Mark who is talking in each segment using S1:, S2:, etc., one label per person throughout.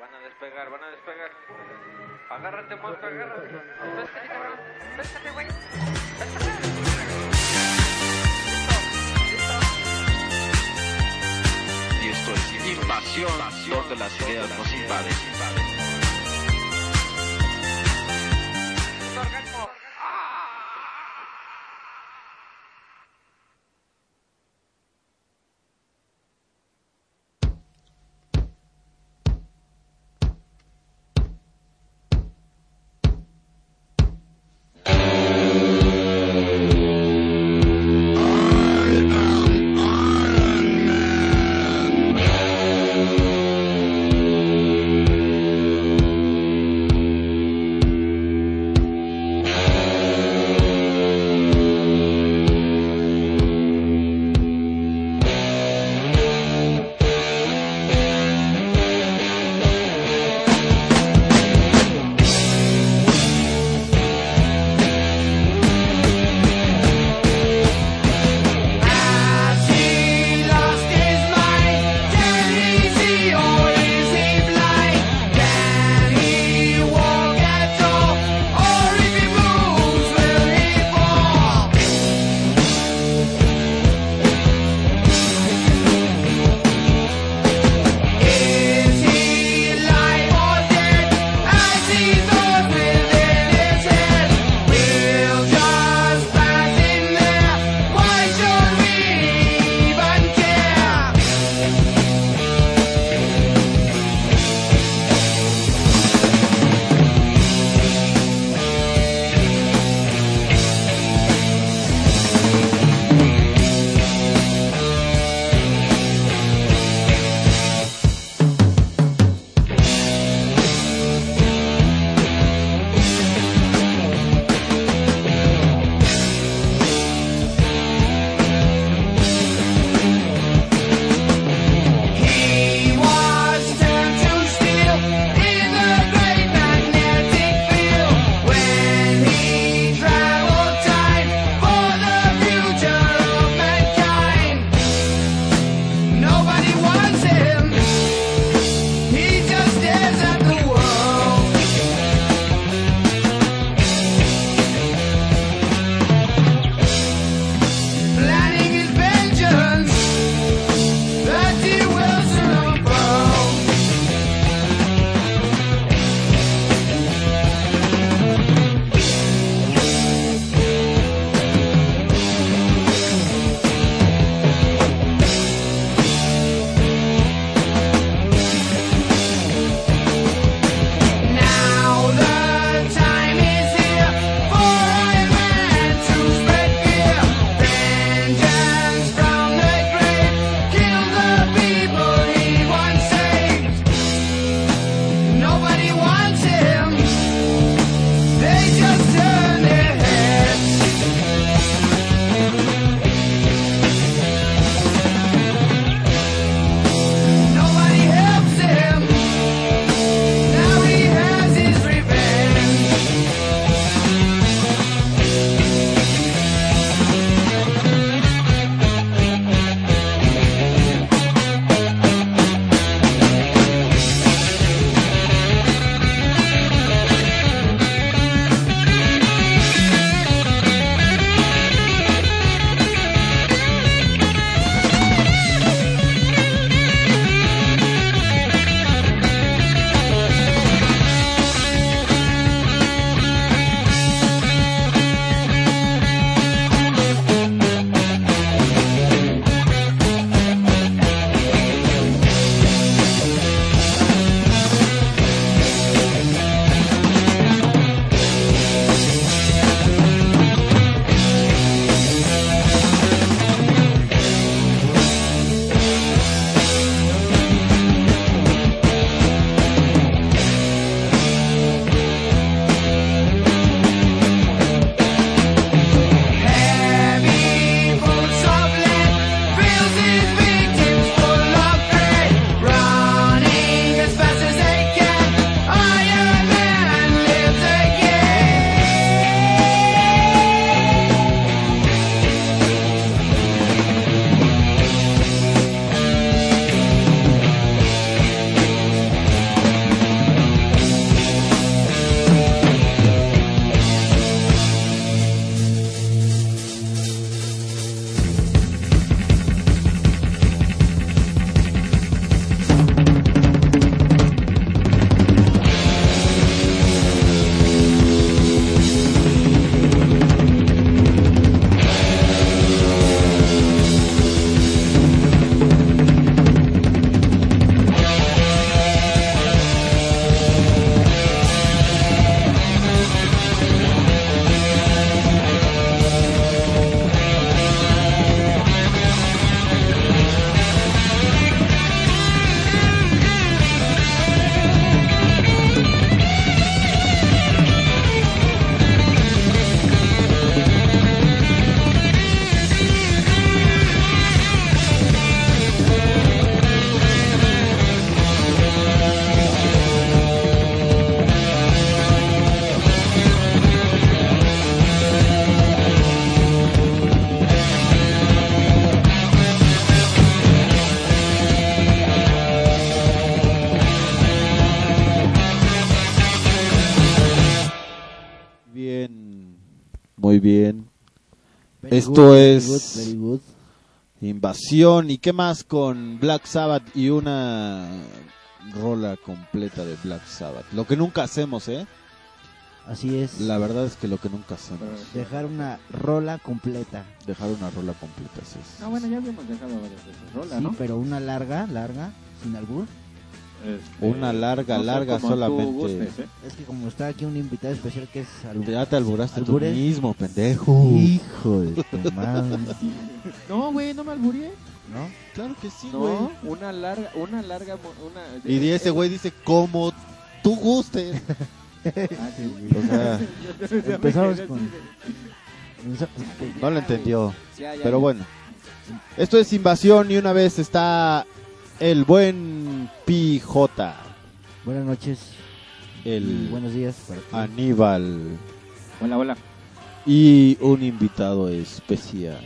S1: Van a despegar, van a despegar. Agárrate, Juanca, agárrate. Pésate, cabrón. Pésate, güey. Pésate.
S2: Y esto es invasión donde las ideas nos invaden.
S1: Listo, orgasmo.
S3: Muy bien.
S4: Very
S3: Esto
S4: good, very
S3: es-
S4: good, very good.
S3: Invasión. ¿Y qué más con Black Sabbath y una rola completa de Black Sabbath? Lo que nunca hacemos, ¿eh?
S4: Así es.
S3: La verdad es que lo que nunca hacemos.
S4: Dejar una rola completa.
S3: Dejar una rola completa, sí. sí,
S5: Ah, bueno, ya lo hemos dejado varias veces. Rola,
S4: Sí,
S5: ¿no?
S4: pero una larga, larga, sin albur.
S5: Este,
S3: Una larga,
S5: no sé,
S3: larga
S5: como tú
S3: solamente.
S5: gustes, ¿eh?
S4: Es que como está aquí un invitado especial que es
S3: sí.
S4: albur.
S3: Ya te alburaste tú
S4: Albures.
S3: mismo, pendejo.
S4: Hijo de tu madre.
S5: No, güey, no me albureé.
S4: ¿No?
S3: Claro que sí,
S5: No, una larga, una larga, mo- una...
S3: Y de ese güey dice, como tú gustes.
S5: Ah, sí, güey.
S3: O sea,
S4: Em- Empezamos con-
S3: no lo entendió.
S5: Ya, ya,
S3: Pero
S5: ya.
S3: bueno. Esto es invasión y una vez está el buen PJ.
S4: Buenas noches. y
S3: El Ah,
S4: Buenos días. para ti.
S3: Aníbal.
S5: Hola, hola.
S3: Y un invitado especial.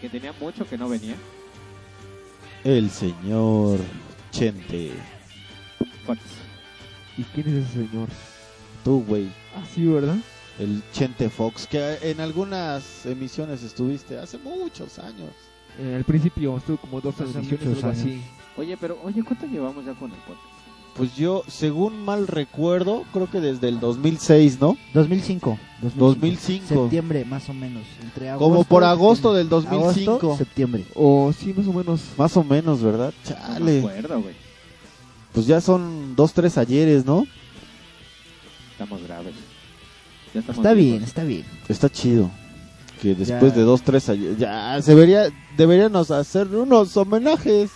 S5: Que tenía mucho que no venía.
S3: El señor Chente.
S5: Bueno,
S1: ¿Y quién es ese señor?
S3: Tú, güey.
S1: Ah, sí, ¿verdad?
S3: El Chente Fox. Que en algunas emisiones estuviste hace muchos años.
S1: Eh, al principio estuvo como dos
S4: Hace
S1: transmisiones o
S4: muchos
S1: algo así.
S5: Oye, pero, oye, ¿cuánto llevamos ya con el podcast?
S3: Pues yo, según mal recuerdo, creo que desde el 2006, ¿no?
S4: 2005.
S3: 2005.
S4: Septiembre, más o menos. Entre agosto,
S3: Como por agosto
S4: septiembre.
S3: del 2005.
S4: Agosto, septiembre.
S1: O sí, más o menos.
S3: Más o menos, ¿verdad?
S5: No me
S3: Chale.
S5: acuerdo, güey.
S3: Pues ya son dos, tres ayeres, ¿no?
S5: Estamos graves. Ya estamos
S4: Está bien,
S5: viejos.
S4: está bien.
S3: Está chido. Que después
S4: Ya.
S3: de dos, tres ayeres. Ya, se vería, deberíamos hacer unos homenajes.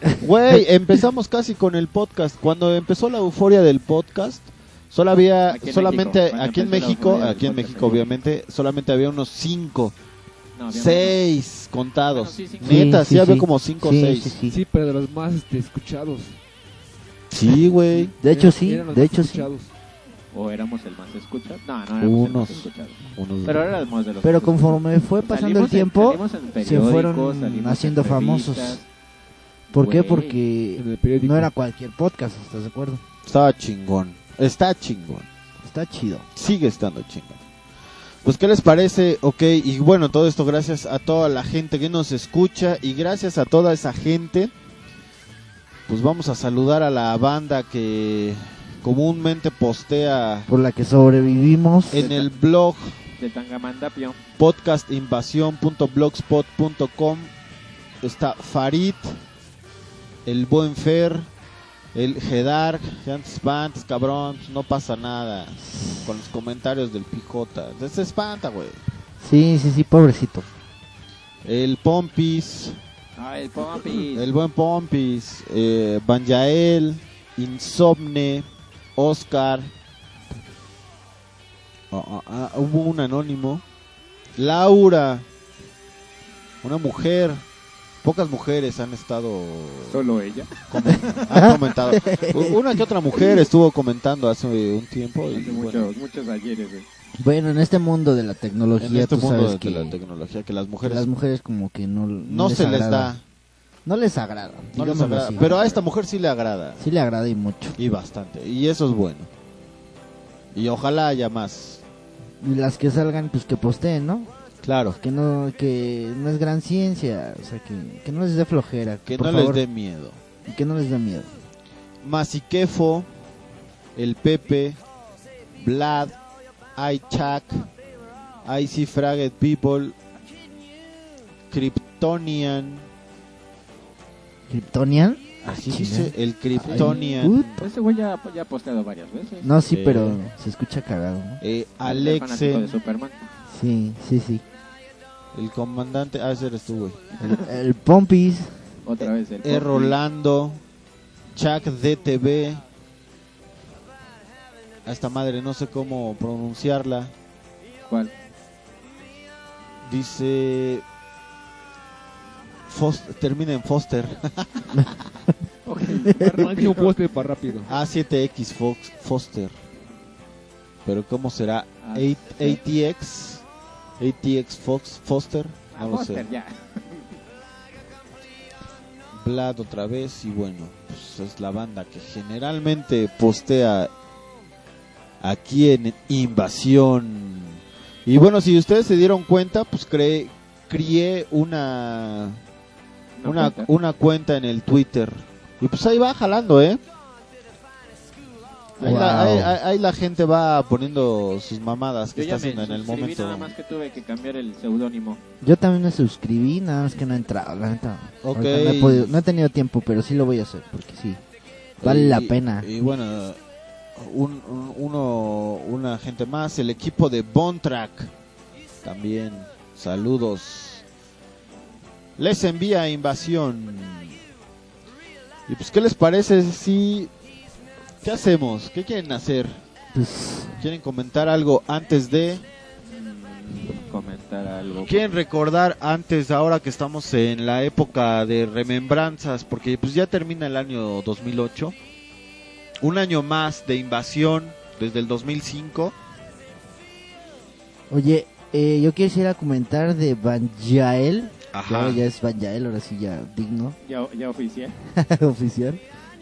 S3: Güey, empezamos casi con el podcast. Cuando empezó la euforia del podcast, solo había,
S5: Aquí en
S3: solamente
S5: México. Cuando
S3: aquí en
S5: empezó la
S3: México,
S5: euforia del
S3: aquí en
S5: podcast,
S3: México
S5: seguro.
S3: obviamente, solamente había unos cinco,
S5: No, habíamos-
S3: seis contados.
S5: Bueno, sí, cinco.
S3: Neta, sí,
S4: Sí, sí,
S3: había
S4: sí.
S3: como cinco o
S4: Sí,
S3: seis.
S4: sí, sí.
S1: Sí, pero de los más este, escuchados.
S3: Sí, güey.
S4: De hecho,
S1: Eran-
S4: sí.
S1: eran los
S4: De
S1: más
S4: hecho, sí.
S1: escuchados.
S5: ¿O éramos el más escuchado? No, no éramos
S3: Unos.
S5: el más escuchado.
S3: Unos-
S5: Pero éramos de los
S4: Pero
S5: más escuchados.
S4: conforme fue pasando el
S5: Salimos en-
S4: tiempo,
S5: salimos en
S4: se fueron
S5: periódicos, salimos en
S4: haciendo
S5: revistas.
S4: famosos. ¿por qué?
S5: güey.
S4: Porque
S1: En el periódico.
S4: no era cualquier podcast, ¿estás de acuerdo?
S3: Estaba chingón. Está chingón.
S4: Está chido.
S3: Sigue estando chingón. Pues, ¿qué les parece? Ok, y bueno, todo esto gracias a toda la gente que nos escucha y gracias a toda esa gente. Pues vamos a saludar a la banda que comúnmente postea
S4: Por la que sobrevivimos.
S3: en el blog
S5: De Tangamandapio.
S3: podcastinvasión.blogspot.com está Farid, el buen Fer, el Gedar, antes va, antes cabrón, no pasa nada con los comentarios del Pijota. Se espanta, güey.
S4: Sí, sí, sí, pobrecito.
S3: El Pompis,
S5: Ah, el Pompi.
S3: el buen Pompis, eh, Banjael, Insomne, Oscar. Ah, ah, ah, hubo un anónimo. Laura, una mujer. Pocas mujeres han estado.
S5: Solo ella.
S3: comen- han comentado. U- Una que otra mujer estuvo comentando hace un tiempo. Y,
S5: Hace
S3: bueno,
S5: muchos, muchos ayeres, güey.
S4: Bueno, en este mundo de la
S3: en
S4: tecnología,
S3: este
S4: tú
S3: mundo
S4: sabes
S3: de
S4: que
S3: la tecnología, que las mujeres
S4: las mujeres como que no,
S3: no se les
S4: agrada.
S3: da.
S4: No les agrada.
S3: No les
S4: digámoslo
S3: agrada.
S4: así.
S3: Pero a este esta mujer sí le agrada.
S4: Sí le agrada y mucho.
S3: Y bastante. Y eso es bueno. Y ojalá haya más.
S4: Y las que salgan, pues que posteen, ¿no?
S3: Claro.
S4: Que no, que no es gran ciencia. O sea, que, que no les dé flojera.
S3: Que
S4: por
S3: no
S4: favor,
S3: les dé miedo.
S4: y Que no les dé miedo.
S3: Masiquefo, el Pepe, Vlad, iChack, IC Fragged People, Kryptonian.
S4: ¿Kryptonian?
S3: Así
S4: chinga.
S3: dice el
S4: Ay,
S3: Kryptonian.
S4: puta.
S5: Ese Pues este güey ya, ya ha posteado varias veces.
S4: No, sí,
S3: Eh.
S4: pero se escucha cagado, ¿no?
S3: eh,
S5: Es fanático de
S3: Alexe,
S5: Superman.
S4: Sí, sí, sí.
S3: el comandante. Ah, ese eres tú, güey.
S4: El, el Pompis.
S5: Otra vez el
S3: Eh,
S5: Pompi.
S3: Rolando, Chuck DTV. A esta madre no sé cómo pronunciarla.
S5: ¿Cuál?
S3: Dice. Fos- termina en Foster.
S5: Ok,
S1: No hay un poste para rápido.
S3: A7X Ah, Fox, Foster. Pero ¿cómo será?
S5: Ah,
S3: Eight- ATX. ATX Fox Foster.
S5: ah,
S3: No lo sé.
S5: Foster, ya.
S3: Vlad otra vez y bueno, pues es la banda que generalmente postea aquí en Invasión. Y bueno, si ustedes se dieron cuenta, pues creé, crié una
S5: No
S3: una,
S5: cuenta.
S3: una cuenta en el Twitter. Y pues ahí va jalando, ¿eh? Ahí, la,
S4: Wow.
S3: ahí- ahí- ahí la gente va poniendo sus mamadas que está
S5: Yo ya
S3: haciendo
S5: me
S3: en el
S5: suscribí,
S3: momento.
S5: nada más que tuve que cambiar el seudónimo.
S4: Yo también me suscribí, nada más que no he entrado, la neta.
S3: Ok.
S4: Ahorita No he, podido- no he tenido tiempo, pero sí lo voy a hacer, porque sí. Vale
S3: Y-
S4: la pena.
S3: Y bueno, un, un- uno, una gente más, el equipo de Bontrack. También, saludos. Les envía invasión. ¿Y pues qué les parece si... ¿Qué hacemos? ¿Qué quieren hacer?
S4: Pues,
S3: ¿Quieren comentar algo antes de...
S5: Mm, Comentar algo.
S3: ¿Quieren recordar antes, ahora que estamos en la época de remembranzas? Porque pues ya termina el año 2008. Un año más de invasión desde el 2005.
S4: oye, eh, yo quisiera comentar de Banjael. que
S3: Ajá.
S4: ahora ya es Banjael, ahora sí ya digno,
S5: Ya, ya oficial.
S4: oficial.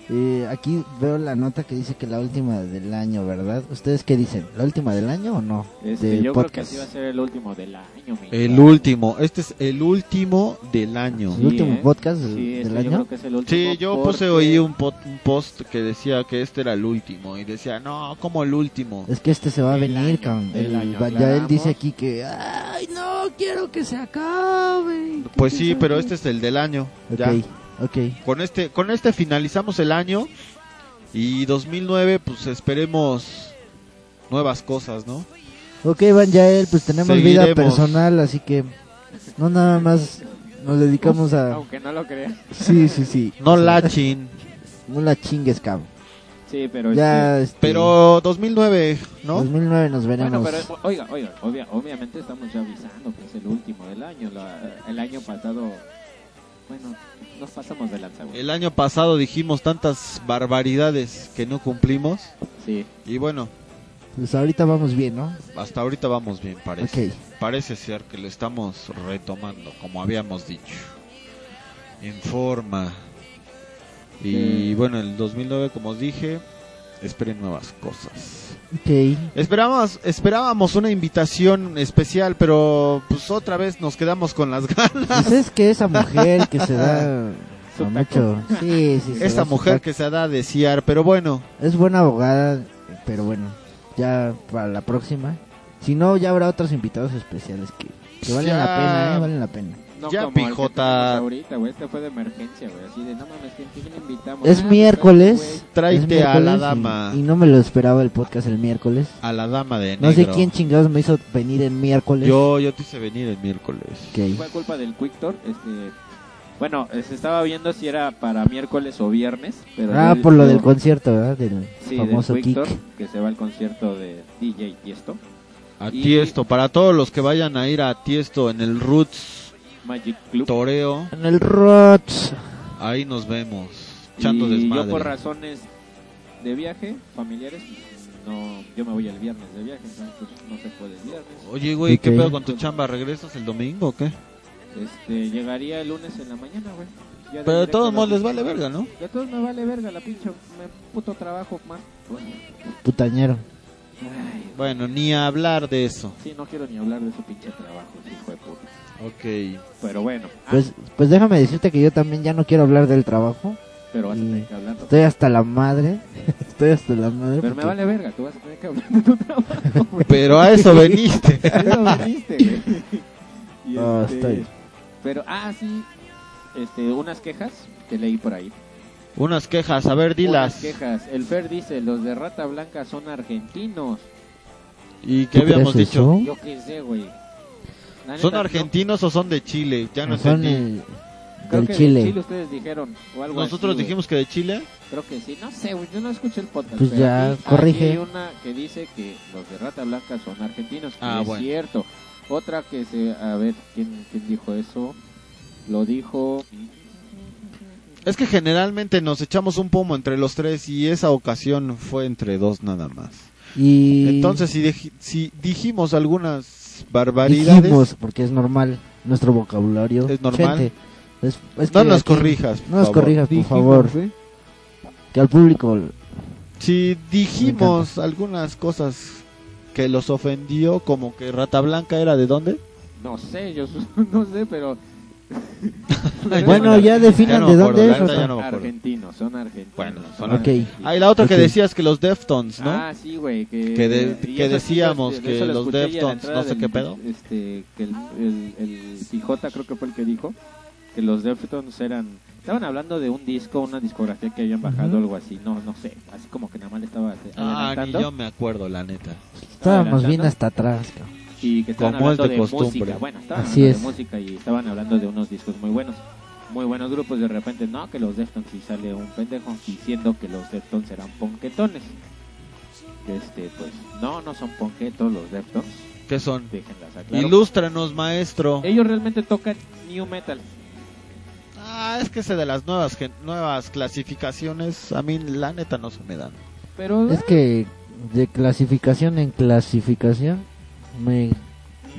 S4: Eh, aquí veo la nota que dice que la última del año, ¿verdad? ¿Ustedes qué dicen? ¿La última del año o no?
S5: Este,
S4: Del
S5: yo creo que así va a ser el último del año. mi
S3: El
S5: chavo.
S3: último. Este es el último del año.
S4: ¿El último
S5: ¿eh?
S4: podcast del-
S5: Sí, este
S4: del
S5: yo
S4: año?
S5: creo que es el último.
S3: Sí, yo puse
S5: porque-
S3: hoy un, pot- un post que decía que este era el último. Y decía, no, como el último.
S4: Es que este se va a
S5: Del
S4: venir,
S5: año,
S4: cabrón.
S5: del
S4: El
S5: año,
S4: Banjael dice
S5: aclaramos.
S4: aquí que, ay, no, quiero que se acabe.
S3: Pues sí, pero este es el del año. Ya.
S4: Ok, ok.
S3: Con este, con este finalizamos el año y 2009 pues esperemos nuevas cosas, ¿no?
S4: Ok, Van Yael, pues tenemos vida
S3: Seguiremos.
S4: personal, así que no nada más nos dedicamos a...
S5: Aunque no lo creas.
S4: Sí, sí, sí.
S3: No lachin,
S4: No la chingues, cabrón.
S5: Sí, pero.
S4: Ya, este,
S3: pero 2009, ¿no?
S4: 2009 nos
S5: este- Bueno,
S4: veremos.
S5: pero o- oiga, oiga, obvia- obviamente estamos ya avisando que es el último del año. la- el año pasado, bueno, nos pasamos de lanza. güey.
S3: El año pasado dijimos tantas barbaridades que no cumplimos
S5: Sí,
S3: y bueno,
S4: Pues ahorita vamos bien, ¿no?
S3: hasta ahorita vamos bien, parece.
S4: Ok.
S3: Parece ser que lo estamos retomando, como habíamos dicho. En forma. Y
S5: Eh.
S3: bueno, el 2009, como os dije, esperen nuevas cosas.
S4: Ok.
S3: Esperamos, esperábamos una invitación especial, pero pues otra vez nos quedamos con las ganas.
S4: Pues es que esa mujer que se da...
S5: Su
S4: a
S5: taco.
S4: mucho. Sí, sí, se da
S3: Esa
S4: su
S3: mujer
S4: taco.
S3: que se da a desear, pero bueno,
S4: Es buena abogada, pero bueno, ya para la próxima. Si no, ya habrá otros invitados especiales que, que valen
S3: Ya.
S4: la pena, ¿eh? Valen la pena.
S5: no
S3: Ya,
S5: como el que
S3: pijota.
S5: tenemos ahorita, güey. Este fue de emergencia, güey. Así de, no mames, ¿quién, quién invitamos?
S4: Es
S5: Ah,
S4: miércoles.
S5: güey.
S4: es
S3: pues, tráete a la
S4: miércoles y-
S3: dama,
S4: Y, no me lo esperaba el podcast el miércoles.
S3: a la dama de negro.
S4: No sé quién chingados me hizo venir el miércoles.
S3: Yo, yo te hice venir el miércoles.
S4: Ok.
S5: Fue culpa del Quick Tour, Este, bueno, eh, se estaba viendo si era para miércoles o viernes. Pero
S4: Ah,
S5: yo-
S4: por lo
S5: yo-
S4: del concierto, ¿verdad? Del
S5: Sí, del
S4: famoso
S5: Quick
S4: kick.
S5: Tour, que se va al concierto de DJ Tiesto,
S3: A
S5: Y-
S3: Tiesto, para todos los que vayan a ir a Tiesto en el Roots
S5: Magic Club.
S3: Toreo,
S4: En el Rots.
S3: ahí nos vemos. Echando
S5: Y
S3: desmadre.
S5: yo por razones de viaje, familiares, no, yo me voy el viernes de viaje, entonces pues, no se puede el viernes.
S3: Oye, güey, ¿qué
S4: Ok.
S3: pedo con tu chamba? ¿Regresas el domingo o qué?
S5: Este, llegaría el lunes en la mañana, güey. Ya
S3: Pero de
S5: directo
S3: todos
S5: al
S3: modos les
S5: domingo.
S3: vale verga, ¿no?
S5: De todos me vale verga la pinche, me puto trabajo más. Bueno,
S4: Putañero.
S5: ay,
S3: Bueno, ni hablar de eso.
S5: sí, no quiero ni hablar de ese pinche trabajo, hijo de puta.
S3: Ok.
S5: Pero bueno, ah,
S4: Pues, pues déjame decirte que yo también ya no quiero hablar del trabajo.
S5: ah, pero vas a
S4: y-
S5: tener que
S3: mm,
S5: hablar.
S4: Estoy hasta la madre. Estoy hasta la madre.
S5: Pero me
S4: porque-
S5: vale verga, tú vas a tener que hablar de tu trabajo, güey.
S3: Pero a eso veniste.
S5: Eso viniste, güey. Y,
S4: Ah,
S5: este,
S4: está bien.
S5: Pero, ah, sí. Este, unas quejas que leí por ahí.
S3: Unas quejas, a ver,
S5: Unas
S3: dilas.
S5: quejas. El Fer dice, los de Rata Blanca son argentinos.
S3: ¿Y qué habíamos
S4: ¿Tú crees
S3: dicho?
S4: eso?
S5: Yo qué sé, güey. La
S3: ¿Son
S5: neta,
S3: argentinos o son de Chile? Ya no
S4: Son
S3: entendí.
S4: el-
S5: no- creo
S4: del
S5: que de
S4: Chile.
S5: Chile ustedes dijeron. o algo
S3: Nosotros
S5: así, güey.
S3: dijimos que de Chile.
S5: Creo que sí. No sé, güey. Yo no escuché el podcast.
S4: Pues
S5: pero
S4: ya,
S5: aquí-
S4: corrige.
S5: aquí hay una que dice que los de Rata Blanca son argentinos. que
S3: Ah,
S5: es
S3: bueno.
S5: cierto. Otra que se... A ver, ¿quién, quién dijo eso? Lo dijo...
S3: Es que generalmente nos echamos un pomo entre los tres y esa ocasión fue entre dos nada más.
S4: Y
S3: Entonces, si, deji- si dijimos algunas barbaridades,
S4: dijimos, porque es normal, nuestro vocabulario.
S3: Es normal.
S4: Gente, es- es
S3: no
S4: que
S3: nos
S4: aquí-
S3: corrijas. por
S4: No nos
S3: favor.
S4: corrijas, por
S1: Dijimos,
S4: favor.
S1: ¿eh?
S4: Que al público
S3: Si dijimos algunas cosas que los ofendió como que Rata Blanca era de dónde?
S5: No sé, yo su- no sé, pero.
S4: Bueno,
S3: Ya
S4: ya definan
S3: no me
S4: de
S3: acuerdo,
S4: dónde
S3: la
S4: es.
S3: neta ya
S4: Rafa.
S3: no me acuerdo.
S5: Argentinos, son argentinos.
S3: Bueno, son
S4: Ok.
S5: argentinos.
S3: Ah, y la otra
S4: Ok.
S3: que decías que los Deftones, ¿no?
S5: Ah, sí, güey. Que,
S3: Que de- que
S5: y eso sí, este,
S3: decíamos
S5: eso
S3: que
S5: lo
S3: los
S5: escuché ya en la
S3: Deftones,
S5: entrada
S3: no sé
S5: del-
S3: qué pedo.
S5: Este, que el, el, el Pijota creo que fue el que dijo que los Deftones eran... Estaban hablando de un disco, una discografía que habían bajado,
S4: Ujú.
S5: algo así. No, no sé. Así como que nada más le estaba eh,
S3: Ah,
S5: adelantando.
S3: me acuerdo, la neta.
S5: estaba
S4: Estábamos bien
S5: adelantando,
S4: hasta atrás, cabrón.
S5: Y que estaban
S3: como es
S5: hablando
S3: de
S5: de,
S3: costumbre.
S5: música. Bueno, estaban
S4: Así
S5: hablando
S4: es.
S5: de música y estaban hablando de unos discos muy buenos. Muy buenos grupos. De repente, no, que los Deftones y sale un pendejo diciendo que los Deftones eran ponquetones. Este, pues, no, no son ponquetos los Deftones.
S3: ¿Qué son?
S5: Déjenlas aclarar.
S3: Ilústranos, maestro.
S5: Ellos realmente tocan new metal.
S3: Ah, es que ese de las nuevas gen- nuevas clasificaciones, a mí la neta no se me dan.
S5: Pero
S4: Es que de clasificación en clasificación me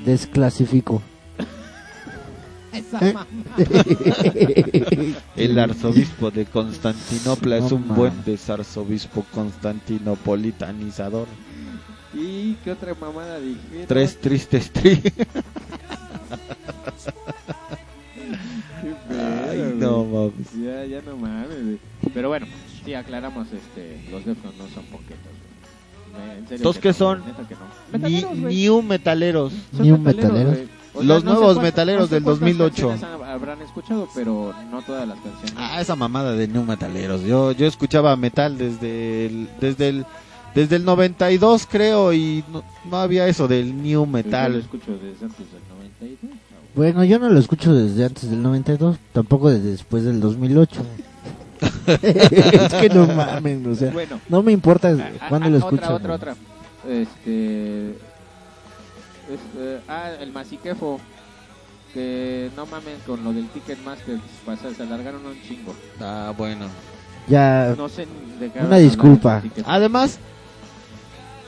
S4: desclasifico.
S5: esa
S4: ¿Eh?
S5: mamá.
S3: El arzobispo de Constantinopla es
S4: No
S3: un
S4: mames.
S3: buen desarzobispo constantinopolitanizador.
S5: ¿Y qué otra mamada dije?
S3: Tres tristes tri. Ay, no mames.
S5: Ya, ya no mames. güey. Pero bueno, sí, aclaramos, este, los Deftones no son ponquetos. güey. Me- en serio
S3: ¿Entonces
S5: que
S3: qué
S5: no,
S3: son?
S5: neta que no.
S3: Ni,
S5: Metaleros, güey.
S3: ni un metaleros.
S5: Son
S4: Ni un metalero.
S5: güey. O
S3: Los
S5: sé
S3: nuevos
S5: cuántas-
S3: metaleros
S5: sé
S3: del
S5: cuántas
S3: 2008.
S5: canciones ha- Habrán escuchado, pero no todas las canciones.
S3: Ah, esa mamada de New Metaleros. Yo, yo escuchaba metal desde el, desde el desde el 92 creo y no, no había eso del New
S5: Yo lo
S3: Metal.
S5: escucho desde antes del 92. chavo.
S4: Bueno, yo no lo escucho desde antes del 92, tampoco desde después del 2008. es que no mamen, o sea,
S5: Bueno,
S4: no me importa
S5: Ah,
S4: cuándo
S5: ah,
S4: lo
S5: otra,
S4: escucho.
S5: Otra, otra, Este, este, Ah, el masiquefo. Que no mamen con lo del Ticketmaster. Pasa, se alargaron un chingo.
S3: Ah, bueno.
S4: Ya,
S5: No sé ni de qué
S4: Ah, Una
S5: hablan
S4: disculpa. Ah,
S5: los del Ticketmaster.
S3: Además,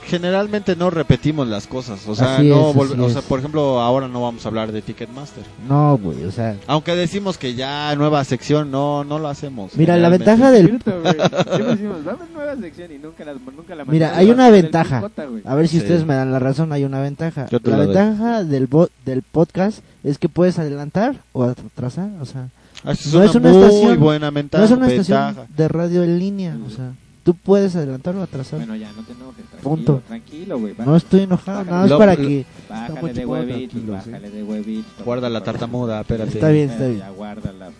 S3: generalmente no repetimos las cosas. O sea,
S4: Así
S3: no
S4: es,
S3: volve-
S4: así
S3: o sea,
S4: es.
S3: por ejemplo, ahora no vamos a hablar de Ticketmaster.
S4: no, güey, o sea,
S3: Aunque decimos que ya nueva sección, no, no lo hacemos.
S4: mira, la
S3: generalmente.
S4: ventaja del
S5: Cierto, güey. Siempre decimos, "Va a haber nueva sección" y nunca las- nunca la
S4: Mira,
S5: mandamos.
S4: hay una
S5: Del
S4: ventaja.
S5: picota, güey.
S4: A ver si
S3: Sí.
S4: ustedes me dan la razón, hay una ventaja.
S3: Yo te
S4: La
S3: la doy.
S4: ventaja del, bo- del podcast es que puedes adelantar o atrasar, o sea,
S3: Ah, Es
S4: No
S3: una,
S4: es una
S3: muy
S4: estación-
S3: buena venta-
S4: no es una
S3: ventaja.
S4: estación de radio en línea, o sea, tú puedes adelantar o atrasar.
S5: Bueno, ya, no te enojes. Tranquilo,
S4: Punto.
S5: Tranquilo, güey.
S4: no estoy enojado,
S5: bájale.
S4: nada más
S3: Lo-
S4: para
S3: lo-
S4: que... está muy
S5: Bájale de
S4: chupado,
S5: huevitos,
S4: tranquilo, sí.
S5: bájale de huevitos.
S3: Guarda la tartamuda, espérate.
S4: Está bien, está bien.
S5: Ya guárdala.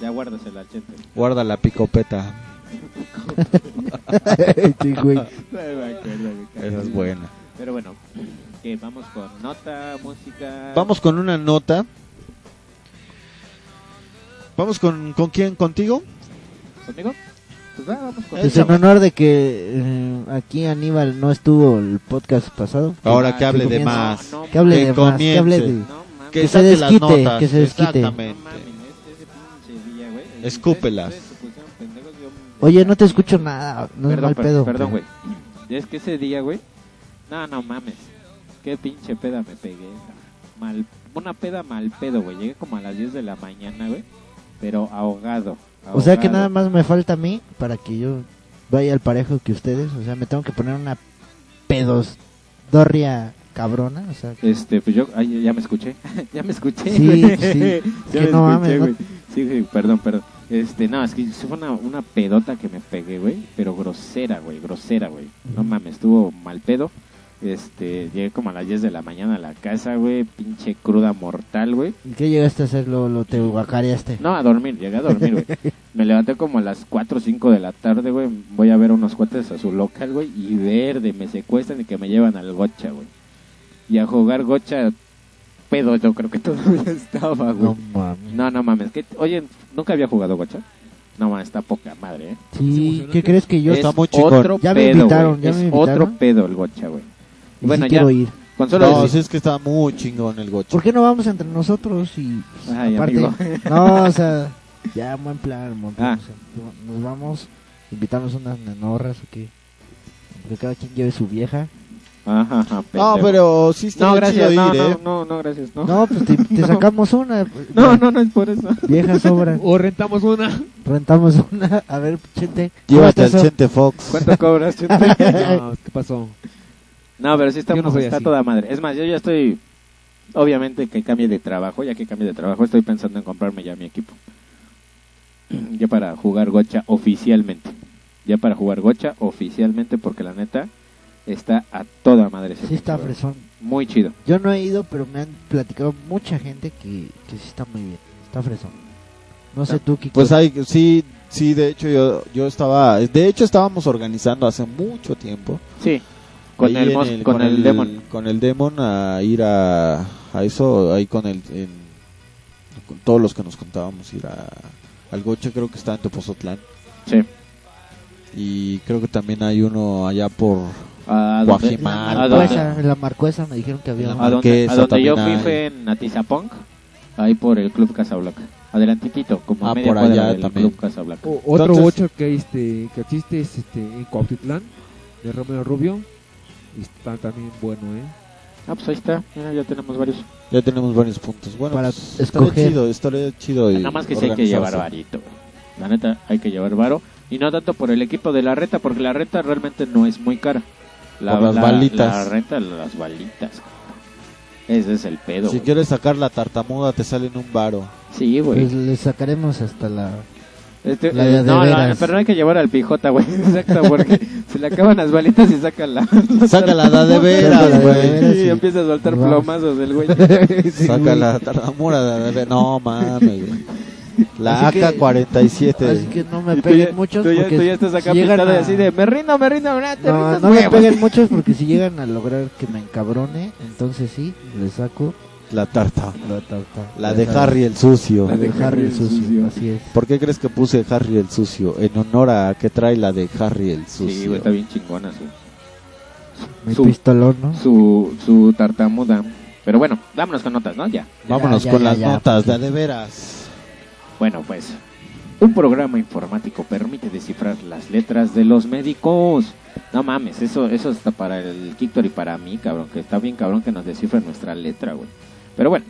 S5: Ya guárdasela, chente.
S3: Guarda la picopeta.
S4: Sí, güey.
S5: Ay, me acuerdo, me cago.
S3: Esa es buena.
S5: Pero bueno, que vamos con nota, música.
S3: Vamos con una nota. Vamos con, ¿con quién? ¿Contigo?
S5: conmigo. Pues va, vamos con.
S4: Pues en honor de que eh, aquí Aníbal no estuvo el podcast pasado,
S3: Ahora que hable
S4: Ah, que
S3: de
S4: comience.
S3: más.
S5: No, no,
S4: que hable
S3: Que
S4: de más, que hable
S3: comience.
S4: de...
S5: No mames.
S3: Que,
S4: Que se
S3: saque las
S4: desquite,
S3: notas.
S4: que se desquite.
S5: No
S3: Exactamente.
S5: mames, es- ese pinche día, güey.
S3: Escúpelas.
S5: Ustedes- ustedes se pusieron pendejos, yo-
S4: Oye, no te escucho nada, no es
S5: perdón,
S4: mal
S5: per-
S4: pedo.
S5: Perdón, güey. Es que ese día, güey. No, no mames. Qué pinche peda me pegué. Mal, una peda mal pedo, güey. Llegué como a las 10 de la mañana, güey. Pero ahogado.
S4: O sea que nada
S5: ahogado.
S4: más me falta a mí para que yo vaya al parejo que ustedes. O sea, me tengo que poner una pedos dorria cabrona. O sea,
S5: Este, pues yo, ay, ya me escuché, ya me escuché.
S4: Sí,
S5: güey.
S4: sí. que no
S5: Ya me escuché,
S4: mames, ¿no?
S5: güey. Sí, sí, perdón, perdón. Este, no, es que sí fue una, una pedota que me pegué, güey, pero grosera, güey, grosera, güey. No mames, estuvo mal pedo. Este, llegué como a las 10 de la mañana a la casa, güey, pinche cruda mortal, güey.
S4: ¿y ¿qué llegaste a hacer? ¿Lo, lo te guacareaste?
S5: No, a dormir, llegué a dormir, güey. Me levanté como a las 4 o 5 de la tarde, güey. Voy a ver a unos cuates a su local, güey. Y verde, me secuestran y que me llevan al gocha, güey. Y a jugar gocha, pedo, yo creo que todavía estaba, güey.
S4: No mames.
S5: No, no mames. ¿qué? Oye, ¿nunca había jugado gocha? No mames, está poca madre, ¿eh?
S4: Sí, ¿qué crees que yo
S5: Es
S4: estaba
S3: muy chingón.
S5: Otro
S4: Ya me
S5: pedo,
S4: invitaron,
S5: güey.
S4: ya
S5: es
S4: me invitaron.
S5: otro pedo el gocha, güey.
S4: y
S5: bueno,
S4: sí
S5: ya.
S4: quiero ir?
S5: Con solo
S3: No,
S5: decir-
S3: sí, es que está muy chingón el gocho.
S4: ¿Por qué no vamos entre nosotros? Y pues,
S5: Ay,
S4: aparte,
S5: amigo.
S4: no, o sea, ya buen plan, buen plan,
S5: Ah.
S4: o sea, nos vamos, invitamos unas nenorras o qué. Que cada quien lleve su vieja.
S5: Ajá, ajá,
S3: No,
S5: pendejo.
S3: pero sí está
S5: No,
S3: bien
S5: gracias,
S3: chido
S5: no,
S3: ir,
S5: no,
S3: ¿eh?
S5: no, no, gracias, no.
S4: No, pues te, te
S5: No.
S4: sacamos una. eh,
S5: No, no, no es por eso.
S4: Vieja sobra.
S1: O rentamos una.
S4: Rentamos una. A ver, chente.
S3: Llévate al
S4: ¿cómo estás?
S3: Chente Fox.
S5: ¿Cuánto cobras? chute?
S1: No, ¿Qué pasó?
S5: No, pero sí está,
S1: Yo no soy
S5: está
S1: así.
S5: toda madre. Es más, yo ya estoy. Obviamente que cambie de trabajo, ya que cambie de trabajo, estoy pensando en comprarme ya mi equipo. Ya para jugar gocha oficialmente. Ya para jugar gocha oficialmente, porque la neta está a toda madre. ese
S4: Sí está
S5: juego.
S4: fresón.
S5: Muy chido.
S4: Yo no he ido, pero me han platicado mucha gente que, que sí está muy bien. Está fresón. No sé tú, Kiko.
S3: Pues hay, sí, sí, de hecho yo, yo estaba, de hecho estábamos organizando hace mucho tiempo.
S5: Sí, con,
S3: ahí
S5: el,
S3: en
S5: mos- con, el, Demon.
S3: Con el Demon a ir a, a eso, ahí con el, en- con todos los que nos contábamos ir a, al Goche, creo que está en Tepozotlán.
S5: Sí.
S3: Y creo que también hay uno allá por,
S5: ¿A dónde-
S4: en la
S3: Guajimal,
S5: ¿A dónde-
S4: marcuesa, en la marcuesa me dijeron que había
S3: En la
S5: a
S4: una-
S5: donde,
S3: Marquesa
S5: a donde yo fui
S3: también
S5: fue en Atizapong, ahí por el Club Casablanca. Adelantitito, como a
S3: Ah,
S5: media
S3: por
S5: cuadra
S3: allá
S5: del
S3: también.
S5: Club Casablanca.
S3: Uh.
S1: O- otro
S3: Entonces-
S1: bocho que, este, que existe es este, en Cuautitlán, de Romero Rubio. Y está también bueno, ¿eh?
S5: Ah, pues ahí está, mira, ya tenemos varios.
S3: ya tenemos varios puntos. Bueno,
S4: Para
S3: pues, estaría
S4: escoger.
S3: chido, estaría chido. y
S5: Nada más que sí hay que
S3: organizarse.
S5: llevar varito, güey. La neta, hay que llevar varo. Y no tanto por el equipo de la reta, porque la reta realmente no es muy cara. La,
S3: Por las
S5: la-
S3: balitas.
S5: La reta, las balitas. güey. Ese es el pedo,
S3: Si
S5: güey.
S3: quieres sacar la tartamuda, te sale en un varo.
S5: Sí, güey.
S4: Pues le sacaremos hasta la...
S5: Este,
S4: La de
S5: eh, no, la-
S4: veras.
S5: pero no hay que llevar al pijota, güey. Exacto, porque se le acaban las balitas y saca la.
S3: Sácala la de
S4: Sácala
S3: veras,
S4: de
S3: güey.
S4: veras,
S5: Y
S4: sí.
S5: empieza a soltar
S4: Vamos.
S5: plomazos el güey.
S3: Saca la tartamura de- de- No mames, güey. La
S4: Así que- Así
S3: AK-47.
S4: que no me
S5: Y tú ya-
S4: peguen muchos
S5: tú ya,
S4: porque
S5: tú ya estás acá
S4: si llegan
S5: pintado
S4: a-
S5: así de Ah, me rindo, me rindo, me rindo,
S4: No, no me peguen muchos porque si llegan a lograr que me encabrone, entonces sí, le saco
S3: La tarta.
S4: la tarta.
S3: La
S4: Ya
S3: de
S4: sabes,
S3: Harry el sucio.
S4: La de Harry el sucio,
S5: sucio.
S4: así es.
S3: ¿Por qué crees que puse Harry el sucio? En honor a que trae la de Harry el
S5: Sí, güey,
S3: sucio.
S5: está bien chingona su,
S4: Mi
S5: Su-
S4: pistolón, ¿no?
S5: su, su tartamuda. Pero bueno, vámonos con notas, ¿no? Ya.
S3: Vámonos
S4: Ya, ya,
S3: con
S4: ya,
S3: las
S4: ya.
S3: notas, la de veras.
S5: Bueno, pues, un programa informático permite descifrar las letras de los médicos. No mames, eso, eso está para el Kictor y para mí, cabrón, que está bien cabrón que nos descifren nuestra letra, güey. Pero bueno,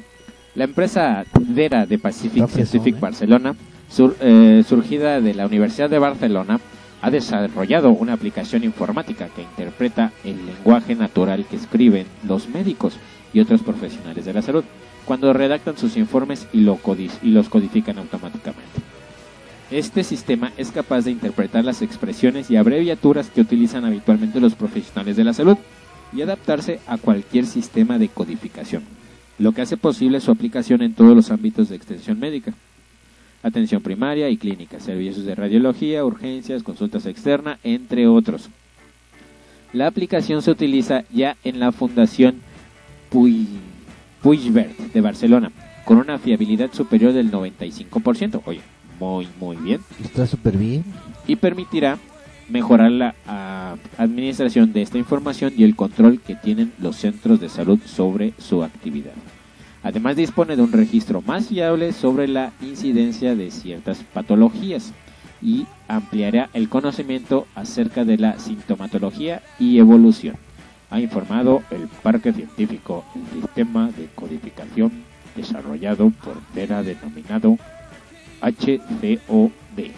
S5: la empresa Dera de Pacific
S4: Está fresón,
S5: Scientific
S4: ¿eh?
S5: Barcelona, sur- eh, surgida de la Universidad de Barcelona, ha desarrollado una aplicación informática que interpreta el lenguaje natural que escriben los médicos y otros profesionales de la salud cuando redactan sus informes y, lo codi- y los codifican automáticamente. Este sistema es capaz de interpretar las expresiones y abreviaturas que utilizan habitualmente los profesionales de la salud y adaptarse a cualquier sistema de codificación, lo que hace posible su aplicación en todos los ámbitos de extensión médica. Atención primaria y clínica, servicios de radiología, urgencias, consultas externa, entre otros. La aplicación se utiliza ya en la Fundación Puy, Puigbert de Barcelona, con una fiabilidad superior del 95%. Oye, muy, muy bien.
S4: Está súper bien.
S5: Y permitirá mejorar la ah, administración de esta información y el control que tienen los centros de salud sobre su actividad. Además dispone de un registro más fiable sobre la incidencia de ciertas patologías y ampliará el conocimiento acerca de la sintomatología y evolución, ha informado el Parque Científico, el sistema de codificación desarrollado por Tera denominado HCOD.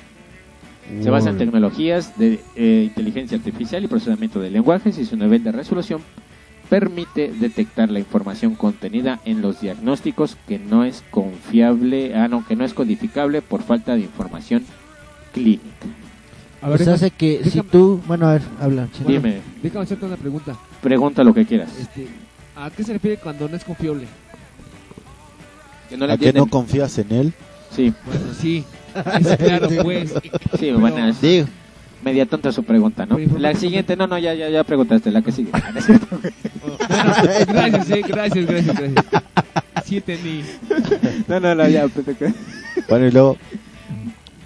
S5: Se basa
S3: Mm.
S1: Mm.
S5: en tecnologías de eh, inteligencia artificial y procesamiento de lenguajes y su nivel de resolución permite detectar la información contenida en los diagnósticos que no es confiable, ah no, que no es codificable por falta de información clínica.
S1: A ver,
S4: pues hace que si
S1: déjame-
S4: tú... Bueno, a ver, habla. chico.
S1: Bueno.
S5: Dime,
S1: déjame hacerte una pregunta.
S5: pregunta lo que quieras.
S1: Este, ¿A qué se refiere cuando no es confiable?
S5: Que no le
S3: ¿A qué no
S5: entienden.
S3: confías en él?
S5: Sí,
S1: Bueno, sí, es claro, pues.
S5: Ah, sí, bueno, es
S3: Digo.
S5: media tonta su pregunta, ¿no? La siguiente, no, no, ya, ya, ya preguntaste, la que sigue.
S1: Gracias, eh, gracias, gracias, gracias. Sí, entendí.
S5: No, no, no,
S1: pues,
S5: ya, pendejo.
S3: Bueno, y luego,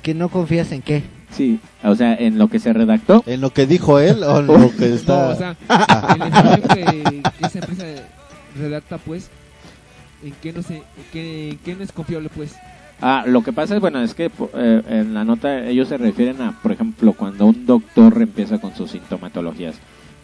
S4: ¿Que no confías en qué?
S5: Sí, o sea, en lo que se redactó,
S3: ¿en lo que dijo él o en lo que está...?
S1: No, o sea, ah. el ensayo que, que esa empresa redacta, pues, ¿en qué no, se, en qué, en qué no es confiable, pues?
S5: Ah, lo que pasa es, bueno, es que po- eh, en la nota ellos se refieren a, por ejemplo, cuando un doctor empieza con sus sintomatologías.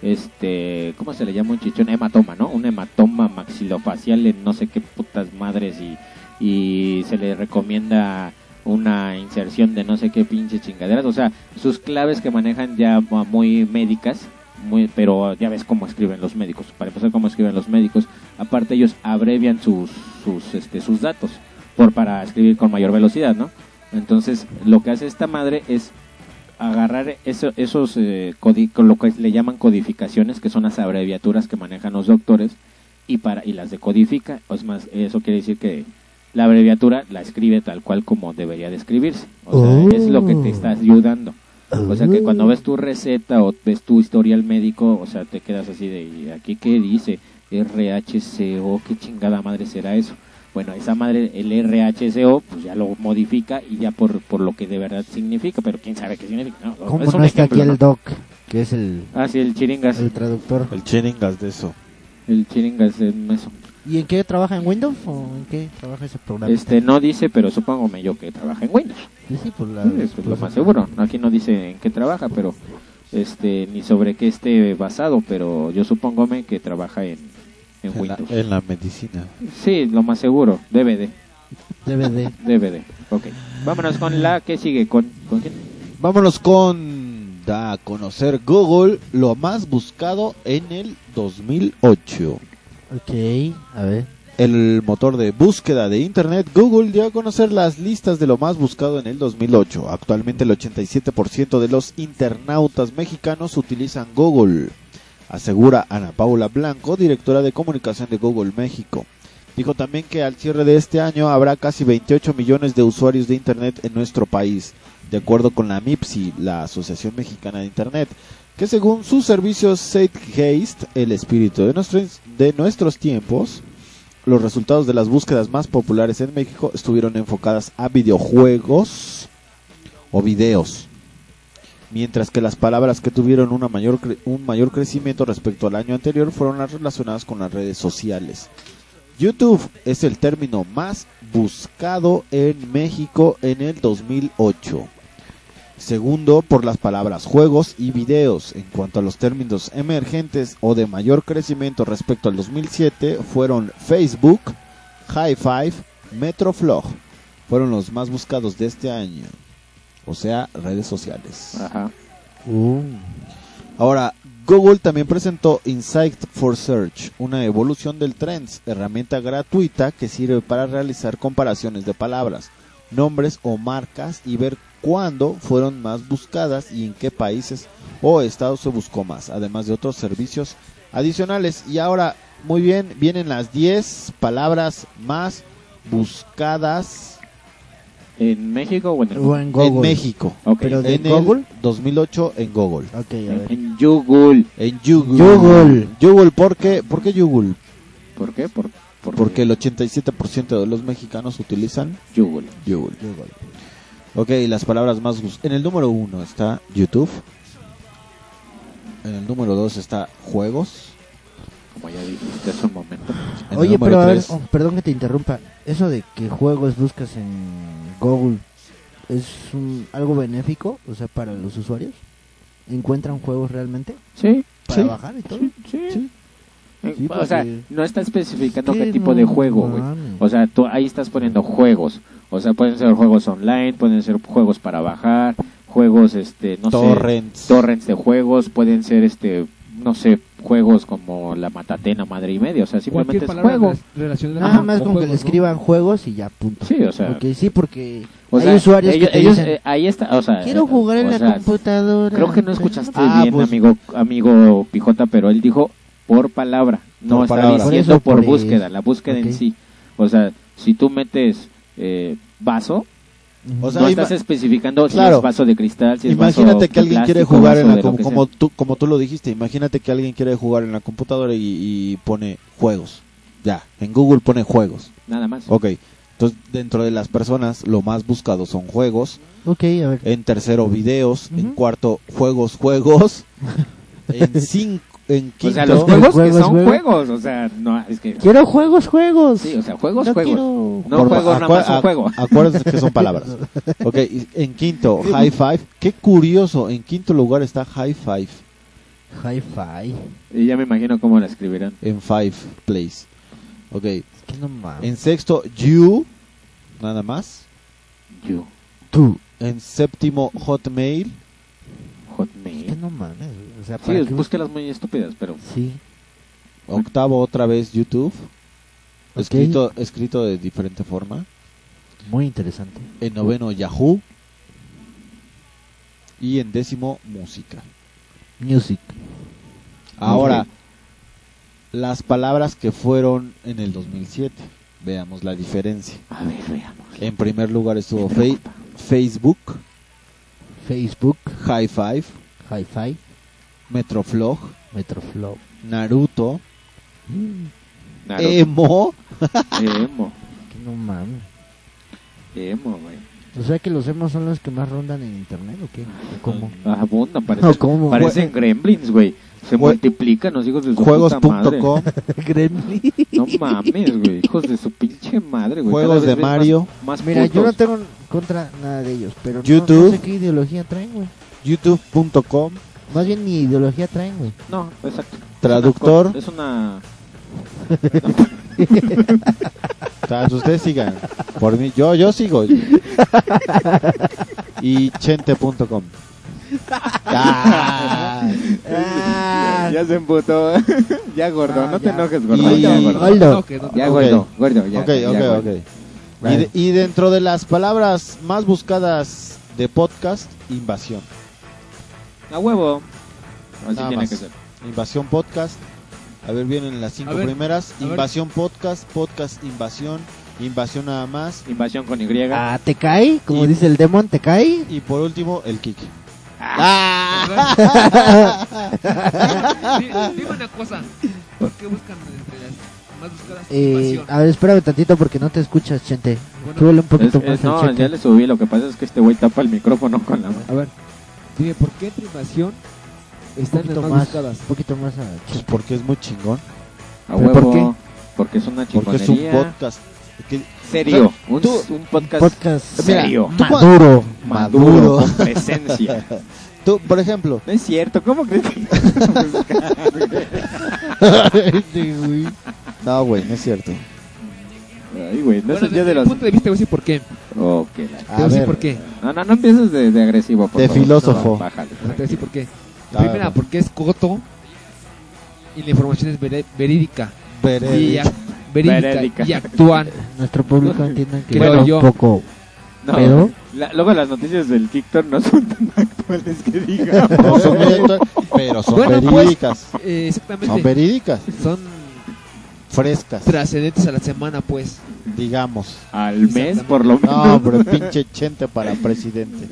S5: Este, ¿cómo se le llama un chichón? Hematoma, ¿no? Un hematoma maxilofacial en no sé qué putas madres y, y se le recomienda una inserción de no sé qué pinches chingaderas. O sea, sus claves que manejan ya ma- muy médicas, muy, pero ya ves cómo escriben los médicos. Para empezar, cómo escriben los médicos. Aparte, ellos abrevian sus, sus, este, sus datos por, para escribir con mayor velocidad, ¿no? Entonces, lo que hace esta madre es agarrar eso- esos, eh, codi- con lo que le llaman codificaciones, que son las abreviaturas que manejan los doctores, y, para, y las decodifica. Es más, eso quiere decir que la abreviatura la escribe tal cual como debería de escribirse. O sea,
S4: Oh.
S5: es lo que te está ayudando. O sea que cuando ves tu receta o ves tu historial médico, o sea, te quedas así de, "¿Y ¿aquí qué dice? RHCO, ¿qué chingada madre será eso? Bueno, esa madre, el RHCO, pues ya lo modifica y ya por, por lo que de verdad significa, pero quién sabe qué significa. No,
S4: ¿Cómo
S5: es un
S4: no está
S5: ejemplo,
S4: aquí
S5: ¿no?
S4: el doc? Que es el,
S5: Ah, sí, el chiringas.
S4: el traductor.
S3: El chiringas de eso.
S5: El chiringas es eso.
S4: ¿Y en qué trabaja? ¿En Windows o en qué trabaja ese programa?
S5: Este, no dice, pero supongo yo que trabaja en Windows.
S4: Sí, sí, por la... pues,
S5: Sí, es lo más seguro. Aquí no dice en qué trabaja, pero este ni sobre qué esté basado, pero yo supongo que trabaja en,
S3: En
S5: en
S3: la,
S5: Windows.
S4: E.
S3: en la medicina.
S5: Sí, lo más seguro. DVD,
S4: DVD.
S5: DVD. Ok. Vámonos con la que sigue. ¿Con, con quién?
S3: Vámonos con da a conocer Google lo más buscado en el 2008.
S4: Ok, a ver.
S3: El motor de búsqueda de Internet Google dio a conocer las listas de lo más buscado en el 2008. Actualmente el 87% de los internautas mexicanos utilizan Google, asegura Ana Paula Blanco, directora de comunicación de Google México. Dijo también que al cierre de este año habrá casi 28 millones de usuarios de Internet en nuestro país, de acuerdo con la MIPSI, la Asociación Mexicana de Internet, que según sus servicios Zeitgeist, el espíritu de nuestros, de nuestros tiempos, los resultados de las búsquedas más populares en México estuvieron enfocadas a videojuegos o videos, mientras que las palabras que tuvieron una mayor cre- un mayor crecimiento respecto al año anterior fueron las relacionadas con las redes sociales. YouTube es el término más buscado en México en el 2008. Segundo, por las palabras juegos y videos. En cuanto a los términos emergentes o de mayor crecimiento respecto al 2007, fueron Facebook, High Five, Metroflog. Fueron los más buscados de este año. O sea, redes sociales.
S5: Ajá.
S4: Uh,
S3: Ahora, Google también presentó Insight for Search, una evolución del Trends, herramienta gratuita que sirve para realizar comparaciones de palabras, nombres o marcas y ver cuándo fueron más buscadas y en qué países o estados se buscó más, además de otros servicios adicionales. Y ahora, muy bien, vienen las 10 palabras más buscadas
S5: ¿En México o en el
S4: o en Google.
S3: en México.
S5: Ok.
S4: Pero de-
S3: En
S4: ¿En Google?
S3: el 2008 en Google.
S4: Ok, a
S5: En,
S4: ver.
S5: en Google.
S3: En Google.
S4: Google.
S3: Google, ¿por qué? ¿Por qué Google?
S5: ¿Por qué? Por, por-
S3: Porque el 87% de los mexicanos utilizan
S5: Google.
S3: Google. Ok, las palabras más bus- En el número uno está YouTube. En el número 2 está juegos.
S5: Como ya dijiste hace un momento.
S3: En el
S4: Oye,
S3: número
S4: pero a ver,
S3: tres-
S4: oh, perdón que te interrumpa. Eso de que juegos buscas en Google, ¿es un- algo benéfico? O sea, para los usuarios. ¿Encuentran juegos realmente?
S5: Sí,
S4: ¿Para
S3: Sí.
S4: bajar y todo?
S5: sí, sí.
S3: Sí.
S5: Eh,
S4: Sí,
S5: o sea,
S4: porque-
S5: no está especificando
S4: Sí,
S5: qué tipo
S4: no,
S5: de juego, güey.
S4: mames.
S5: O sea, tú ahí estás poniendo juegos. O sea, pueden ser juegos online, pueden ser juegos para bajar, juegos, este, no
S3: Torrents.
S5: sé, torrents de juegos, pueden ser, este, no sé, juegos como la matatena madre y media. O sea,
S1: Cualquier
S5: simplemente es
S1: palabra
S5: juego.
S1: rela- relacionada
S4: Nada más con que
S1: juegos,
S4: le
S1: ¿no?
S4: escriban juegos y ya, punto.
S5: Sí, o sea,
S4: Ok, sí, porque
S5: o
S4: hay
S5: sea,
S4: usuarios
S5: ellos,
S4: que te
S5: ellos,
S4: dicen,
S5: eh, ahí está, o sea,
S4: quiero
S5: eh,
S4: jugar en
S5: o
S4: la
S5: sea,
S4: computadora.
S5: Creo que no escuchaste
S3: Ah,
S5: bien,
S3: pues-
S5: amigo, amigo Pijota, pero él dijo por palabra, no
S3: Por
S5: está
S3: palabra.
S4: Por
S5: diciendo
S4: eso,
S5: por,
S4: por eso.
S5: búsqueda, la búsqueda
S4: Ok.
S5: en sí. O sea, si tú metes eh, vaso,
S3: O sea,
S5: no
S3: ima-
S5: estás especificando si
S3: Claro.
S5: es vaso de cristal, si es
S3: imagínate
S5: vaso
S3: que
S5: de
S3: alguien quiere
S5: plástico,
S3: jugar
S5: vaso
S3: en la
S5: de lo
S3: com-
S5: que
S3: como
S5: sea.
S3: tú como tú lo dijiste. Imagínate que alguien quiere jugar en la computadora y, y pone juegos. Ya, en Google pone juegos.
S5: Nada más.
S3: Ok. Entonces, dentro de las personas, lo más buscado son juegos.
S4: Ok, a
S5: Eh,
S4: ver.
S3: En tercero, videos. En
S4: Ujú.
S3: cuarto, juegos, juegos. en cinco, en quinto.
S5: O sea, los juegos,
S4: Juegos,
S5: que son
S4: juegos.
S5: juegos, o sea, no, es que...
S4: Quiero juegos, juegos.
S5: Sí, o sea, juegos,
S4: no
S5: juegos.
S4: quiero...
S5: No
S3: Por-
S5: juego, nada
S3: acuer-
S5: más un
S3: ac-
S5: juego.
S3: Acuérdense que son palabras. Ok, y en quinto, High Five. Qué curioso, en quinto lugar está High Five.
S4: Hi-Fi.
S5: Y ya me imagino cómo la escribirán.
S3: En Five Place. Ok,
S4: Es que no mames.
S3: en sexto, You. Nada más.
S5: Yo,
S4: Tú.
S3: En séptimo, Hotmail.
S4: Es que
S5: Hotmail.
S4: no mames. güey. O sea,
S5: Sí,
S4: ¿para qué
S5: búsquelas muy estúpidas, pero
S4: bus- Sí.
S3: Octavo otra vez YouTube.
S4: Ok.
S3: Escrito, escrito de diferente forma.
S4: Muy interesante.
S3: En noveno Yahoo. Y en décimo música.
S4: Music.
S3: Ahora, las palabras que fueron en el 2007. Veamos la diferencia.
S5: a ver, veamos.
S3: En primer lugar estuvo Fe-
S5: Me preocupa.
S3: Facebook,
S4: Facebook,
S3: High Five,
S4: Hi-Fi,
S3: Metroflog,
S4: Metroflow.
S3: Naruto,
S4: Mm,
S5: Naruto,
S3: Eh, Emo.
S5: Emo,
S4: que no mames.
S5: emo, güey.
S4: O sea que los emos son los que más rondan en internet o qué? ¿O ¿Cómo?
S5: Ah, Abundan, parecen,
S4: No, ¿cómo?
S5: parecen gremlins, güey. Se
S3: Jue-
S5: multiplican los hijos de su puta madre.
S3: Juegos.com,
S4: Gremlin.
S5: No mames, güey. Hijos de su pinche madre, güey.
S3: Juegos
S5: Cada vez
S3: de
S5: ves más-
S3: Mario.
S5: Más,
S4: Mira, yo no
S5: putos.
S4: tengo contra nada de ellos, pero no- no,
S3: YouTube.
S4: sé qué ideología traen, güey.
S3: YouTube.com,
S4: Más bien ni ideología traen, güey.
S5: No, exacto.
S3: Traductor.
S5: Es una...
S3: Tras ustedes sigan. Por mí, yo, yo sigo. Y chente.com. Ah.
S5: ya se emputó. ya, gordo.
S4: Ah,
S5: no te
S4: ya.
S5: enojes, gordo.
S3: Y-
S5: Ya, gordo.
S4: Aldo.
S1: No, que no,
S5: Ya,
S3: Ok.
S5: gordo. Gordo, ya.
S3: Ok,
S5: ya,
S3: ok,
S5: gordo.
S3: ok. Y, de- y dentro de las palabras más buscadas de podcast, invasión.
S5: A huevo. Así
S3: Nada
S5: tiene
S3: más.
S5: que ser.
S3: Invasión podcast. A ver, vienen las cinco
S1: A ver,
S3: primeras.
S1: a ver.
S3: Invasión podcast, podcast invasión, invasión nada más.
S5: Invasión con Y.
S4: Ah, ¿te cae? Como
S3: Y-
S4: dice el demon, ¿te cae?
S3: Y por último, el kick.
S5: Ah,
S4: Ah,
S1: Dime- Dime una cosa. ¿Por qué buscan entre las más buscadas?
S4: Eh,
S1: invasión?
S4: a ver, espérame tantito porque no te escuchas, gente.
S1: Bueno,
S4: Súbele un
S5: Es-
S4: poquito
S5: es-
S4: más al
S5: no,
S4: Chente.
S5: ya le subí. Lo que pasa es que este güey tapa el micrófono con la mano.
S1: A ver, dime, ¿por qué entre invasión
S4: Un
S1: están las
S4: poquito
S1: más,
S4: más,
S1: buscadas?
S4: un poquito más a
S3: Pues porque es muy chingón.
S5: A
S4: ¿Pero
S5: huevo.
S4: por qué?
S5: Porque es una
S3: Porque
S5: chingonería.
S3: es un podcast. que-
S5: Serio. Un,
S3: Tú-
S5: un podcast
S4: podcast
S3: Mira,
S5: serio.
S3: tú cua-
S4: maduro.
S5: maduro.
S3: maduro.
S5: Con presencia.
S3: tú, por ejemplo,
S5: No es cierto. ¿Cómo crees que.?
S3: No, güey, no es cierto.
S5: Ay, güey. No
S1: Bueno,
S5: sé
S1: desde
S5: yo de
S1: mi
S5: los.
S1: punto de vista, te voy a decir por qué. Te
S5: Oh, qué la-
S1: voy
S3: A
S1: a decir
S3: ver,
S1: por qué.
S5: No, no, no empieces de, de agresivo. Por
S3: De
S5: favor.
S3: filósofo.
S5: No, bájale.
S1: Te voy a decir por qué.
S3: a ver,
S1: Primera, porque es coto y la información es vere- verídica.
S3: verédica.
S1: Y ac- verídica,
S5: Verídica.
S1: y actúan.
S4: Nuestro público entiende que
S1: Creo
S4: es
S1: yo.
S4: un poco.
S5: No,
S4: Pero-
S5: la- luego las noticias del TikTok no son tan actuales que digamos.
S3: No son verédicas, pero son
S1: Bueno, pues.
S3: verídicas.
S1: Eh,
S3: Son
S1: exactamente.
S3: verídicas,
S1: Son
S3: frescas,
S1: trascendentes a la semana, pues.
S3: digamos.
S5: Al mes, por lo menos.
S3: No, pero pinche chente para presidente.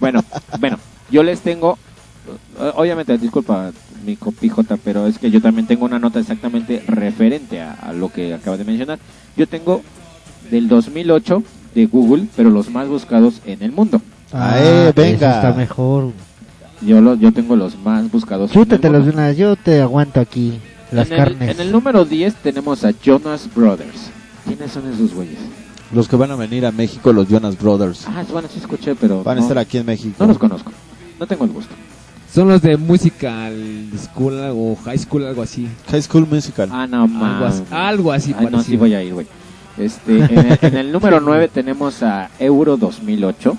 S5: Bueno, bueno, yo les tengo. o- Obviamente, disculpa, mi copijota, pero es que yo también tengo una nota exactamente referente a, a lo que acabas de mencionar. Yo tengo del 2008 de Google, pero los más buscados en el mundo.
S3: Ah, eh,
S4: eso
S3: venga.
S4: está mejor.
S5: Yo los, yo tengo los más buscados. en el
S4: Chútatelos
S5: mundo.
S4: de una, vez, yo te aguanto aquí las
S5: en
S4: carnes.
S5: El, en el número 10 tenemos a Jonas Brothers. ¿Quiénes son esos güeyes?
S3: Los que van a venir a México, los Jonas Brothers.
S5: Ah, bueno, sí escuché, pero
S3: Van a
S5: no,
S3: estar aquí en México.
S5: no los conozco. No tengo el gusto.
S1: Son los de musical school o high school, algo así.
S3: High School Musical.
S5: Ah, no,
S1: Algo
S5: más.
S1: así, algo así
S5: Ay, no, sí
S1: parecido.
S5: voy a ir, güey. Este, en, el, en el número 9 tenemos a Euro 2008.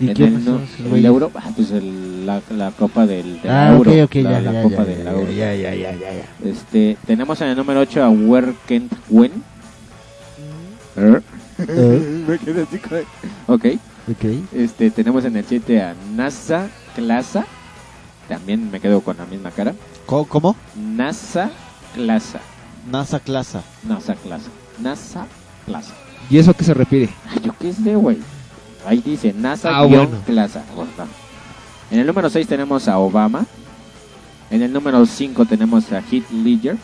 S4: ¿Y
S5: en
S4: quiénes
S5: el,
S4: son
S5: nu-
S4: esos
S5: el
S4: güeyes?
S5: Euro, ah, pues el- la, la copa del, del
S4: Ah,
S5: Euro.
S4: ok, ok,
S5: la,
S4: ya,
S5: la
S4: ya,
S5: copa
S4: ya,
S5: del
S4: ya,
S5: Euro.
S4: ya, ya, ya, ya, ya.
S5: Este, tenemos en el número 8 a Where Kent Wen. Er.
S4: Eh,
S5: Me quedé así con- ok.
S4: ok.
S5: Este, tenemos en el 7 a NASA Clasa. También me quedo con la misma cara.
S3: Co- ¿Cómo?
S5: NASA Clasa.
S3: NASA Clasa.
S5: NASA Clasa. NASA Clasa.
S1: ¿Y eso a qué se refiere?
S5: Ay, yo qué sé, güey. Ahí dice NASA
S1: Ah,
S5: guión
S1: bueno.
S5: Clasa. gorda. En el número 6 tenemos a Obama. En el número 5 tenemos a Heath Ledger.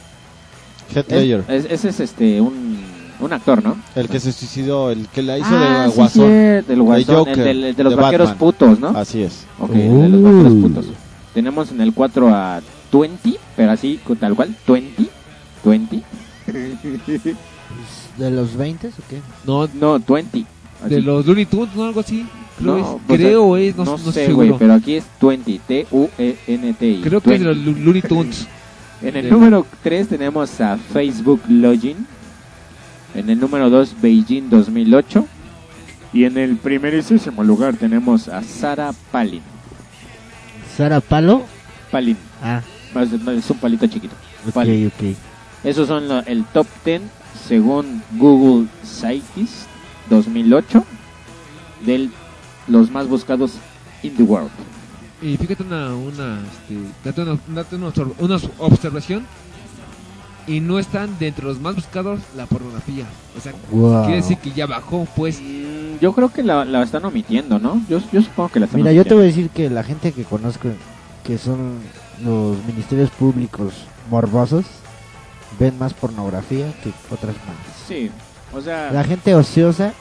S3: Head
S5: Es-
S3: Ledger.
S5: es- ese es este un, un actor, ¿no?
S3: El que se suicidó, el que la hizo
S5: ah,
S3: de
S5: sí,
S3: Guasón.
S5: cierto, el guasón,
S3: Joker,
S5: el del- el de los
S3: de
S5: vaqueros
S3: Batman.
S5: putos,
S1: Ah,
S5: ¿no?
S3: Así es.
S5: Ok, el
S1: uh.
S5: de los
S4: Oh.
S5: vaqueros putos. Tenemos en el 4 a 20, pero así, con tal cual, 20. 20.
S4: ¿De los 20 o qué?
S1: No,
S5: No, 20. así.
S1: de los Looney Tunes, ¿no? Algo así. Creo
S5: No,
S1: es,
S5: o sea,
S1: creo es, no,
S5: no,
S1: no estoy
S5: sé,
S1: seguro.
S5: güey, pero aquí es 20, E T-U-E-N-T-I.
S1: Creo que es de los
S5: 20.
S1: Lo- Looney Tunes.
S5: En el número 3 tenemos a Facebook Login. En el número 2, Beijing 2008. Y en el primerísimo lugar tenemos a Sara Palin.
S4: ¿Sara Palo?
S5: palín.
S4: Ah,
S5: Es, es un palito chiquito.
S4: ok,
S5: Palín.
S4: ok.
S5: Esos son lo- el top 10 según Google Sites 2008 de los más buscados in the world.
S1: Y fíjate una, una, este, date una, date una observ- una obs- observación. Y no están dentro de los más buscados la pornografía. O sea,
S4: Wow.
S1: quiere decir que ya bajó, pues.
S5: Mm, Yo creo que la, la están omitiendo, ¿no? Yo, yo supongo que la están
S4: Mira, yo te
S5: omitiendo.
S4: voy a decir que la gente que conozco, que son los ministerios públicos morbosos, ven más pornografía que otras más.
S5: Sí, o sea...
S4: La gente ociosa,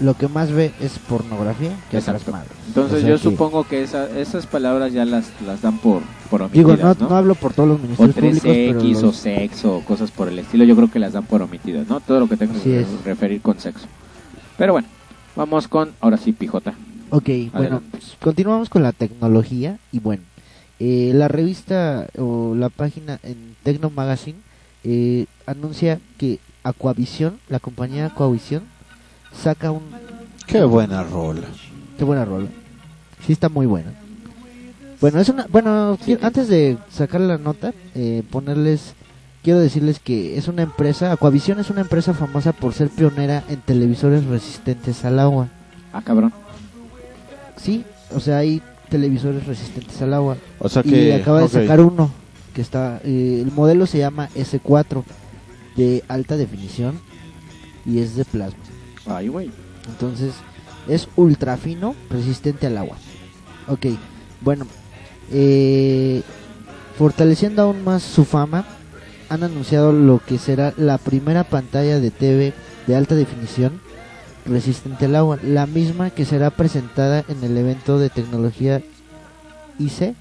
S4: lo que más ve es pornografía que otras
S5: Exacto.
S4: más.
S5: Entonces
S4: O sea
S5: yo
S4: que-
S5: supongo que esa- esas palabras ya las, las dan por, por
S4: Digo,
S5: omitidas,
S4: no,
S5: ¿no?
S4: no hablo por todos los
S5: o
S4: ministerios públicos, pero
S5: 3X o
S4: los-
S5: sexo o cosas por el estilo, yo creo que las dan por omitidas, ¿no? Todo lo que tenga
S4: Así
S5: que
S4: es.
S5: referir con sexo. Pero bueno, vamos con, ahora sí, pijota.
S4: Ok, bueno, pues, continuamos con la tecnología y bueno, eh, la revista o la página en Tecno Magazine eh, anuncia que Aquavisión, la compañía Aquavisión, saca un...
S3: Qué buena rola.
S4: Qué buena rola. Sí está muy buena. Bueno, es una... Bueno,
S5: Sí.
S4: qui- antes de sacar la nota, eh, ponerles... Quiero decirles que es una empresa, Aquavisión es una empresa famosa por ser pionera en televisores resistentes al agua.
S5: Ah, cabrón.
S4: Sí, o sea, hay televisores resistentes al agua.
S3: O sea que.
S4: y acaba de
S3: ok.
S4: sacar uno que está eh, el modelo se llama S4 de alta definición y es de plasma.
S5: Ay, güey.
S4: Entonces, es ultra fino, resistente al agua. Ok, bueno, eh, fortaleciendo aún más su fama, han anunciado lo que será la primera pantalla de TV de alta definición resistente al agua, la misma que será presentada en el evento de tecnología ICE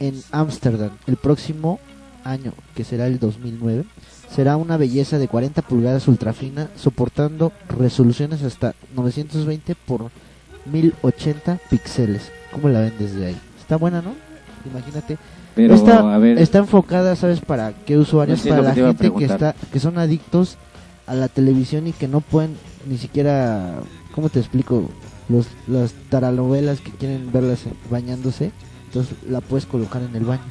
S4: en Ámsterdam el próximo año, que será el 2009 será una belleza de 40 pulgadas ultrafina soportando resoluciones hasta 920 por 1080 píxeles. ¿Cómo la ven desde ahí? Está buena, ¿no? Imagínate.
S5: Pero,
S4: Esta-
S5: a ver,
S4: Está enfocada, ¿sabes para qué usuarios?
S5: Pues Sí, es
S4: para la
S5: lo que te iba a
S4: gente que
S5: preguntar.
S4: está que son adictos a la televisión y que no pueden ni siquiera ¿cómo te explico? Los las taranovelas que quieren verlas bañándose. Entonces la puedes colocar en el baño.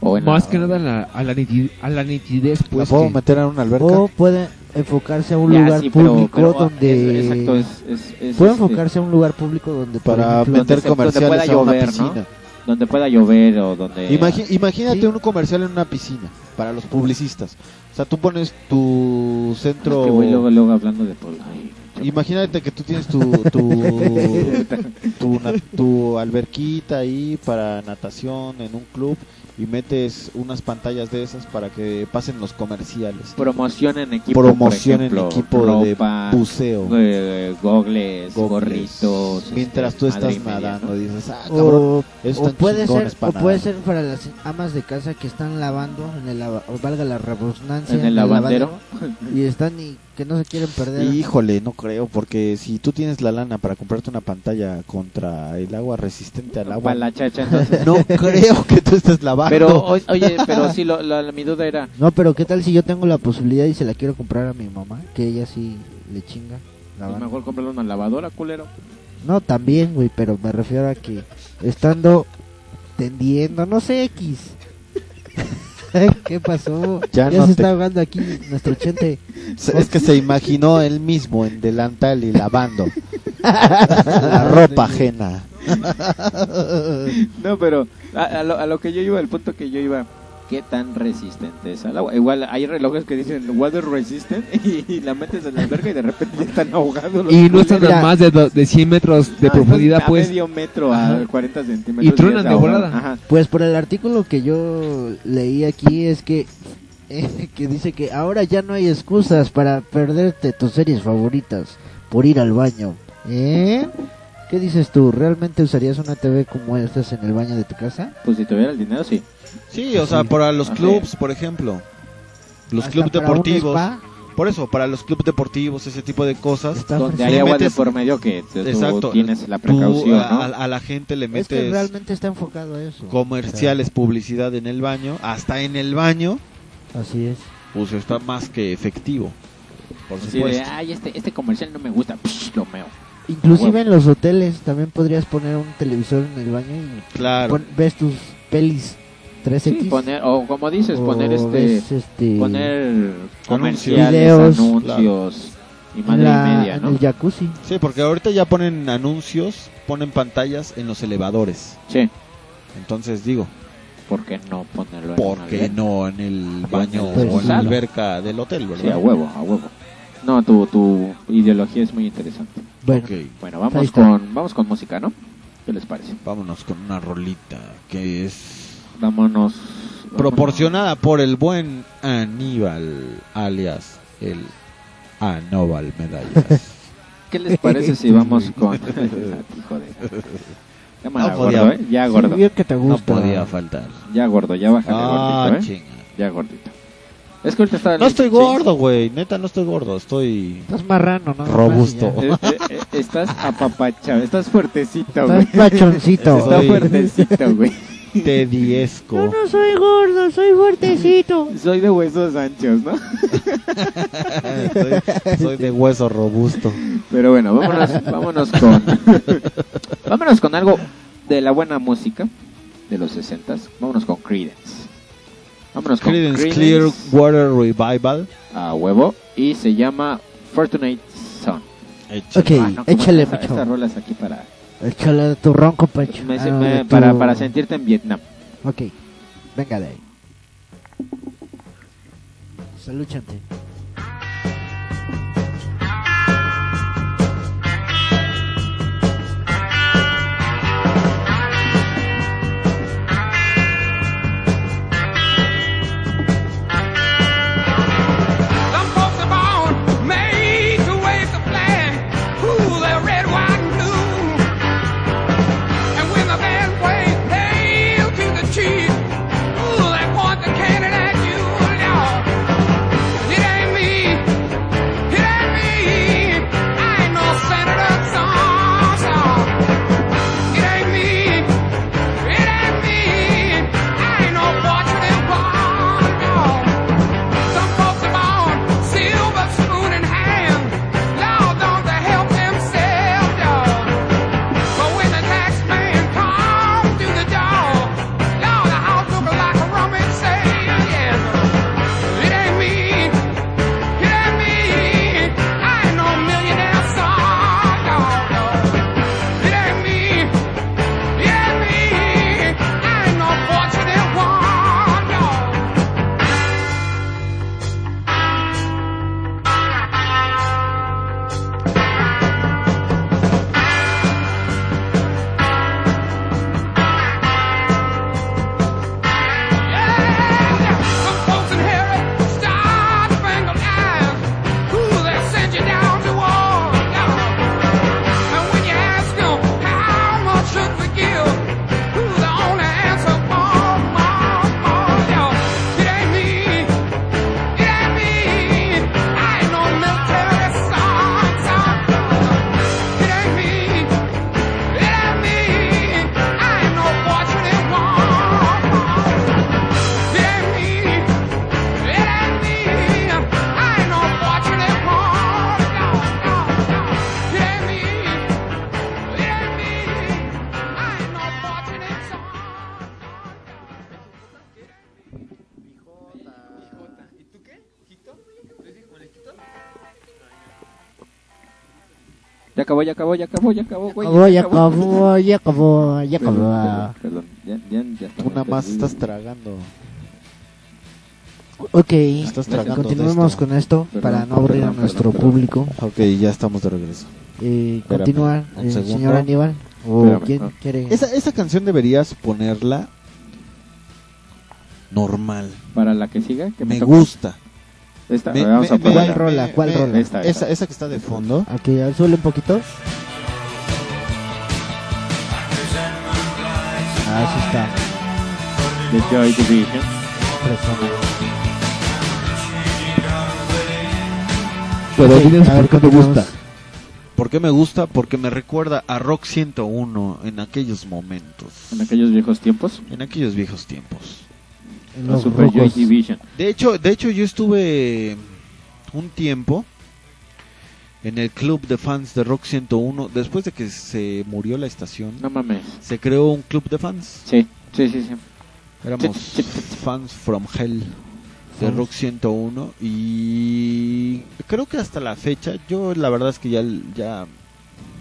S5: o en la-
S1: Más que nada a la, a la, niti- a la nitidez,
S3: ¿La
S1: pues.
S3: puedo
S1: que-
S3: meter en una alberca?
S4: O pueden enfocarse a un
S5: Ya,
S4: lugar
S5: sí, pero-
S4: público
S5: pero, ah,
S4: donde
S5: es- exacto, es- es- es,
S4: Puede
S5: este,
S4: enfocarse a un lugar público donde por
S3: para
S4: ejemplo,
S3: meter
S5: donde se- donde
S3: comerciales
S5: pueda
S3: a una
S5: llover, ¿no? Eh,
S3: piscina.
S5: Donde pueda llover o donde...
S3: Imagi- imagínate
S4: sí.
S3: un comercial en una piscina para los publicistas. O sea, tú pones tu centro.
S5: Es que, güey, luego, luego hablando de... pol- Ay,
S3: Imagínate que tú tienes tu tu, tu, na- tu alberquita ahí para natación en un club y metes unas pantallas de esas para que pasen los comerciales.
S5: promocionen equipo,
S3: Promocionen
S5: por ejemplo,
S3: equipo
S5: ropa,
S3: de buceo.
S5: eh, gogles,
S3: Gogles.
S5: gorritos.
S3: Mientras
S5: este,
S3: tú
S5: madre
S3: estás
S5: y media,
S3: nadando,
S5: ¿no?
S3: dices, ah, cabrón,
S4: o,
S3: esos
S4: o
S3: están
S4: puede
S3: chingones
S4: ser
S3: para
S4: o puede
S3: nadar".
S4: ser para las amas de casa que están lavando en el lava- o valga la redundancia
S5: En el lavandero.
S4: lavandero, y están y que no se quieren perder
S3: Híjole, no creo, porque si tú tienes la lana para comprarte una pantalla contra el agua resistente al agua,
S5: Para la chacha, entonces.
S3: no creo que tú estés lavando.
S5: Pero, o- oye, pero sí, lo- lo- mi duda era... pues,
S4: no pero qué tal si yo tengo la posibilidad y se la quiero comprar a mi mamá que ella sí le chinga
S5: pues
S4: lavando.
S5: mejor comprarle una lavadora, culero.
S4: no también güey pero me refiero a que estando tendiendo no sé x ¿Qué pasó?
S3: Ya
S4: Ya,
S3: no
S4: se
S3: te-
S4: está ahogando aquí nuestro chente.
S3: Se- Es que se imaginó él mismo en delantal y lavando la ropa ajena.
S5: No, pero a, a lo, a lo que yo iba, el punto que yo iba, ¿qué tan resistente es al agua? Igual hay relojes que dicen water resistant y, y la metes en la alberca y de repente ya están ahogados. los
S1: Y no están
S5: culeros.
S1: a más de, do- de 100 metros de
S5: Ah,
S1: profundidad,
S5: a
S1: pues.
S5: medio metro, a
S1: Ajá.
S5: 40 centímetros.
S1: Y truenan
S5: ya
S1: de
S5: se ahogan.
S1: volada.
S5: Ajá.
S4: Pues por el artículo que yo leí aquí es que eh, que dice que ahora ya no hay excusas para perderte tus series favoritas por ir al baño. ¿Eh? ¿Qué dices tú? ¿Realmente usarías una TV como estas en el baño de tu casa?
S5: Pues si tuviera el dinero, sí.
S3: Sí, o sea, para los
S5: Ajá.
S3: clubs, por ejemplo, los
S4: Hasta
S3: clubes
S4: para
S3: deportivos,
S4: un spa,
S3: por eso, para los clubes deportivos, ese tipo de cosas,
S4: está
S5: Donde
S4: fresco.
S5: hay
S3: Le
S5: agua de
S3: metes-
S5: por medio que tú
S3: Exacto.
S5: tienes la
S3: tú
S5: precaución,
S3: a,
S5: ¿no?
S3: a la gente le
S4: Es que
S3: metes
S4: realmente está enfocado a eso.
S3: comerciales, publicidad en el baño, hasta en el baño,
S4: Así es.
S3: pues está más que efectivo, por
S5: Así de,
S3: supuesto.
S5: ay, este, este comercial no me gusta, psh, lo meo.
S4: Inclusive en
S5: Bueno.
S4: los hoteles también podrías poner un televisor en el baño y
S3: Claro.
S4: pon- ves tus pelis 3X.
S5: Sí, poner, o como dices, poner
S4: o
S5: este,
S4: Oh, ves, este,
S5: poner comerciales,
S4: Videos.
S5: anuncios y madre
S4: la-
S5: y media,
S4: en
S5: ¿no?
S4: el jacuzzi.
S3: Sí, porque ahorita ya ponen anuncios, ponen pantallas en los elevadores.
S5: Sí,
S3: Entonces digo,
S5: ¿por qué no ponerlo en
S3: ¿por
S5: una
S3: qué
S5: alberca?
S3: no en el baño
S4: Pero
S3: o en la
S5: claro.
S3: alberca del hotel,
S5: Pues, Sí, a
S3: verdad?
S5: huevo, a huevo. No, tu, tu ideología es muy interesante.
S4: Bueno,
S3: Ok,
S5: Bueno,
S4: Ahí
S5: vamos
S4: está.
S5: con, vamos con música, ¿no? ¿Qué les parece?
S3: vámonos con una rolita que es
S5: Vámonos.
S3: proporcionada por el buen Aníbal, alias el Anóbal Medallas.
S5: vámonos. ¿Qué les parece si vamos con. Hijo de. Cámara,
S3: No podía.
S5: gordo, ¿eh? Ya
S4: sí,
S5: gordo.
S4: vio que te
S3: No
S4: gusta.
S3: podía faltar.
S5: Ya gordo, ya bájale
S3: Ah,
S5: gordito, ¿eh?
S3: chinga.
S5: Ya gordito. Es que ahorita estaba
S3: No estoy
S5: sí.
S3: gordo, güey. Neta, no estoy gordo. Estoy
S4: Estás marrano, ¿no?
S3: robusto.
S5: Eh, eh, eh, estás apapachado, estás fuertecito,
S4: Estás
S5: güey.
S4: pachoncito.
S5: Está
S3: Soy-
S5: fuertecito, güey.
S3: tediesco.
S4: soy gordo, soy fuertecito.
S5: Soy de huesos anchos, ¿no?
S3: soy, soy de hueso robusto.
S5: Pero bueno, vámonos, vámonos con vámonos con algo de la buena música de los 60 Vámonos con Creedence. Vámonos con
S3: Creedence
S5: Creedence,
S3: Clearwater Revival.
S5: a huevo y se llama Fortunate Son. ah,
S4: Ok, échale, macho.
S5: Estas rolas aquí para pues,
S4: Échale tu ronco, Pancho.
S5: me-
S4: Ah, no,
S5: me-
S4: de tu-
S5: para para sentirte en Vietnam.
S4: Ok, venga de ahí. Salud, Chante.
S6: Some folks are born made to wave the flag, ooh, they're red, white, and blue. And when the band plays, nail to the chief, ooh, they point the cannon at you. No, it ain't me, it ain't me. I ain't no senator, son, son. It ain't me, it ain't me. I ain't no fortunate one, no. Some folks are born silver spoon in hand. Lord, don't they help themselves, dog? But when the tax man comes through the door, Lord, the house looks like a rummage sale. Yes, it ain't me, it ain't me. I ain't no millionaire son, dog. It ain't me, it ain't me. I ain't no fortunate one, dog. Some folks inherit star-spangled eyes. Ooh, they send you down to war. And when you ask 'em how much should we give, ooh, the only answer more, more, more. It ain't me, it ain't me. I ain't no military son, son. It ain't me, it ain't me. I ain't no fortunate one. It ain't me, it ain't me. I ain't no fortunate one. No, no, no. It ain't me, it ain't me. I ain't no fortunate son.
S5: Ya acabó, ya acabó, ya acabó, ya acabó, güey.
S4: Acabó, ya acabó, ya acabó, ya acabó.
S5: Perdón, perdón, perdón, ya, ya, ya está.
S3: Tú nada más
S5: Perdí.
S3: estás tragando.
S4: Ok,
S3: Estás
S5: Gracias.
S3: tragando. de
S4: continuemos
S3: esto.
S4: con esto
S5: Perdón,
S4: para no aburrir
S5: perdón,
S4: a
S5: perdón,
S4: nuestro
S5: perdón.
S4: público.
S3: Ok, ya estamos de regreso.
S4: Eh,
S5: Espérame,
S4: continúa,
S3: un
S4: eh,
S3: segundo.
S4: señor Aníbal. ¿O
S5: Espérame,
S4: quién
S5: no.
S4: quiere?
S3: Esa, esa canción deberías ponerla normal.
S5: Para la que siga, que
S3: Me
S5: toca.
S3: gusta.
S5: Esta,
S3: Me-
S5: vamos
S3: me- me-
S5: a ponerla.
S4: ¿Cuál rola? ¿Cuál
S3: me-
S4: rola?
S5: Esta,
S3: Esa,
S5: esta.
S3: esa que está de fondo.
S4: Ok, a ver, sube un poquito. Ah, sí
S5: de Joy Division.
S4: está. Fresona.
S1: Pero
S4: Ok,
S1: diles
S4: a ver,
S1: por qué te gusta.
S4: continuamos.
S3: ¿Por qué me gusta? Porque me recuerda a Rock 101 en aquellos momentos.
S5: En aquellos viejos tiempos.
S3: En aquellos viejos tiempos.
S4: En
S5: La
S4: los
S5: Super Joy
S4: rucos.
S5: Division.
S3: De hecho, de hecho yo estuve un tiempo en el club de fans de Rock 101 después de que se murió la estación.
S5: No mames.
S3: Se creó un club de fans
S5: Sí, sí, sí, sí.
S3: Éramos fans from hell de Rock 101 y creo que hasta la fecha yo la verdad es que ya ya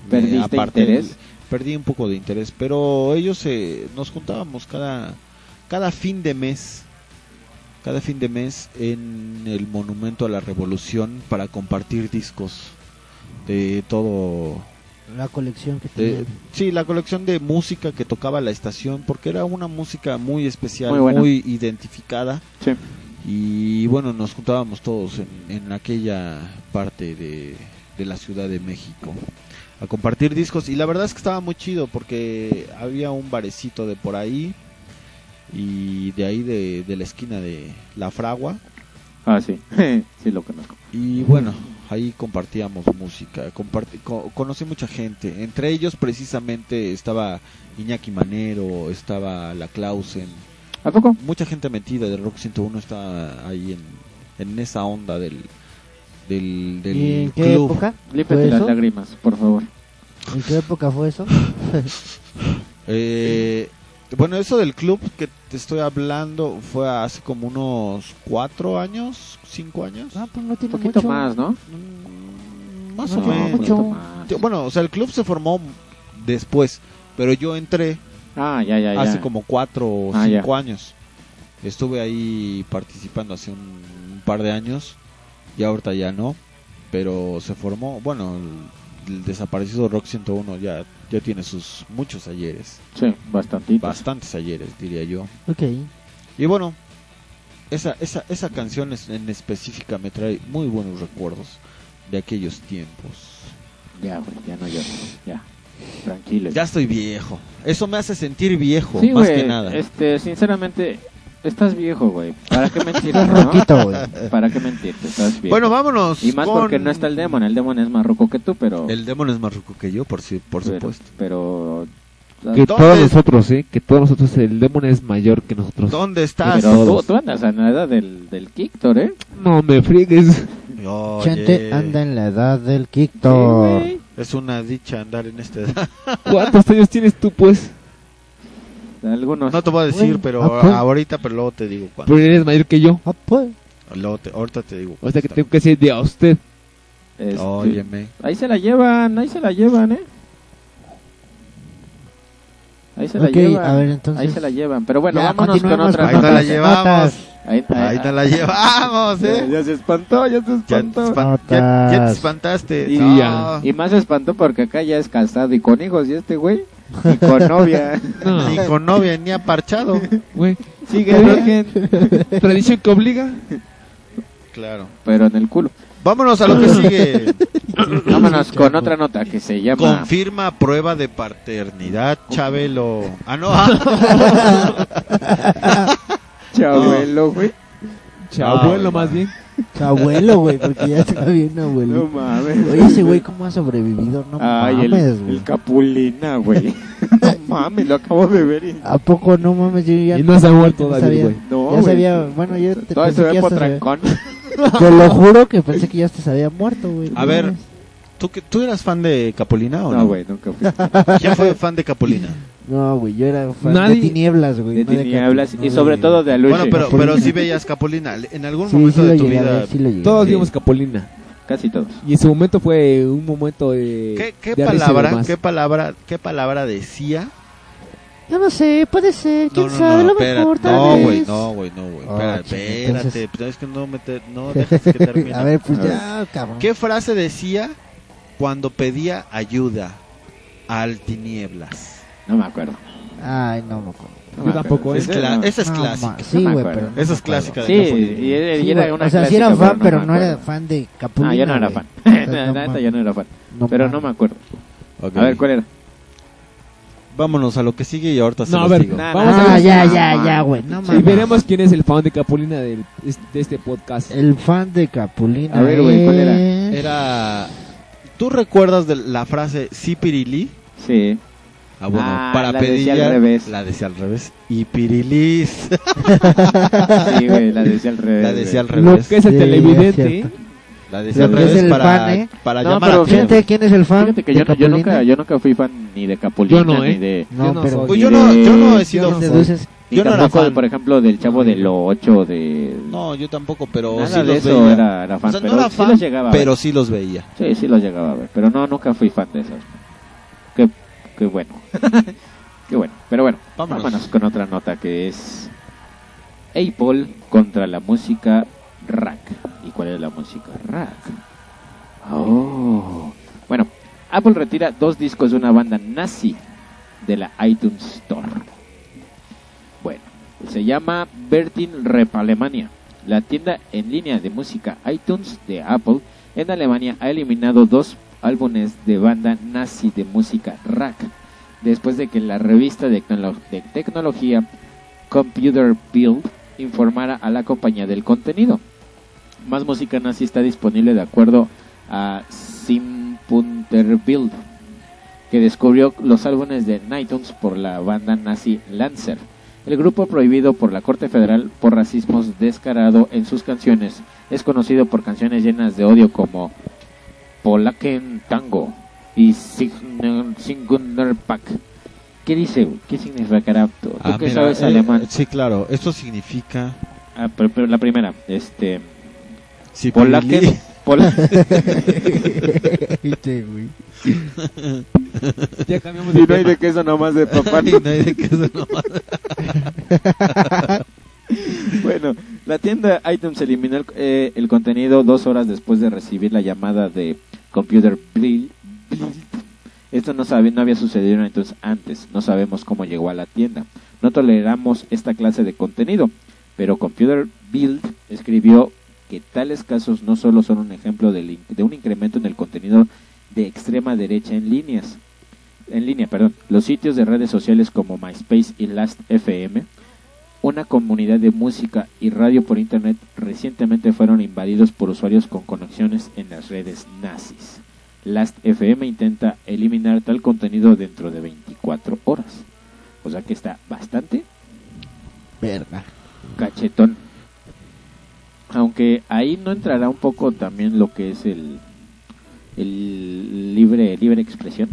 S3: me
S5: ¿Perdiste
S3: aparté,
S5: interés?
S3: perdí un poco de interés, pero ellos eh, nos juntábamos cada cada fin de mes cada fin de mes en el Monumento a la Revolución para compartir discos de todo
S4: La colección que
S3: de-
S4: tenía.
S3: sí, la colección de música que tocaba la estación, porque era una música muy especial,
S5: Muy
S3: muy,
S5: buena.
S3: identificada.
S5: Sí.
S3: Y bueno, nos juntábamos todos en, en aquella parte de, de la Ciudad de México a compartir discos. Y la verdad es que estaba muy chido, porque había un barecito de por ahí y de ahí de, de la esquina de La Fragua.
S5: Ah, sí. sí, lo conozco.
S3: Y bueno, ahí compartíamos música, comparti- co- conocí mucha gente. Entre ellos precisamente estaba Iñaki Manero, estaba La Clausen.
S5: ¿A poco?
S3: Mucha gente metida del Rock 101 está ahí en, en esa onda del, del, del
S4: ¿Y en qué
S3: club.
S4: época?
S5: Límpete
S4: ¿Fue
S5: las
S4: eso?
S5: lágrimas, por favor.
S4: ¿En qué época fue eso?
S3: Eh, bueno, eso del club que te estoy hablando fue hace como unos cuatro años, cinco años.
S4: Ah, pues no
S5: Un
S4: tiene
S5: poquito
S4: mucho.
S5: más, ¿no?
S3: Mm, Más
S4: No,
S3: o menos.
S5: un poquito
S4: mucho.
S5: más.
S3: Yo- Bueno, o sea, el club se formó después, pero yo entré
S5: Ah, ya, ya, ya.
S3: hace como cuatro o
S5: Ah,
S3: cinco años. Estuve ahí participando hace un, un par de años y ahorita ya no, pero se formó, bueno, el, el desaparecido Rock 101 ya, ya tiene sus muchos ayeres,
S5: Sí, bastantito.
S3: bastantes ayeres diría yo.
S4: Ok.
S3: Y bueno, esa, esa, esa canción es- en específica me trae muy buenos recuerdos de aquellos tiempos.
S5: Ya, güey, ya no lloro. Ya. Tranquilo.
S3: Ya estoy viejo. Eso me hace sentir viejo,
S5: Sí,
S3: más
S5: güey,
S3: que nada.
S5: Este, sinceramente, estás viejo, güey. ¿Para qué mentirte,
S4: Estás
S5: no?
S4: roquito, güey.
S5: ¿Para qué mentirte? Estás viejo.
S3: Bueno, vámonos.
S5: Y más
S3: con-
S5: porque no está el demon. El demon es más roco que tú, pero...
S3: El demonio es más rico que yo, por, si- por
S5: pero-
S3: supuesto.
S5: Pero...
S1: Que
S3: ¿Dónde
S1: todos
S3: es-
S1: nosotros, ¿eh? Que todos nosotros, el Demon es mayor que nosotros.
S3: ¿Dónde estás?
S5: Pero tú, tú andas a la edad del, del Kictor, ¿eh?
S1: No me friegues.
S3: Oye,
S4: Chente anda en la edad del Kiktor.
S5: Sí, güey.
S3: Es una dicha andar en este- esta edad.
S1: ¿Cuántos años tienes tú, pues?
S5: Algunos.
S3: No te voy a decir,
S4: Bueno,
S3: pero
S4: ah, pues.
S3: ahorita, pero luego te digo cuándo.
S1: Pero eres mayor que yo.
S4: Ah, pues.
S3: Luego te- ahorita te digo.
S1: O sea que
S3: cuándo
S1: tengo que ser de a usted.
S5: Este,
S3: está. Óyeme.
S5: Ahí se la llevan, ahí se la llevan, ¿eh? Ahí se
S4: Ok,
S5: la llevan.
S4: a ver, entonces.
S5: Ahí se la llevan. Pero bueno,
S4: Ya,
S5: vámonos con
S4: continuemos
S5: otra
S3: Ahí te
S5: nota.
S3: la
S4: notas,
S3: llevamos.
S4: notas.
S5: Ahí-
S3: Ahí
S5: ahí-
S3: te la llevamos,
S5: Ya,
S3: ¿eh?
S5: ya se espantó, ya se
S3: Ya te,
S5: espantó.
S3: espan- ya- ya te
S4: Notas.
S3: espantaste.
S5: Y,
S3: No.
S1: ya.
S5: y más se espantó porque acá ya es casado y con hijos y este güey y con novia.
S1: No,
S3: Ni con novia ni aparchado.
S1: güey.
S5: Sigue virgen,
S1: Tradición que obliga.
S3: claro.
S5: pero en el culo.
S3: Vámonos a lo que sigue.
S5: Vámonos con otra nota que se llama
S3: Confirma prueba de paternidad, Chabelo. Ah, no.
S4: Ah.
S5: Chabelo, güey.
S3: Chao,
S1: abuelo, Ah,
S3: güey.
S1: más bien.
S4: Tu abuelo, güey, porque ya está bien
S5: No
S4: abuelo.
S5: mames.
S4: Oye, ese güey, ¿cómo ha sobrevivido? No
S5: Ay, el,
S4: mames,
S5: el
S4: güey.
S5: capulina, güey. No mames, lo acabo de ver. y-
S4: ¿A poco no mames? Yo ya
S1: Y no se ha muerto
S4: no
S1: David,
S4: sabía.
S1: güey.
S5: No,
S4: ya
S5: güey.
S4: sabía, bueno, yo te
S5: Todo
S4: pensé
S5: se
S4: que
S5: ve
S4: ya hasta se-
S5: potrancón.
S4: Te lo juro que pensé que ya hasta se había muerto, güey.
S3: A ver. ¿Tú, que- ¿Tú eras fan de Capulina o no?
S5: No, güey, nunca fui.
S3: ¿Quién fue fan de Capulina?
S4: No, güey, yo era fan
S1: Nadie-
S4: de tinieblas, güey.
S5: De
S4: no
S5: tinieblas
S4: Capri-
S5: y
S4: no
S5: sobre
S4: de-
S5: todo de Aluche.
S3: bueno, pero,
S4: Capulina.
S3: pero sí veías Capulina. En algún
S4: Sí,
S3: momento
S4: sí lo
S3: de tu
S4: llegué a
S3: vida.
S4: ver, sí lo llegué a
S1: Todos
S4: ver.
S1: vimos Capolina.
S5: Casi todos.
S1: Y en su momento fue un momento de.
S3: ¿Qué, qué
S1: de risa y
S3: palabra,
S1: demás.
S3: qué, palabra, ¿Qué palabra decía?
S7: Yo no sé, puede ser, quién
S3: No, no,
S7: sabe,
S3: no,
S7: lo
S3: espérate.
S7: mejor tal
S3: No,
S7: vez.
S3: güey, no, güey, no, güey.
S4: Ah,
S3: espérate,
S4: chinga, entonces-
S3: espérate. pues, Es que no, me te- no dejas que termine.
S4: A ver, pues
S5: A ver.
S4: ya, cabrón.
S3: ¿Qué frase decía cuando pedía ayuda al Tinieblas?
S5: No me acuerdo.
S4: Ay, no me acuerdo.
S5: No
S1: Yo
S5: me acuerdo.
S1: tampoco, ¿eh?
S3: Es
S5: Ese
S3: cla-
S5: no.
S3: esa es
S4: No,
S3: clásica.
S4: ma- Sí,
S5: No me
S4: güey,
S5: acuerdo.
S4: pero. no
S3: Esa es
S4: me acuerdo.
S3: clásica de
S5: Sí,
S3: Capulina.
S5: y era,
S4: Sí,
S5: y era
S4: güey,
S5: una
S4: o sea, sí
S5: clásica,
S4: era fan, pero
S5: me
S4: no era
S5: acuerdo.
S4: fan de Capulina.
S5: No, yo no era
S4: güey.
S5: fan.
S4: O sea,
S5: La
S4: no
S5: neta,
S4: mames.
S5: yo no era fan.
S4: No
S5: Pero
S4: mames.
S5: no me acuerdo.
S3: Ok.
S5: A ver, ¿cuál era?
S3: Vámonos a lo que sigue y ahorita se
S1: No, a
S3: los
S1: ver.
S3: digo.
S5: Nah,
S1: Vamos
S5: nah,
S1: a
S4: Ah,
S1: ver.
S4: ya,
S5: Ah,
S4: ya,
S5: man.
S4: ya, güey. No
S1: Y
S4: mames.
S1: veremos quién es el fan de Capulina del- es- de este podcast.
S4: El fan de Capulina.
S5: A ver, güey, ¿cuál era?
S4: es-
S3: Era. ¿Tú recuerdas de la frase sí pirilí?
S5: Sí.
S3: Ah, bueno,
S5: Ah,
S3: para
S5: la
S3: pedir.
S5: decía al revés.
S3: La decía al revés. Y pirilis.
S5: Sí, güey, la decía al revés.
S3: la decía al
S1: Lo
S3: revés.
S1: que es el
S4: Sí, es
S1: televidente.
S4: cierto.
S3: La decía al
S4: Lo que es
S3: revés
S4: el
S3: para,
S4: fan, ¿eh?
S3: para
S5: No,
S3: llamar
S5: pero
S3: a ti.
S5: fíjate-
S4: Gente, ¿quién es el fan?
S5: Fíjate que
S4: de
S5: yo, no- yo
S4: Capulina?
S5: nunca, yo nunca fui fan ni de Capulina
S1: Yo no, ¿eh?
S5: ni de...
S4: No,
S1: Yo no
S4: pero.
S1: soy.
S3: Pues yo no, yo no he sido.
S1: Yo no
S4: Deduces
S5: Ni
S3: Yo no era
S5: tampoco,
S3: fan.
S5: por ejemplo, del Chavo del 8, de...
S8: No, yo tampoco, pero
S5: nada
S8: sí
S5: de
S8: los
S5: eso
S8: veía.
S5: era, era fan,
S8: O sea, no
S5: pero
S8: era
S5: sí
S8: fan,
S5: los llegaba a ver.
S8: pero sí los veía.
S5: Sí, sí los llegaba a ver, pero no, nunca fui fan de esos. Qué, qué bueno. qué bueno, pero bueno,
S8: Vámonos.
S5: vámonos. con otra nota que es Apple contra la música rack. ¿Y cuál es la música rack? Oh. Bueno, Apple retira dos discos de una banda nazi de la iTunes Store. Bueno, se llama Bertin Rep Alemania. La tienda en línea de música iTunes de Apple en Alemania ha eliminado dos álbumes de banda nazi de música rack después de que la revista de, tecno- de tecnología Computer Build informara a la compañía del contenido. Más música nazi está disponible de acuerdo a Simpunterbild, que descubrió los álbumes de Nightones por la banda nazi Lancer, el grupo prohibido por la Corte Federal por racismos descarado en sus canciones. Es conocido por canciones llenas de odio como Polaken Tango y Signer Pack. ¿Qué dice? ¿Qué significará? ¿Tú tú
S8: Ah,
S5: qué
S8: mira,
S5: sabes
S8: eh,
S5: alemán?
S8: Sí, claro. Esto significa...
S5: Ah, pero- pero la primera, este...
S8: Sí,
S5: Polaken... Pola-
S4: Viste, güey.
S1: Ya cambiamos
S5: Y
S1: de
S5: no hay
S1: tema.
S5: de queso nomás de papá.
S8: Y no hay de queso, no.
S5: bueno, la tienda Items eliminó el, eh, el contenido dos horas después de recibir la llamada de Computer Bill. Esto no, sabe, no había sucedido entonces antes. No sabemos cómo llegó a la tienda. No toleramos esta clase de contenido. Pero Computer Build escribió que tales casos no solo son un ejemplo del in- de un incremento en el contenido de extrema derecha en líneas, en línea, perdón, los sitios de redes sociales como MySpace y Last.fm, una comunidad de música y radio por internet recientemente fueron invadidos por usuarios con conexiones en las redes nazis. Last.fm intenta eliminar tal contenido dentro de 24 horas. O sea que está bastante
S4: Verga.
S5: cachetón. Aunque ahí no entrará un poco también lo que es el, el libre libre expresión.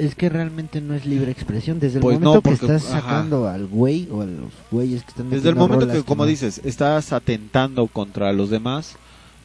S4: Es que realmente no es libre expresión. Desde el
S8: Pues
S4: momento
S8: no, porque-
S4: que estás
S8: ajá.
S4: sacando al güey o a los güeyes que están
S8: Desde el
S4: metiendo
S8: momento
S4: rolas
S8: que, como
S4: no-
S8: dices, estás atentando contra los demás,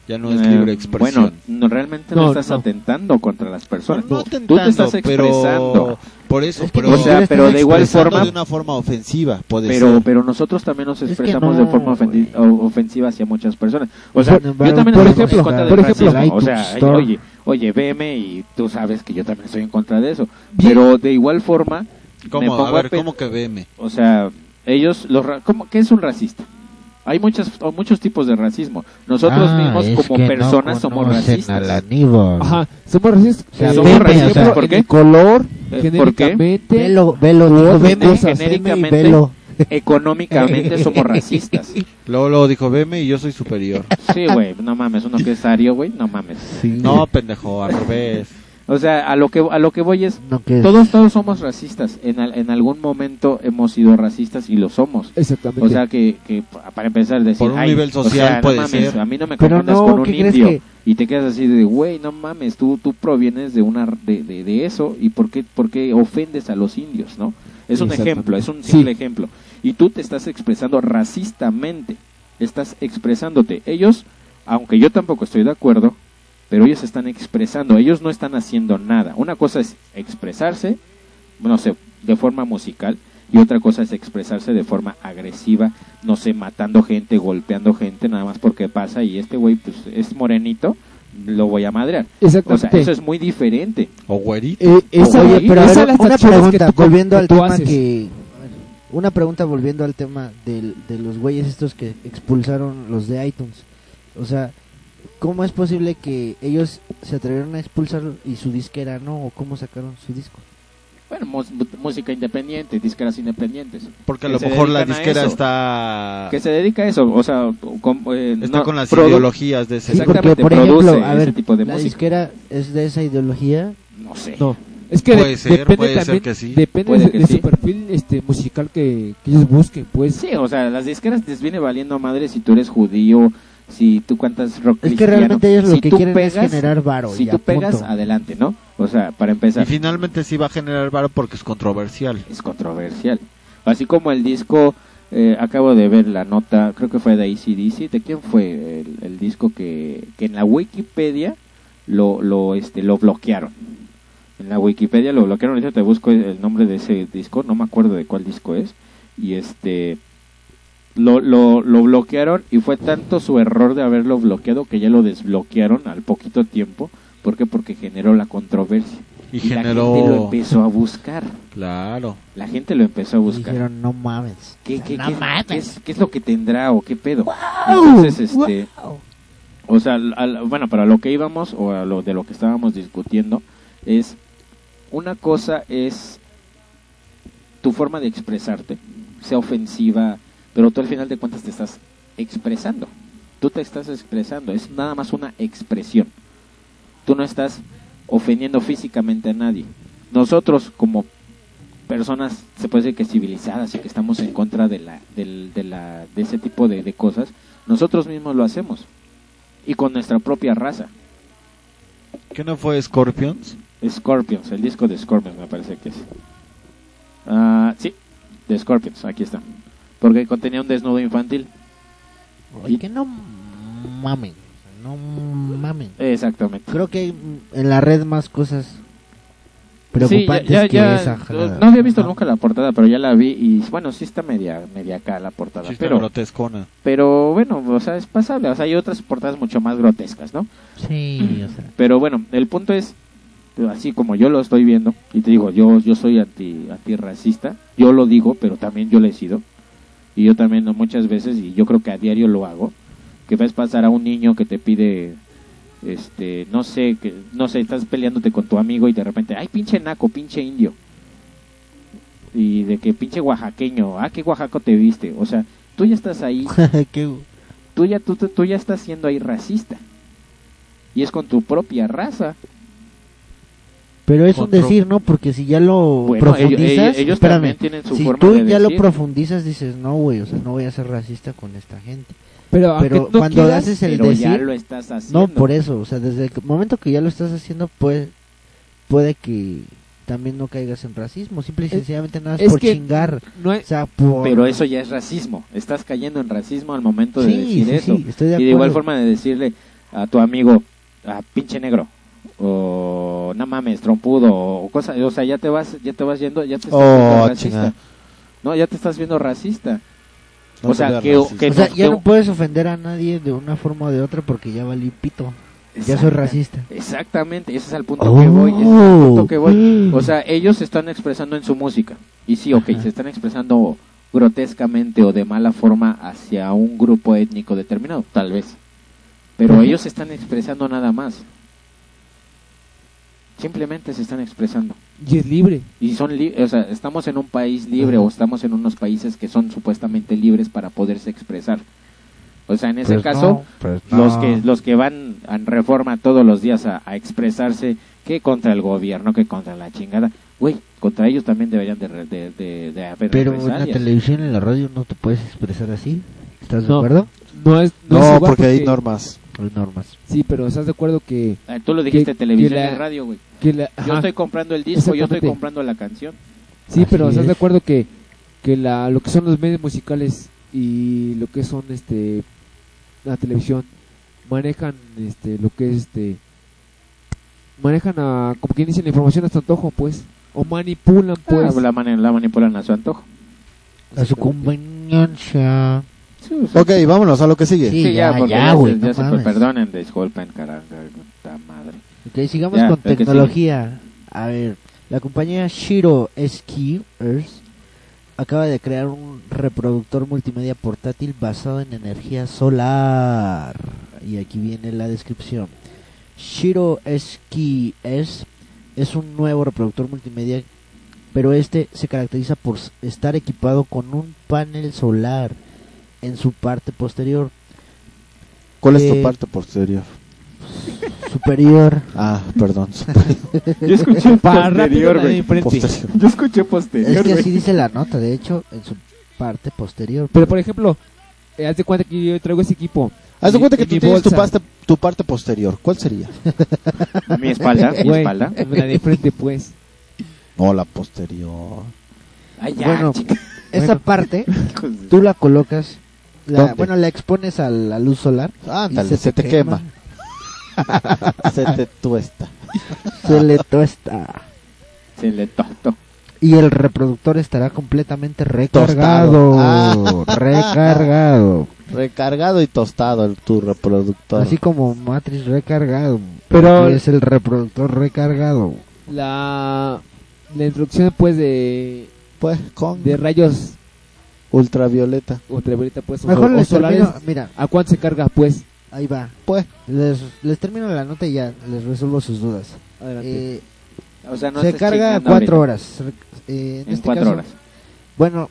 S8: ya no es
S5: Eh,
S8: libre expresión.
S5: Bueno, no, realmente no,
S1: No,
S5: estás
S1: no.
S5: atentando contra las personas.
S8: No
S5: Tú- tú te estás
S8: atentando, pero-
S5: expresando.
S8: Por eso,
S4: Es que
S8: pero,
S5: o sea, pero de igual
S8: expresando
S5: forma,
S8: de una forma ofensiva, puede
S5: pero,
S8: ser.
S5: pero nosotros también nos
S4: Es que
S5: expresamos
S4: no,
S5: de forma ofendi- o- ofensiva hacia muchas personas. O sea,
S4: Por-
S5: yo también
S4: por
S5: estoy
S4: ejemplo,
S5: en contra
S4: por
S5: del
S4: ejemplo,
S5: racismo. O sea,
S4: iTunes Store.
S5: oye, oye, veme y tú sabes que yo también estoy en contra de eso. Pero de igual forma, me
S8: ¿Cómo?
S5: pongo
S8: A ver,
S5: a pe-
S8: ¿cómo que veme?
S5: O sea, ellos, los ra- ¿cómo- ¿qué es un racista? Hay muchas, o muchos tipos de racismo. Nosotros
S4: Ah, es
S5: mismos como
S4: que no
S5: personas somos
S4: conocen a
S5: racistas.
S4: la Aníbal.
S1: Ajá, somos racistas.
S4: O sea,
S1: eh,
S5: somos
S1: por
S5: racistas,
S1: ejemplo,
S5: ¿por
S1: en
S5: qué?
S1: el color,
S5: Eh, ¿Por qué?
S1: genéricamente,
S4: Velo, velo, dijo
S5: Veme,
S4: dos cosas.
S5: genéricamente.
S4: Veme y velo.
S5: Económicamente somos racistas.
S8: Luego, luego dijo, veme y yo soy superior.
S5: Sí, güey, no mames, uno que es ario, güey, no mames.
S8: No, pendejo, al revés.
S5: O sea, a lo que a lo que voy es
S4: No, que
S5: todos todos somos racistas. En al- en algún momento hemos sido racistas y lo somos.
S1: Exactamente.
S5: O sea que, que para empezar decir,
S8: Por un
S5: "Ay,
S8: nivel
S5: o sea,
S8: social
S5: no
S8: puede
S5: mames,
S8: ser".
S5: A mí no me
S4: Pero
S5: confundas
S4: no,
S5: con un
S4: ¿qué crees
S5: indio
S4: que-
S5: y te quedas así de, güey, no mames, tú tú provienes de una de, de, de eso y por qué por qué ofendes a los indios, ¿no? Es un
S4: Exactamente.
S5: ejemplo, es un
S1: Sí.
S5: simple ejemplo. Y tú te estás expresando racistamente, estás expresándote. Ellos, aunque yo tampoco estoy de acuerdo, pero ellos están expresando, ellos no están haciendo nada. Una cosa es expresarse, no sé, de forma musical, y otra cosa es expresarse de forma agresiva, no sé, matando gente, golpeando gente, nada más porque pasa y este güey pues, es morenito, lo voy a madrear. O
S1: Exactamente.
S5: sea, eso es muy diferente.
S8: O güerito.
S1: Eh, esa-
S5: Oye,
S4: Oye, pero a
S1: esa
S4: ver,
S1: las
S4: una
S1: acciones que
S4: pregunta,
S1: tú-
S4: volviendo
S1: que
S4: al
S1: tú
S4: tema
S1: haces.
S4: que... Una pregunta volviendo al tema del- de los güeyes estos que expulsaron los de iTunes. O sea, ¿cómo es posible que ellos se atrevieron a expulsar y su disquera no? ¿O cómo sacaron su disco?
S5: Bueno, mus- música independiente, disqueras independientes.
S8: Porque a
S5: que
S8: lo
S5: se
S8: mejor la
S5: dedican a
S8: disquera
S5: eso.
S8: está,
S5: que se dedica a eso, o sea, con, eh,
S8: está
S5: no,
S8: con las
S5: produ-
S8: ideologías de ese
S5: Sí,
S8: sector.
S5: Exactamente, produce ese tipo de
S4: la
S5: música.
S4: disquera es de esa ideología.
S5: no sé.
S1: No, es que de-
S8: Puede ser,
S1: depende
S8: puede ser
S1: también,
S8: que sí.
S1: depende
S5: Puede
S1: de,
S5: que
S1: de
S5: sí.
S1: su perfil este, musical que, que ellos busquen, pues.
S5: Sí, o sea, las disqueras les viene valiendo madre si tú eres judío, si tú cantas rock
S4: Es que
S5: cristiano.
S4: realmente ellos lo
S5: Si
S4: que
S5: tú
S4: quieren
S5: pegas,
S4: es generar varo.
S5: Si
S4: y
S5: tú
S4: a punto.
S5: pegas, adelante, ¿no? O sea, para empezar,
S8: Y finalmente sí va a generar varo porque es controversial.
S5: es controversial. Así como el disco, eh, acabo de ver la nota, creo que fue de ACDC, ¿de quién fue el, el disco que, que en la Wikipedia lo, lo, este, lo bloquearon? En la Wikipedia lo bloquearon, ahorita te busco el nombre de ese disco, no me acuerdo de cuál disco es, y este... Lo, lo, lo bloquearon y fue tanto su error de haberlo bloqueado que ya lo desbloquearon al poquito tiempo. ¿Por qué? Porque generó la controversia.
S8: Y,
S5: la
S8: generó.
S5: gente lo empezó a buscar.
S8: Claro.
S5: La gente lo empezó a buscar.
S4: Dijeron, no mames.
S5: ¿Qué, qué,
S4: no
S5: qué-
S4: mames.
S5: qué es, qué es lo que tendrá o qué pedo? Entonces, este,
S4: Wow.
S5: o sea, al- al- bueno, para lo que íbamos o a lo de lo que estábamos discutiendo es una cosa es tu forma de expresarte, sea ofensiva, pero tú al final de cuentas te estás expresando. Tú te estás expresando, es nada más una expresión. Tú no estás ofendiendo físicamente a nadie. Nosotros como personas se puede decir que civilizadas y que estamos en contra de la del- de, la de ese tipo de, de cosas, nosotros mismos lo hacemos y con nuestra propia raza.
S8: ¿Qué no fue Scorpions?
S5: Scorpions, el disco de Scorpions me parece que es. Ah, sí, de Scorpions, aquí está. Porque contenía un desnudo infantil.
S4: Oye, que no mamen. No mamen.
S5: Exactamente.
S4: Creo que hay mm, en la red más cosas
S5: Sí, ya-
S4: preocupantes
S5: ya-
S4: que
S5: ya,
S4: esa
S5: eh,
S4: jalada.
S5: no había visto
S4: Ajá.
S5: nunca la portada, pero ya la vi y bueno, sí está media media acá la portada,
S8: Chiste
S5: pero
S8: grotescona.
S5: pero bueno, o sea, es pasable, o sea, hay otras portadas mucho más grotescas, ¿no?
S4: Sí, o sea.
S5: Pero bueno, el punto es, así como yo lo estoy viendo, y te digo, yo, yo soy anti, antirracista, yo lo digo, pero también yo lo he sido, y yo también ¿no? muchas veces, y yo creo que a diario lo hago, que ves pasar a un niño que te pide, este, no sé, que, no sé, estás peleándote con tu amigo y de repente, ay, pinche naco, pinche indio, y de que pinche oaxaqueño, ah, qué oaxaco te viste, o sea, tú ya estás ahí
S4: Qué-
S5: tú ya, tú, tú- tú ya estás siendo ahí racista. Y es con tu propia raza.
S4: Pero es un
S8: Otro.
S4: decir, ¿no? Porque si ya lo
S5: Bueno, ellos,
S4: profundizas,
S5: ellos- ellos
S4: espérame,
S5: también tienen su
S4: si
S5: forma
S4: tú
S5: de
S4: ya lo
S5: decir.
S4: profundizas, dices, no, güey, o sea, no voy a ser racista con esta gente.
S1: Pero, aunque
S4: Pero
S1: no
S4: cuando
S1: quieras,
S4: haces el
S5: pero ya
S4: decir,
S5: lo estás haciendo.
S4: no, por eso, o sea, desde el momento que ya lo estás haciendo, pues, puede que también no caigas en racismo, simple y sencillamente nada más
S1: es
S4: por
S1: que-
S4: chingar,
S1: no hay-
S4: o sea, por...
S5: Pero eso ya es racismo. Estás cayendo en racismo al momento de
S4: Sí,
S5: decir
S4: sí,
S5: eso.
S4: sí, estoy de
S5: y de igual
S4: acuerdo.
S5: forma de decirle a tu amigo, a pinche negro, o no mames, trompudo, o cosas, o sea, ya te vas, ya te vas yendo, ya te estás viendo
S8: Oh,
S5: racista.
S8: chingada.
S5: No, ya te estás viendo racista.
S8: No
S5: o sea,
S8: seas
S5: que,
S8: racista.
S5: que
S4: o sea,
S5: no-
S4: ya
S5: que-
S4: no puedes ofender a nadie de una forma o de otra porque ya valí pito, ya soy
S5: Exacta-
S4: racista. Oh.
S5: Exactamente, ese es al punto que voy. ese es al punto que voy. O sea, ellos se están expresando en su música. Y sí, ok,
S4: Ajá.
S5: se están expresando grotescamente o de mala forma hacia un grupo étnico determinado, tal vez. Pero ellos se están expresando nada más. Simplemente se están expresando.
S1: Y es libre.
S5: Y son li- o sea, estamos en un país libre o estamos en unos países que son supuestamente libres para poderse expresar. O sea, en
S4: Pues
S5: ese caso, los que los que van a reforma todos los días a, a expresarse que contra el gobierno que contra la chingada güey contra ellos también deberían de, re- de, de, de haber
S4: Oh. Pero en la
S5: represalias.
S4: televisión, en la radio no te puedes expresar así, ¿estás de
S1: No.
S4: acuerdo?
S1: No es. No, es
S8: No,
S1: igual
S8: porque hay normas.
S4: Hay normas.
S1: Sí, pero estás de acuerdo que.
S5: Ah, tú lo dijiste
S1: Que-
S5: televisión
S1: que la-
S5: y radio güey
S1: que la-
S5: yo
S1: ajá,
S5: estoy comprando el disco yo estoy
S1: Exactamente.
S5: comprando la canción
S1: Sí, pero
S4: Así
S1: estás de
S4: es.
S1: acuerdo que, que la, lo que son los medios musicales y lo que son este la televisión manejan este lo que es este manejan a como quien dice la información a su antojo pues o manipulan pues
S5: pues la, mani- la manipulan a su antojo
S4: A su conveniencia.
S3: Ok, vámonos a lo que sigue.
S4: Sí, ya,
S5: porque
S4: ya, güey,
S5: se-
S4: no
S5: se-
S4: mames.
S5: perdonen disculpen caramba puta madre
S4: Ok, sigamos
S5: Ya,
S4: con
S5: el que
S4: tecnología. A ver, la compañía Shiro Skiers acaba de crear un reproductor multimedia portátil basado en energía solar. Y aquí viene la descripción. Shiro Skiers es un nuevo reproductor multimedia, pero este se caracteriza por s- estar equipado con un panel solar en su parte posterior,
S3: ¿Cuál es tu
S4: Eh,
S3: parte posterior?
S4: superior.
S3: Ah, perdón.
S5: yo escuché
S1: Para rápido
S5: posterior
S1: la de
S5: güey
S1: enfrente.
S3: Posterior.
S5: yo escuché
S4: Es
S5: posterior
S4: que
S5: güey
S4: así dice la nota, de hecho, en su parte posterior.
S3: Pues,
S1: pero por ejemplo eh, haz de cuenta que yo traigo ese equipo
S3: Haz de
S1: Y-
S3: cuenta que
S1: y
S3: tú
S1: mi
S3: tienes tu
S1: bolsa.
S3: parte, tu parte posterior. ¿Cuál sería?
S5: mi espalda mi
S1: Güey,
S5: espalda
S1: la de frente pues
S3: No, la posterior.
S5: Ay, ya,
S4: Bueno,
S5: chica.
S4: Esa
S1: Bueno.
S4: parte tú la colocas, la-
S3: ¿Dónde?
S4: bueno, la expones a la luz solar.
S3: Ah, Ándale,
S4: y
S3: se, te quema. se te tuesta.
S4: Se le tuesta.
S5: Se le tostó.
S4: Y el reproductor estará completamente recargado.
S3: Tostado. Ah.
S4: Recargado.
S3: Recargado y tostado el, tu reproductor.
S4: Así como Matrix recargado.
S1: Pero-
S4: Pero es el reproductor recargado.
S1: La, la introducción pues de,
S3: pues, con
S1: de rayos
S3: ultravioleta.
S1: ultravioleta pues o
S4: Mejor
S1: sol- o
S4: les
S1: solares.
S4: termino- mira,
S1: ¿A cuánto se carga pues?
S4: ahí va.
S3: Pues,
S4: Les, les termino la nota y ya les resuelvo sus dudas.
S1: Adelante.
S4: Eh,
S5: O sea, no
S4: se
S5: estés
S4: carga
S5: chingando
S4: cuatro
S5: ahorita.
S4: horas. Re- eh, en
S5: En
S4: este
S5: cuatro
S4: caso,
S5: horas.
S4: Bueno,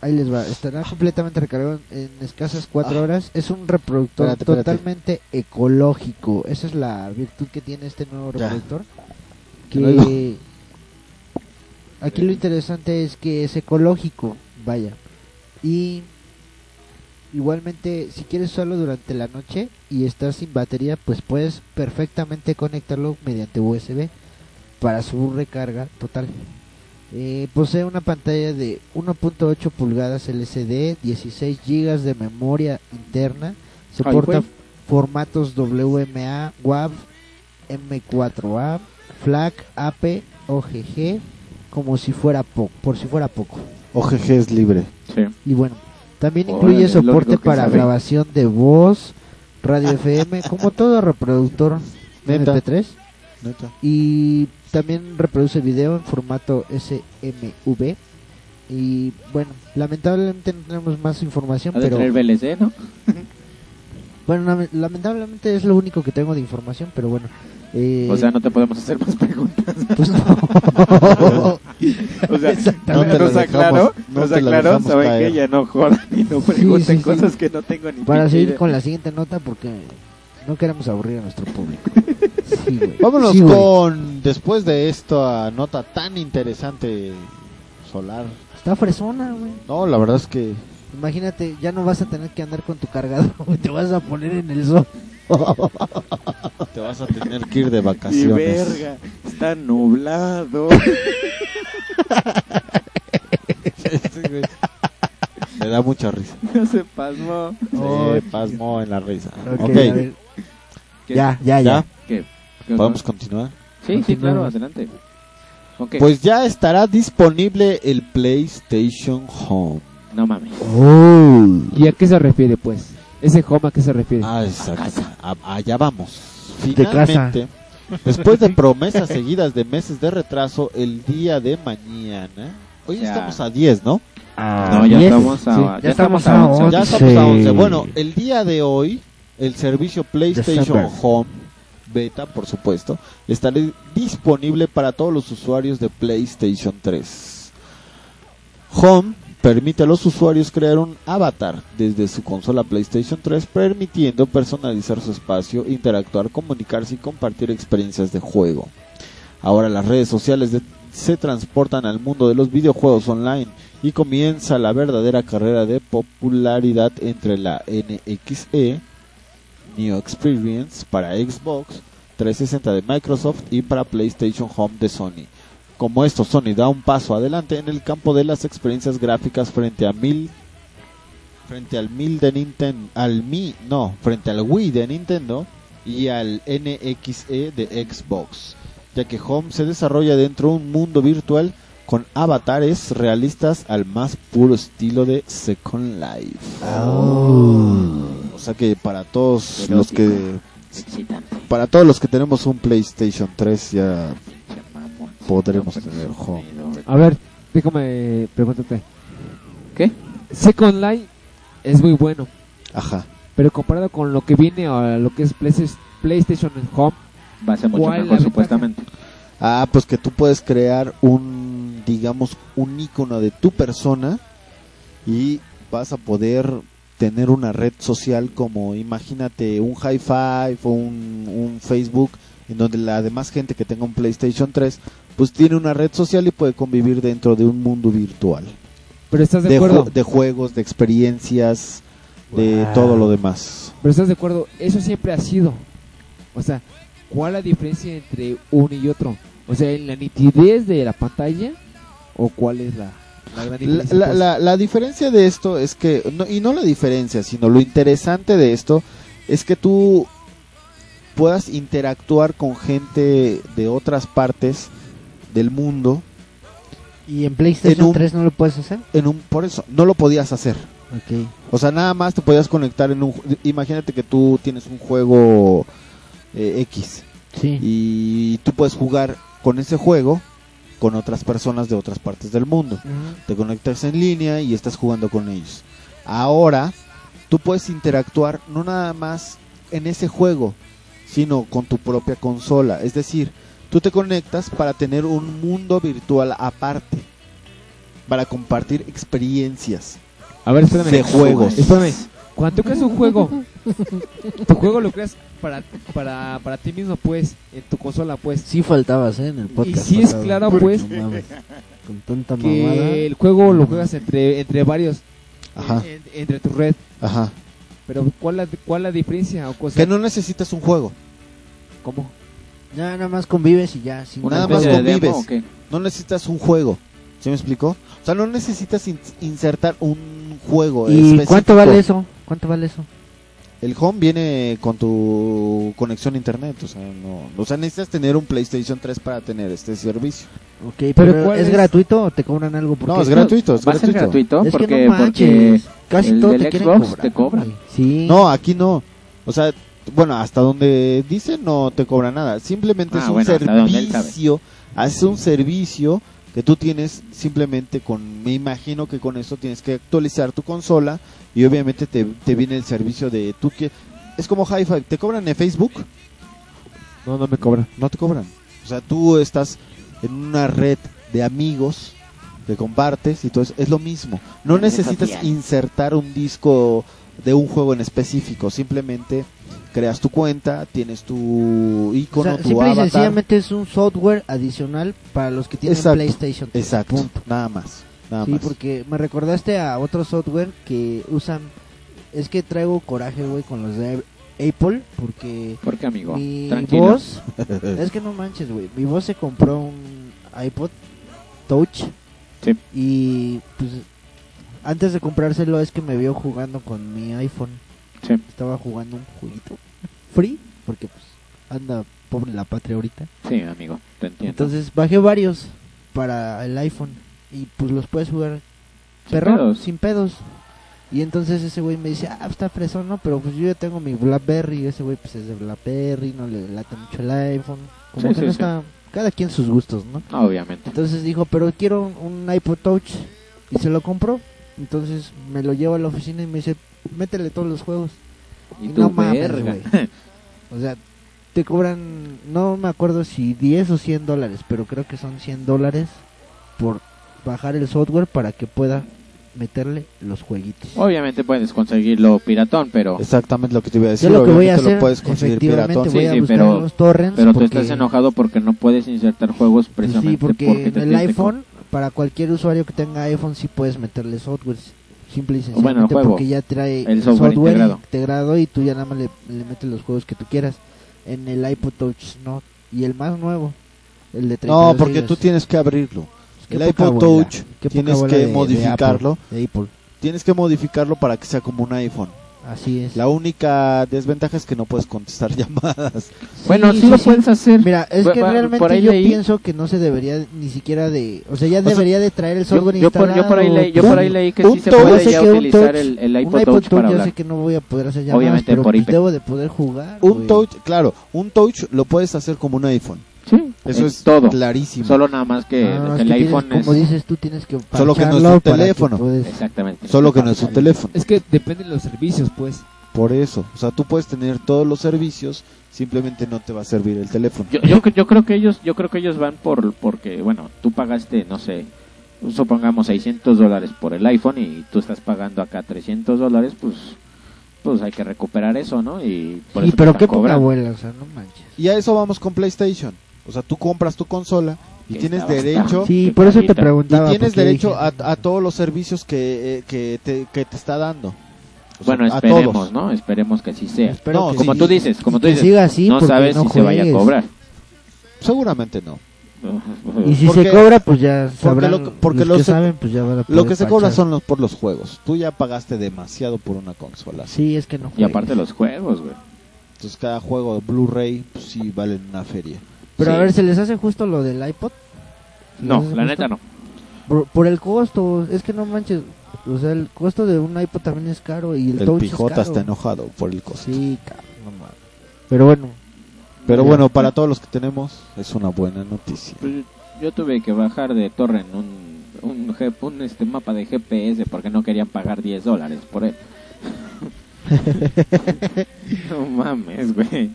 S4: ahí les va. Estará completamente recargado en escasas cuatro horas. Es un reproductor
S3: Ah. Espérate, espérate.
S4: totalmente ecológico. Esa es la virtud que tiene este nuevo
S3: Ya.
S4: reproductor.
S3: Que no
S4: Que aquí lo interesante es que es ecológico, vaya. Y igualmente, si quieres usarlo durante la noche y estás sin batería, pues puedes perfectamente conectarlo mediante USB para su recarga total. Eh, posee una pantalla de 1.8 pulgadas LCD, 16 GB de memoria interna, soporta
S5: güey.
S4: formatos WMA, WAV, M4A, FLAC, AP, OGG, como si fuera poco, por si fuera poco.
S3: OGG es libre.
S5: Sí.
S4: Y bueno, también
S5: Órale,
S4: incluye
S5: es lo
S4: soporte
S5: único que
S4: para
S5: sabe.
S4: grabación de voz, radio FM, como todo reproductor
S3: Neta.
S4: MP3
S3: Neta.
S4: y también reproduce video en formato SMV. Y bueno, lamentablemente no tenemos más información,
S5: Ha de
S4: pero
S5: traer VLC, ¿no?
S4: bueno, lame- lamentablemente es lo único que tengo de información, pero bueno. eh,
S5: O sea, no te podemos hacer más preguntas.
S4: pues no.
S5: O sea,
S3: No te
S5: nos
S3: la
S5: aclaró,
S3: dejamos- no
S5: nos
S3: te la
S5: aclaró,
S3: dejamos
S5: saben
S3: caer.
S5: que ya no jodan y no pregunten
S4: sí, sí.
S5: cosas que no tengo ni
S4: Para
S5: pinche
S4: seguir
S5: idea.
S4: con la siguiente nota porque no queremos aburrir a nuestro público. Sí, güey.
S3: Vámonos
S4: Sí, güey.
S3: con, después de esta nota tan interesante solar.
S4: Está fresona, güey.
S3: No, la verdad es que...
S4: Imagínate, ya no vas a tener que andar con tu cargador, güey, te vas a poner en el sol.
S3: Te vas a tener que ir de
S5: Y
S3: vacaciones.
S5: verga, está nublado.
S3: Me da mucha risa.
S5: No se pasmó.
S3: Se pasmó en la risa. Ok,
S4: a ver. Ya, ya, ya.
S3: ya,
S5: ¿Qué
S3: podemos
S5: onda?
S3: continuar.
S5: Sí, sí, claro,
S4: continuar.
S5: adelante. Ok,
S3: Pues ya estará disponible el PlayStation Home.
S5: no mames.
S4: Oh.
S1: ¿Y a qué se refiere pues? ¿Ese home a qué se refiere?
S3: Ah, exacto. A- allá vamos.
S4: De casa.
S3: Finalmente, después de promesas seguidas de meses de retraso, el día de mañana. Hoy
S5: Ya.
S3: estamos a 10, ¿no?
S5: No, ya
S4: diez.
S5: estamos a,
S4: Ah, Sí,
S5: ya estamos a once.
S3: Ya estamos a 11. Bueno, el día de hoy, el servicio PlayStation
S4: December.
S3: Home Beta, por supuesto, estará disponible para todos los usuarios de PlayStation 3. Home permite a los usuarios crear un avatar desde su consola PlayStation 3, permitiendo personalizar su espacio, interactuar, comunicarse y compartir experiencias de juego. Ahora las redes sociales de- se transportan al mundo de los videojuegos online y comienza la verdadera carrera de popularidad entre la E NXE, New Experience para Xbox 360 de Microsoft y para PlayStation Home de Sony. Como esto, Sony da un paso adelante en el campo de las experiencias gráficas frente a mil frente al mil de Nintendo, al mi, no, frente al Wii de Nintendo y al NXE de Xbox, ya que Home se desarrolla dentro de un mundo virtual con avatares realistas al más puro estilo de Second Life. O sea que para todos
S5: Erótico.
S3: los que
S5: Excitante,
S3: para todos los que tenemos un PlayStation 3 ya
S5: pinche mamón.
S3: podremos
S5: No, pues,
S3: tener home.
S5: consumidor.
S1: A ver, déjame preguntarte.
S5: ¿Qué?
S1: Second Life es muy bueno,
S3: Ajá.
S1: pero comparado con lo que viene a lo que es Playsta- PlayStation Home,
S5: Va a ser mucho
S1: ¿Cuál la
S5: mejor,
S1: ventaja?
S5: supuestamente.
S3: Ah, pues que tú puedes crear un digamos un icono de tu persona y vas a poder tener una red social como imagínate un High Five o un, un Facebook en donde la demás gente que tenga un PlayStation 3 pues tiene una red social y puede convivir dentro de un mundo virtual.
S1: pero estás de,
S3: de,
S1: acuerdo,
S3: ju- de juegos, de experiencias, de todo lo demás.
S1: pero estás de acuerdo, eso siempre ha sido. O sea, ¿cuál la diferencia entre uno y otro? O sea, en la nitidez de la pantalla o cuál es la
S8: La gran
S3: La,
S8: diferencia,
S3: la-
S8: pues.
S3: la- la diferencia de esto es que, no- y no la diferencia, sino lo interesante de esto es que tú puedas interactuar con gente de otras partes del mundo
S4: ¿Y en PlayStation
S3: En un-
S4: 3 no lo puedes hacer?
S3: en un por eso no lo podías hacer.
S4: Ok.
S3: O sea, nada más te podías conectar en un ju- imagínate que tú tienes un juego eh, X
S4: Sí.
S3: y tú puedes jugar con ese juego con otras personas de otras partes del mundo.
S4: Ujú.
S3: te conectas en línea y estás jugando con ellos. Ahora, tú puedes interactuar no nada más en ese juego, sino con tu propia consola. Es decir, tú te conectas para tener un mundo virtual aparte, para compartir experiencias.
S1: A ver, espérame.
S3: De juegos.
S1: Espérame. Cuando tú creas un juego, tu juego lo creas para, para, para ti mismo, pues, en tu consola, pues.
S4: Sí faltabas, ¿eh? En el podcast.
S1: sí es
S4: pasado.
S1: claro, pues.
S4: No mames. Con tanta mamada.
S1: Que el juego lo juegas entre, entre varios,
S3: Ajá,
S1: en- entre tu red.
S3: ajá.
S1: Pero ¿cuál la, cuál la diferencia o cosa?
S3: Que no necesitas un juego,
S1: ¿Cómo?
S4: Ya nada más convives y ya. sin-
S3: Nada más
S5: especie de
S3: convives.
S5: demo o qué?
S3: no necesitas un juego. ¿Se me explicó? O sea, no necesitas in- insertar un juego.
S4: ¿Y
S3: específico.
S4: cuánto vale eso? ¿Cuánto vale eso?
S3: El home viene con tu conexión a internet, o sea, no, o sea, necesitas tener un PlayStation 3 para tener este servicio.
S4: Ok, pero,
S1: ¿cuál
S4: ¿es,
S1: es?
S4: gratuito o te cobran algo? por
S3: No,
S4: qué?
S3: es gratuito, es
S5: ¿Va a ser
S3: gratuito.
S4: Es
S5: gratuito?
S4: que
S5: porque,
S4: no
S5: porque
S4: manches. Casi
S5: el
S4: todo
S5: del
S4: te quieren
S5: Xbox
S4: cobrar,
S5: te cobra.
S4: güey. Sí.
S3: No, aquí no. O sea, bueno, hasta donde dice no te cobra nada, simplemente
S5: Ah,
S3: es un
S5: bueno, hasta donde él sabe.
S3: servicio, hace un servicio que tú tienes simplemente con me imagino que con eso tienes que actualizar tu consola y obviamente te, te viene el servicio de tú que es como Hi-Fi, te cobran en Facebook
S1: No, no me cobra.
S3: no te cobran. O sea, tú estás en una red de amigos que compartes y todo eso. Es lo mismo. No
S5: Red
S3: necesitas
S5: social.
S3: insertar un disco de un juego en específico. Simplemente creas tu cuenta, tienes tu
S4: O
S3: icono,
S4: sea,
S3: tu
S4: simple y
S3: avatar.
S4: sencillamente es un software adicional para los que tienen
S3: Exacto,
S4: PlayStation. tres.
S3: Exacto.
S4: Punto.
S3: Nada más. Nada
S4: Sí,
S3: más.
S4: porque me recordaste a otro software que usan. Es que traigo coraje, güey, con los de Apple. Porque
S5: ¿Por qué, amigo?
S4: mi
S5: Tranquilo.
S4: voz.
S3: Pues.
S4: es que no manches, güey. Mi voz se compró un iPod Touch.
S5: Sí.
S4: Y pues. Antes de comprárselo, es que me vio jugando con mi iPhone.
S5: Sí.
S4: Estaba jugando un jueguito free. Porque pues anda pobre la patria ahorita.
S5: Sí, amigo, te entiendo.
S4: Entonces bajé varios para el iPhone y pues los puedes jugar
S5: Sin
S4: perrón,
S5: pedos.
S4: sin pedos. Y entonces ese güey me dice, ah, está fresón, ¿no? Pero pues yo ya tengo mi Blackberry, ese güey pues es de Blackberry, no le late mucho el iPhone. Como
S5: Sí,
S4: que
S5: sí,
S4: no
S5: sí.
S4: está, cada quien sus gustos, ¿no?
S5: Obviamente.
S4: Entonces dijo, pero quiero un iPod Touch y se lo compró. Entonces me lo llevo a la oficina y me dice, métele todos los juegos.
S5: Y
S4: No
S5: tú,
S4: mames,
S5: verga.
S4: güey. O sea, te cobran, no me acuerdo si 10 o 100 dólares, pero creo que son 100 dólares por bajar el software para que pueda meterle los jueguitos.
S5: Obviamente puedes conseguirlo piratón, pero,
S3: Exactamente lo que te iba a decir.
S4: Yo lo que voy a
S3: Obviamente
S4: hacer,
S3: lo puedes conseguir
S4: efectivamente,
S3: piratón.
S5: Sí,
S4: voy a
S5: sí,
S4: buscar
S5: pero-
S4: unos torrents.
S5: pero tú
S4: porque,
S5: estás enojado porque no puedes insertar
S4: pues
S5: juegos
S4: sí,
S5: precisamente
S4: porque,
S5: porque
S4: en
S5: te
S4: el
S5: tienes que
S4: iPhone, para cualquier usuario que tenga iPhone, sí puedes meterle softwares. Simple y sencillamente
S5: Bueno, el juego,
S4: porque ya trae
S5: el software integrado.
S4: y tú ya nada más le, le metes los juegos que tú quieras. En el iPod Touch no. Y el más nuevo, el de 32
S3: No, porque
S4: gigas.
S3: tú tienes que abrirlo.
S4: Qué
S3: el
S4: poca
S3: iPod
S4: bola,
S3: Touch
S4: qué poca
S3: tienes
S4: bola
S3: que
S4: de- de
S3: modificarlo.
S4: Apple, de Apple.
S3: Tienes que modificarlo para que sea como un iPhone.
S4: Así es.
S3: La única desventaja es que no puedes contestar llamadas.
S5: Bueno, sí, lo puedes hacer.
S4: Mira, es
S5: Bu-
S4: que
S5: bu-
S4: realmente
S5: por ahí
S4: yo
S5: leí-
S4: pienso que no se debería ni siquiera de... O sea, ya
S3: sea,
S4: debería de traer el
S5: yo,
S4: software
S5: yo por, yo por ahí
S4: instalado,
S5: leí, yo
S4: pues,
S5: por ahí leí que
S3: un
S5: sí se
S3: touch,
S5: puede
S4: sé
S5: ya
S4: que un
S5: utilizar
S4: touch,
S5: el, el
S4: un
S5: iPod Touch para
S4: yo
S5: hablar.
S4: sé que no voy a poder hacer llamadas,
S5: Obviamente,
S4: pero
S5: por
S4: pues
S5: IP.
S4: debo de poder jugar.
S3: Un
S4: güey.
S3: touch, claro, un touch lo puedes hacer como un iPhone.
S5: Sí,
S3: Eso es,
S5: todo.
S3: clarísimo.
S5: Solo nada más que
S4: Nada más
S5: el
S4: Ah, que tienes-
S5: eh, iPhone es...
S4: Como dices, tú tienes que
S3: Solo que no es un
S4: parcharlo para que
S3: teléfono.
S4: puedes-
S5: Exactamente.
S3: Solo que no es un teléfono.
S1: Es que depende de los servicios, pues.
S3: Por eso, o sea, tú puedes tener todos los servicios, simplemente no te va a servir el teléfono.
S5: Yo, yo, yo creo que ellos yo creo que ellos van por porque bueno tú pagaste no sé supongamos 600 dólares por el iPhone y tú estás pagando acá 300 dólares pues pues hay que recuperar eso no y por
S4: Sí,
S5: eso te
S4: pero
S5: están
S4: qué poca
S5: cobrando.
S4: abuela, o sea, no manches.
S3: Y a eso vamos con PlayStation. O sea, tú compras tu consola y
S5: Que
S3: tienes
S5: estaba-
S3: derecho
S4: Sí,
S5: Qué
S4: por eso te
S5: carita.
S4: preguntaba.
S3: y tienes
S4: porque
S3: derecho
S4: dije,
S3: a, a todos los servicios que, eh, que, te, que te está dando. O sea,
S5: bueno
S3: a
S5: esperemos
S3: todos.
S5: no esperemos que así sea
S4: Espero
S3: No,
S4: que
S5: como
S3: sí.
S5: tú dices como
S4: Y
S5: tú
S4: que
S5: dices
S4: siga así
S5: no
S4: porque
S5: sabes
S4: no
S5: si se vaya a
S4: juegues.
S5: cobrar
S3: Seguramente no.
S4: Y si
S3: Porque-
S4: se cobra, pues ya sabrán.
S3: lo- porque
S4: los
S3: lo
S4: que
S3: se-
S4: saben, pues ya van a
S3: Lo
S4: poder
S3: que se
S4: parchar.
S3: cobra son los por los juegos. Tú ya pagaste demasiado por una consola.
S4: Sí, es que no.
S5: Y aparte los juegos, güey.
S3: Entonces cada juego de Blu-ray pues, sí vale una feria.
S4: Pero a
S5: Sí.
S4: ver, ¿se les hace justo lo del iPod?
S5: No,
S4: ¿Les hace
S5: la
S4: justo?
S5: neta no.
S4: Por, por el costo, es que no manches. O sea, el costo de un iPod también es caro y el,
S3: El,
S4: touch es
S3: pijota
S4: caro.
S3: está enojado por el costo.
S4: Sí, cabrón, no mames. Pero bueno,
S3: Pero
S4: Ya.
S3: bueno, para todos los que tenemos es una buena noticia.
S5: Pues, yo tuve que bajar de torre en un, un, G- un, este mapa de GPS porque no querían pagar 10 dólares por él. no mames, güey.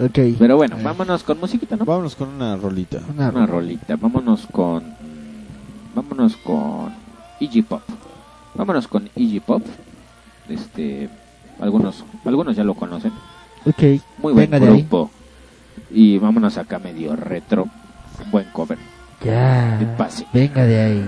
S4: ok.
S5: Pero bueno,
S4: Eh.
S5: vámonos con musiquita, ¿no?
S3: Vámonos con una rolita.
S4: Una
S5: Una rolita. Vámonos con. Vámonos con. Iggy Pop. Vámonos con Iggy Pop. Este. Algunos, algunos ya lo conocen.
S4: Ok,
S5: Muy buen
S4: Venga de ahí.
S5: grupo. Y vámonos acá medio retro. Buen cover.
S4: ya.
S5: El pase.
S4: Venga de ahí.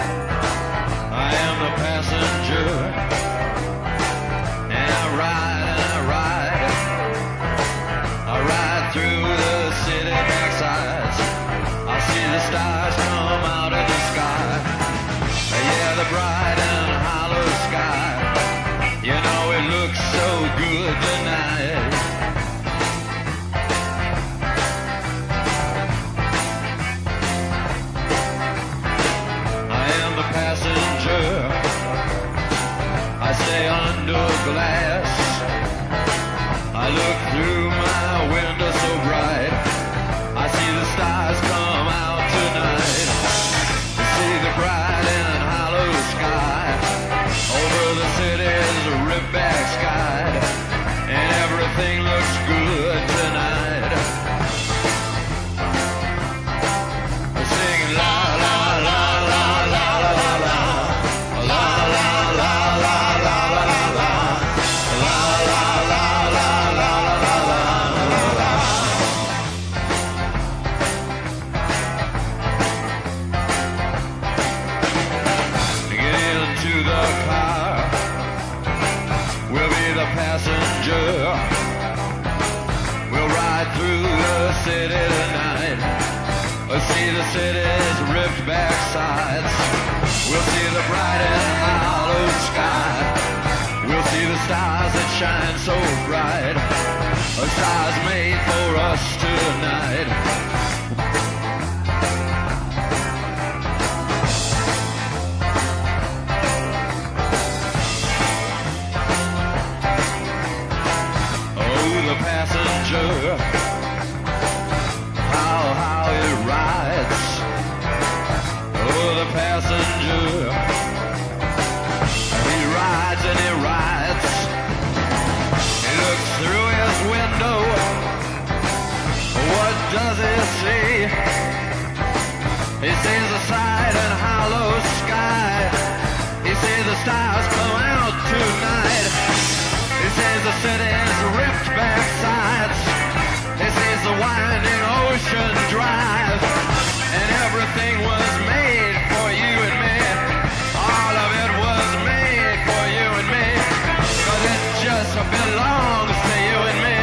S9: I am the passenger. And I ride and I ride. I ride through the city backsides. I see the stars come out of the sky. Yeah, the bright and hollow sky. You know it looks so good tonight. I am the passenger. I stay under glass. I look through my window so bright. I see the stars come out tonight. I see the bright and hollow sky over the city's ripback sky. And everything looks good tonight. Sing la la la la la la la la. Get into the car. We'll be the passenger. We'll ride through the city tonight. We'll see the city's ripped back sides. We'll see the bright and hollow sky. We'll see the stars that shine so bright. A stars made for us tonight. Oh, the passenger. How, how it rides. Oh, the passenger. He rides and he rides. He looks through his window. What does he see? He sees the side and hollow sky. He sees the stars come out tonight. He sees the city's ripped back sides. He sees the winding ocean drive. And everything was made for you and me. All of it was made for you and me. Cause it just belongs to you and me.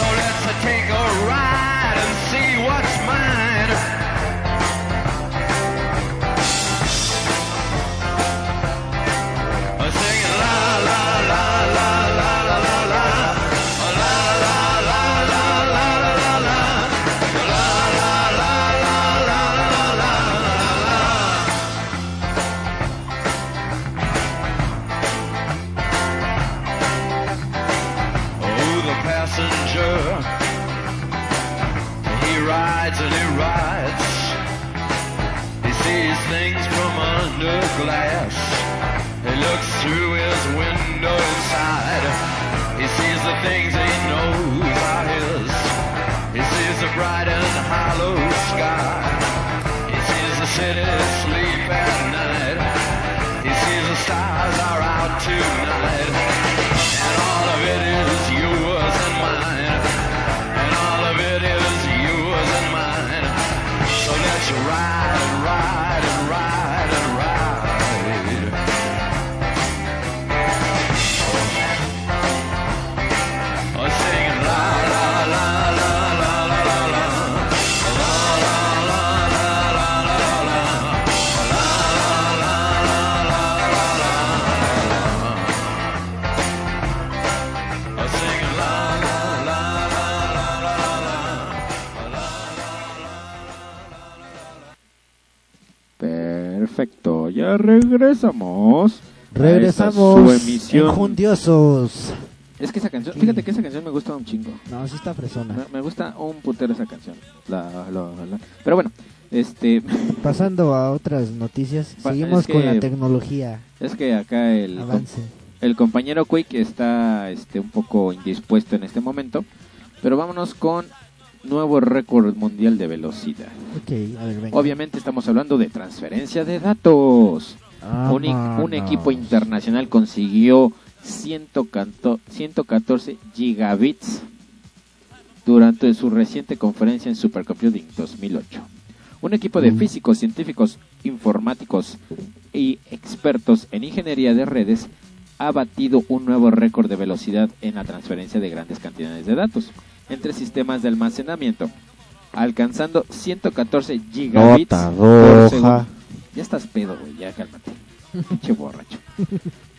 S9: So let's take a ride and see what's mine. Singing la la la la la la la la la la la la la la la la la la la la la la Oh, the passenger, he rides and he rides. He sees things from under glass. He looks through his window inside. He sees the things he knows are his. He sees the bright and hollow sky. He sees the city sleep at night. He sees the stars are out tonight. And
S2: ride and ride and ride and ride. Oh, singing la la la la la la la la. Oh, singing la la la la la la la.
S5: Perfecto, ya regresamos.
S4: Regresamos.
S5: Esta es su emisión.
S4: Enjundiosos.
S5: Es que esa canción, fíjate que esa canción me gusta un chingo.
S4: No, sí está
S5: Me,
S4: fresona.
S5: me gusta un putero esa canción. La, la, la. Pero bueno, este
S4: Pasando a otras noticias,
S5: Pa-
S4: seguimos
S5: es que-
S4: con la tecnología.
S5: es que acá el,
S4: Avance.
S5: el compañero Quick está este un poco indispuesto en este momento, pero vámonos con nuevo récord mundial de velocidad.
S4: Ok, a ver, venga.
S5: Obviamente estamos hablando de transferencia de datos.
S4: Ah,
S5: Un, i- un equipo internacional consiguió 114 114 gigabits durante su reciente conferencia en Supercomputing 2008. Un equipo de físicos, científicos, informáticos y expertos en ingeniería de redes ha batido un nuevo récord de velocidad en la transferencia de grandes cantidades de datos entre sistemas de almacenamiento, alcanzando 114 gigabits
S3: Nota
S5: por
S3: roja.
S5: segundo. Ya estás pedo, güey, ya cálmate. Pinche borracho.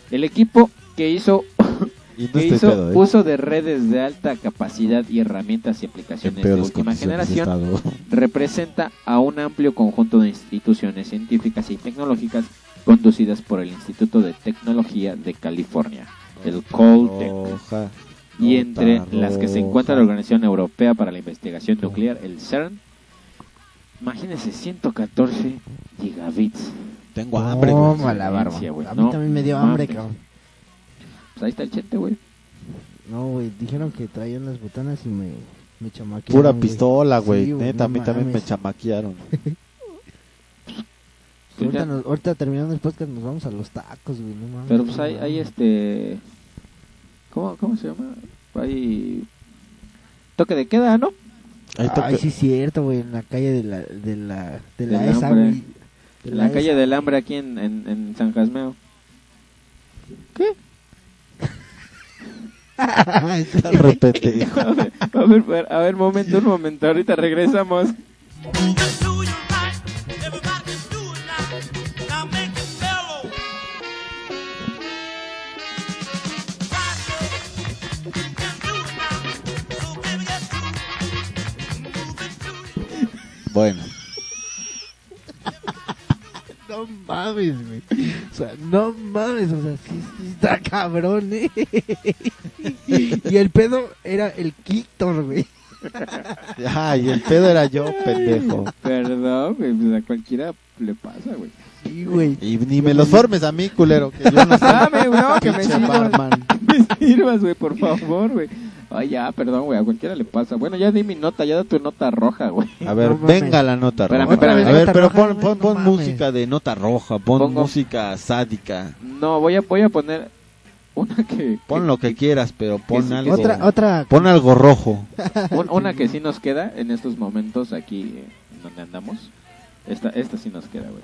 S5: El equipo que hizo,
S3: Y no
S5: que
S3: estoy
S5: hizo
S3: pedo, ¿eh?
S5: uso de redes de alta capacidad y herramientas y
S3: En
S5: aplicaciones de
S3: peores
S5: última
S3: condiciones
S5: generación
S3: he estado.
S5: representa a un amplio conjunto de instituciones científicas y tecnológicas conducidas por el Instituto de Tecnología de California, el Coltech,
S3: Roja.
S5: y entre
S3: Nota
S5: las que se
S3: roja.
S5: encuentra la Organización Europea para la Investigación Nuclear, el CERN. Imagínense, 114 gigabits.
S10: Tengo hambre, güey.
S4: Toma la barba.
S5: Ciencia, güey.
S4: A mí
S5: No
S4: también me dio hambre,
S5: mames.
S4: cabrón.
S5: Pues ahí está el chete, güey.
S4: No, güey, dijeron que traían las botanas y me, me chamaquearon.
S3: Pura
S4: güey.
S3: pistola, güey.
S4: Sí,
S3: Neta, a mí
S4: no
S3: también me
S4: mames.
S3: chamaquearon.
S5: Pues
S4: Ahorita,
S5: ya.
S4: nos- ahorita terminando el podcast nos vamos a los tacos, güey. No mames.
S5: Pero pues hay,
S4: No
S5: hay
S4: mames.
S5: este... ¿Cómo, ¿Cómo se llama? Hay... Toque de queda, ¿no?
S3: Ahí toca-
S4: Ay, sí, cierto, güey. En la calle de la. De la, de la
S5: Del
S4: ESA,
S5: hambre.
S4: güey. De
S5: En la calle
S4: ESA.
S5: del hambre aquí en, en, en San Jasmeo.
S3: Está re pendejo.
S5: A ver, a ver, a ver, momento, un momento. Ahorita regresamos.
S6: Just do your right. Everybody just do it now. Now make it mellow. Right, girl. Just do it now. So baby, just do it. Move it to it.
S3: Bueno,
S4: No mames, güey. O sea, no mames, o sea, sí, sí está cabrón, ¿eh? Y el pedo era el Quítor, güey.
S3: ay, el pedo era yo, pendejo.
S5: Perdón, güey, pues a cualquiera le pasa, güey.
S4: Sí, güey.
S3: Y ni me los formes a mí, culero. Que yo no soy
S5: Dame, no, que me
S3: pinche
S5: sirvas.
S3: barman.
S5: Me sirvas, güey, por favor, güey. Ay, ya, perdón, güey, a cualquiera le pasa. Bueno, ya di mi nota, ya da tu nota roja, güey.
S3: A ver,
S4: No mames.
S3: venga la nota roja.
S5: Espérame, espérame.
S3: A ver,
S4: Nota
S3: pero
S4: roja,
S3: pon,
S4: güey,
S3: pon,
S4: no
S3: pon
S4: mames.
S3: música de nota roja, pon
S5: Pongo-
S3: música sádica.
S5: No, voy a, voy a poner una que...
S3: Pon lo que quieras, pero pon
S5: sí,
S3: algo.
S4: Otra, otra.
S3: Pon algo rojo.
S5: un- una que sí nos queda en estos momentos aquí eh, donde andamos. Esta, esta sí nos queda, güey.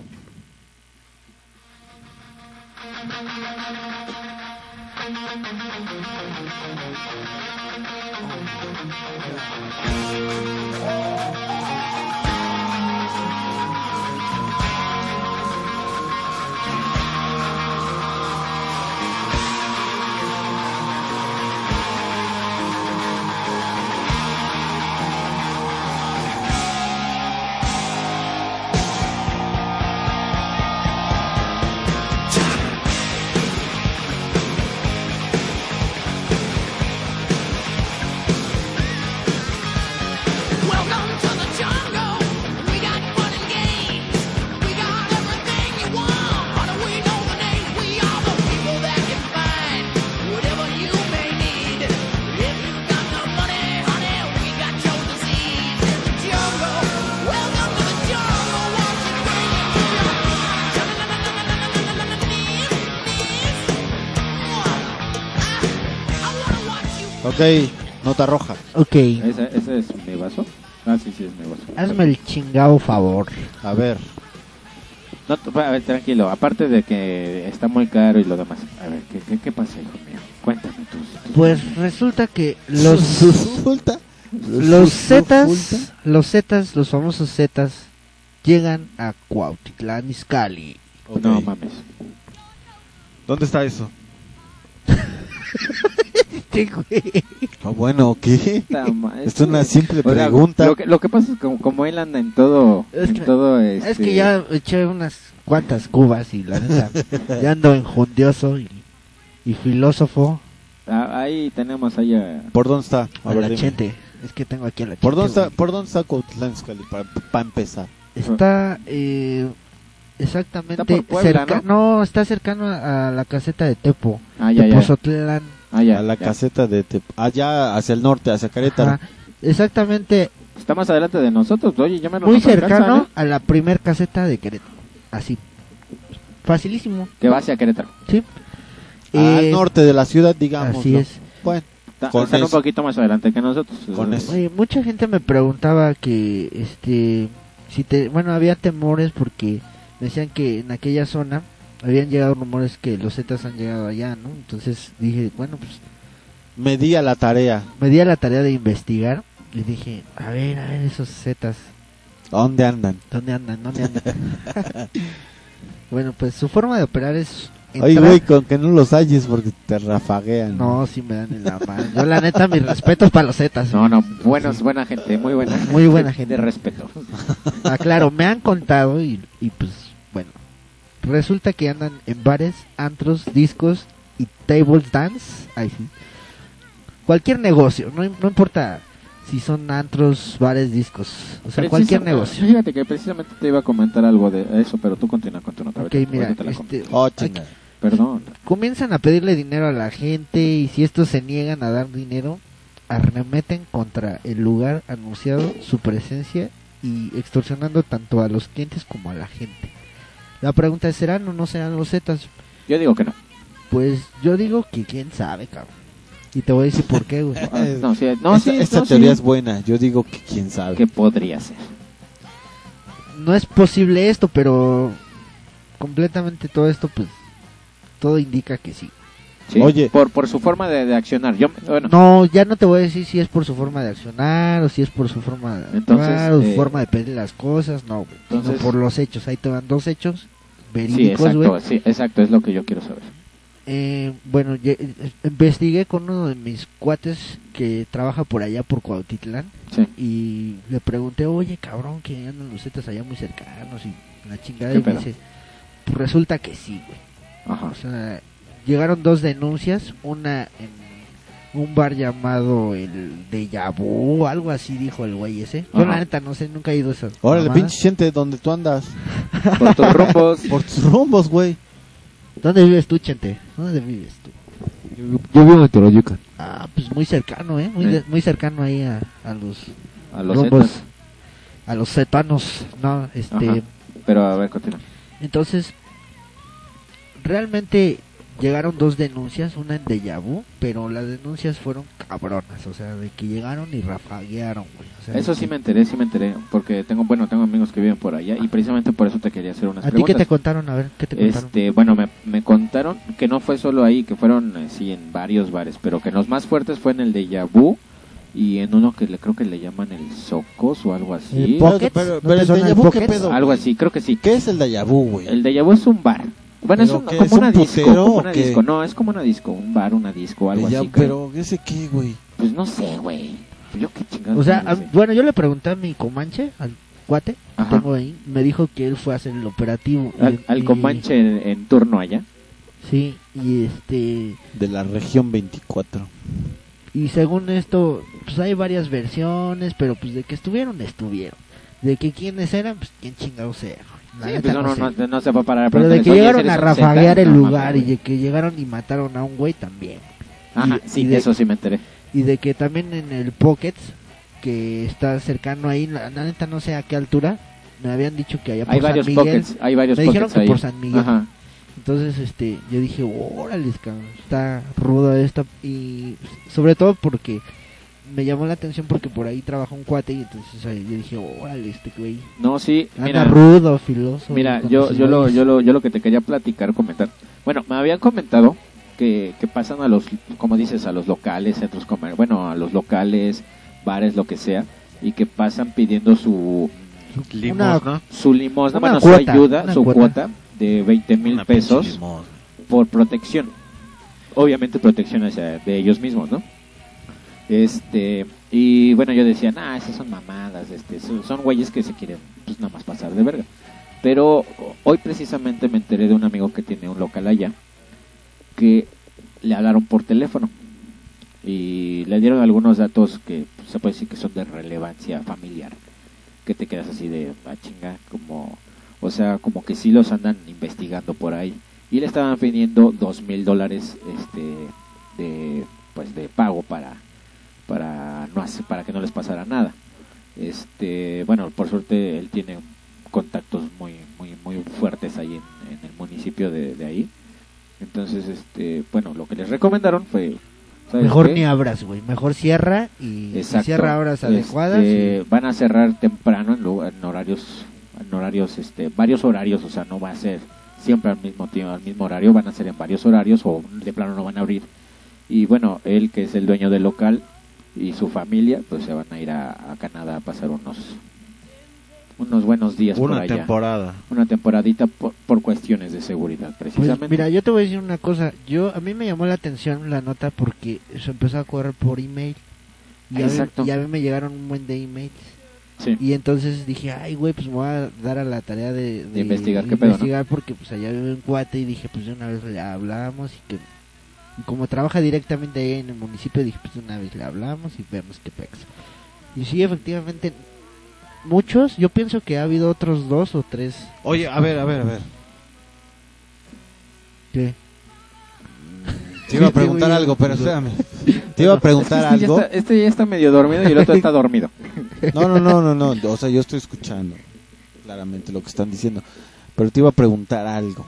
S6: Welcome to the jungle. We got fun and games. We got everything you want. Honey, we know the names. We are the people that can find whatever you may need. If you got no money, honey, we got your disease. It's the jungle. Welcome to the jungle. Won't you bring it to your I wanna watch you.
S3: Ok, nota roja.
S4: Ok.
S5: Ese, ese es mi vaso. Ah, sí, sí, es negocio.
S4: Hazme el chingado favor.
S3: A ver,
S5: No, tú- a ver, tranquilo. Aparte de que está muy caro y lo demás. A ver, ¿qué, qué, qué pasa, hijo mío? Cuéntame tú.
S4: Pues resulta que los
S3: resulta.
S4: los
S3: resulta-
S4: zetas, los zetas, los famosos zetas llegan a Cuautitlán Izcalli.
S5: No
S3: Ok.
S5: mames.
S8: ¿Dónde está eso?
S3: Ah, bueno, ¿qué?
S5: Puta madre.
S3: Es una simple
S5: O sea,
S3: pregunta.
S5: Lo que, lo que pasa es que como, como él anda en todo.
S4: Es
S5: en
S4: que-
S5: todo este,
S4: Es que ya eché unas cuantas cubas y la neta ya ando enjundioso y, y filósofo
S5: a- ahí tenemos ahí eh, a.
S3: ¿Por dónde está? A
S4: a
S3: ver,
S4: la
S3: dime.
S4: gente. Es que tengo aquí a la
S3: ¿Por
S4: gente,
S3: dónde está,
S4: güey.
S3: ¿Por dónde está Cuautitlán Izcalli para empezar?
S4: Está eh,
S5: Está
S4: exactamente
S5: por Puebla,
S4: cerca- ¿no? está cercano a, a la caseta de Tepo,
S5: Ah, ya, ya.
S4: Tepozotlán.
S5: Ah, ya,
S3: a la
S5: ya.
S3: caseta de Tep- allá hacia el norte, hacia Querétaro.
S4: Ajá. Ah, Exactamente
S5: Está más adelante de nosotros. Oye, ya me
S4: muy cercano a la primer caseta de Querétaro. Así. Facilísimo.
S5: Que va hacia Querétaro.
S4: Sí.
S3: Al
S4: Eh,
S3: norte de la ciudad, digamos.
S4: así
S3: ¿no?
S4: es.
S3: Bueno,
S5: Está,
S3: Con
S5: están un
S3: eso.
S5: poquito más adelante que nosotros.
S3: Con eso.
S4: Oye, mucha gente me preguntaba que este si te, bueno, había temores porque decían que en aquella zona habían llegado rumores que los Zetas han llegado allá, ¿no? Entonces dije, bueno, pues
S3: me di a la tarea.
S4: me di a la tarea de investigar y dije, a ver, a ver esos Zetas,
S3: ¿Dónde andan?
S4: ¿dónde andan? ¿Dónde andan? bueno, pues su forma de operar es
S3: Oye,
S4: entrar-
S3: güey, con que no los halles porque te rafaguean.
S4: No, sí me dan en la mano. Yo la neta, mis respetos para los Zetas. ¿eh?
S5: No, no, buenos, buena gente, muy buena gente.
S4: Muy buena gente.
S5: De respeto.
S4: Ah, claro, me han contado y, y pues bueno. Resulta que andan en bares, antros, discos y tables dance. Ahí sí. Cualquier negocio, no, im- no importa si son antros, bares, discos. O sea, cualquier
S5: Precisamente-
S4: negocio.
S5: Fíjate que precisamente te iba a comentar algo de eso, pero tú continúa con tu nota.
S4: Ok,
S5: ahorita-
S4: mira,
S5: ahorita te la comento.
S4: este,
S3: Oh, chinga.
S5: Perdón.
S4: comienzan a pedirle dinero a la gente y si estos se niegan a dar dinero, arremeten contra el lugar anunciado su presencia y extorsionando tanto a los clientes como a la gente. La pregunta es, ¿serán o no serán los Zetas?
S5: Yo digo que no.
S4: Pues yo digo que quién sabe, cabrón. Y te voy a decir por qué, güey.
S5: Ah, No, sí, no,
S3: esta
S5: sí,
S3: esta
S5: no, sí.
S3: teoría es buena. Yo digo que quién sabe.
S5: que podría ser.
S4: No es posible esto, pero completamente todo esto, pues, todo indica que sí.
S5: Sí,
S3: Oye.
S5: Por, por su forma de, de accionar. Yo, bueno,
S4: No, ya no te voy a decir si es por su forma de accionar o si es por su forma de
S5: Entonces,
S4: actuar o su
S5: eh,
S4: forma de pedir las cosas, no, güey, sino
S5: entonces-
S4: por los hechos. Ahí te van dos hechos
S5: sí,
S4: verídicos, güey.
S5: exacto, sí, exacto, es lo que yo quiero saber.
S4: Eh, bueno, ye- eh, investigué con uno de mis cuates que trabaja por allá por Cuautitlán
S5: Sí.
S4: y le pregunté, oye, cabrón, que andan los Zetas allá muy cercanos y la chingada
S5: ¿Qué
S4: y me
S5: pedo?
S4: dice, "Pues resulta que sí, güey.
S5: Ajá.
S4: O sea, llegaron dos denuncias, una en un bar llamado el de Vu, algo así dijo el güey ese. Yo la
S5: Ajá.
S4: neta no sé, nunca he ido a esas
S3: Órale,
S4: mamadas.
S3: pinche gente, donde tú andas.
S5: Por tus rumbos.
S3: Por tus rumbos, güey.
S4: ¿Dónde vives tú, Chente? ¿Dónde vives tú?
S1: Yo, yo vivo en Toroyuca.
S4: Ah, pues muy cercano, ¿eh? Muy,
S5: Sí.
S4: de- muy cercano ahí a, a los
S5: A los
S4: rumbos,
S5: Zetas.
S4: a los zetanos, ¿no? Este,
S5: Ajá. Pero a ver, continúa.
S4: Entonces, realmente llegaron dos denuncias, una en Deja Vu, pero las denuncias fueron cabronas, o sea, de que llegaron y rafaguearon, güey. o sea,
S5: Eso
S4: de
S5: sí
S4: que-
S5: me enteré, sí me enteré, porque tengo, bueno, tengo amigos que viven por allá y precisamente por eso te quería hacer unas
S4: ¿A ti qué
S5: preguntas.
S4: te contaron? A ver, ¿qué te contaron?
S5: Este, bueno, me, me contaron que no fue solo ahí, que fueron eh, sí en varios bares, pero que los más fuertes fue en el de Yabú y en uno que le creo que le llaman el Socos o algo
S3: Eh,
S5: así.
S3: Pockets.
S4: Pero-
S3: ¿No te
S4: pero el
S3: suena el
S4: déjà vu, ¿qué
S3: Pockets?
S4: pedo?
S5: Algo así, creo que sí.
S3: ¿Qué es el Dayabú, güey?
S5: El de Yabú es un bar. Bueno, es,
S3: ¿Pero
S5: un-
S3: qué,
S5: como
S3: es
S5: una
S3: un
S5: disco,
S3: putero
S5: como
S3: o
S5: una
S3: qué?
S5: disco. No, es como una disco, un bar, una disco, algo
S3: Ya,
S5: así. creo.
S3: pero ese qué, güey.
S5: Pues no sé, güey. Yo qué chingados.
S4: O sea,
S5: no
S4: a-
S5: sé.
S4: bueno, yo le pregunté a mi comanche, al cuate, que
S5: Ajá.
S4: tengo ahí, me dijo que él fue a hacer el operativo. y-
S5: al, al
S4: y-
S5: Comanche en, en turno allá.
S4: Sí, y este,
S3: De la región 24.
S4: y según esto, pues hay varias versiones, pero pues de que estuvieron, estuvieron. De que quiénes eran, pues quién chingados eran. güey. La
S5: Sí,
S4: neta
S5: pues, no,
S4: no
S5: no,
S4: sé.
S5: no- no se va a parar a
S4: Pero de
S5: preguntarles,
S4: que
S5: "Oye,
S4: llegaron
S5: ¿eres
S4: a
S5: un Zeta?"
S4: rafaguear el
S5: No,
S4: lugar
S5: mames,
S4: y de que llegaron y mataron a un güey también.
S5: Ajá,
S4: y-
S5: sí,
S4: y de-
S5: eso sí me enteré.
S4: Y de que también en el Pockets, que está cercano ahí, la, la neta no sé a qué altura, me habían dicho que allá por
S5: Hay
S4: San
S5: varios
S4: Miguel.
S5: pockets, hay varios
S4: me dijeron
S5: pockets
S4: que
S5: ahí.
S4: por San Miguel.
S5: Ajá.
S4: Entonces este yo dije, órale, cabrón, está ruda esta. Y sobre todo porque me llamó la atención porque por ahí trabaja un cuate y entonces o sea, yo dije, órale, este güey.
S5: No, sí,
S4: Anda
S5: mira,
S4: rudo, filoso.
S5: mira,
S4: con
S5: yo,
S4: sus
S5: yo, lo,
S4: valores.
S5: yo, lo, yo lo que te quería platicar, comentar. Bueno, me habían comentado que, que pasan a los, como dices, a los locales, centros comerciales, bueno, a los locales, bares, lo que sea, y que pasan pidiendo su,
S4: Una-
S8: Limosna.
S5: su limosna,
S4: Una
S5: bueno, su
S4: cuota,
S5: ayuda,
S4: una
S5: su
S4: cuota.
S5: cuota de 20 mil
S8: Una pinche
S5: pesos
S8: limosna.
S5: por protección. Obviamente protección hacia de ellos mismos, ¿no? Este, y bueno, yo decía, nah, esas son mamadas, este, son, son güeyes que se quieren, pues nada más pasar de verga. Pero hoy precisamente me enteré de un amigo que tiene un local allá, que le hablaron por teléfono y le dieron algunos datos que pues, se puede decir que son de relevancia familiar, que te quedas así de, ah, chinga, como, o sea, como que sí los andan investigando por ahí y le estaban pidiendo dos mil dólares este de pues de pago para para no hace- para que no les pasara nada este bueno por suerte él tiene contactos muy muy muy fuertes ahí en, en el municipio de, de ahí entonces este bueno lo que les recomendaron fue ¿sabes
S4: Mejor
S5: qué?
S4: ni abras, güey. Mejor cierra y, y
S5: Exacto.
S4: cierra a horas adecuadas. pues,
S5: Este, Van a cerrar temprano en, lu- en horarios, en horarios, este, varios horarios, o sea, no va a ser siempre al mismo tiempo, al mismo horario, van a ser en varios horarios o de plano no van a abrir. Y bueno, él que es el dueño del local y su familia, pues se van a ir a, a Canadá a pasar unos unos buenos días por
S8: Una
S5: allá.
S8: temporada.
S5: Una temporadita por, por cuestiones de seguridad,
S4: y- Pues,
S5: precisamente.
S4: mira, yo te voy a decir una cosa. Yo A mí me llamó la atención la nota porque se empezó a correr por email. Y a, mí,
S5: Exacto.
S4: y a mí me llegaron un buen de emails.
S5: Sí.
S4: Y entonces dije, ay, güey, pues me voy a dar a la tarea de,
S5: De investigar qué pedo,
S4: investigar porque pues allá vive un cuate y dije, pues de una vez le hablamos y que... y como trabaja directamente ahí en el municipio, dije, pues de una vez le hablamos y vemos qué pex. Y sí, efectivamente, muchos, yo pienso que ha habido otros dos o tres
S8: Oye, a ver, a ver, a ver.
S4: que...
S3: Te iba a
S4: Sí, güey.
S3: preguntar algo, pero espérame. Te iba a preguntar
S5: Este ya
S3: algo.
S5: está- este ya está medio dormido y el otro está dormido.
S3: No, no, no, no, no. O sea, yo estoy escuchando claramente lo que están diciendo. Pero te iba a preguntar algo.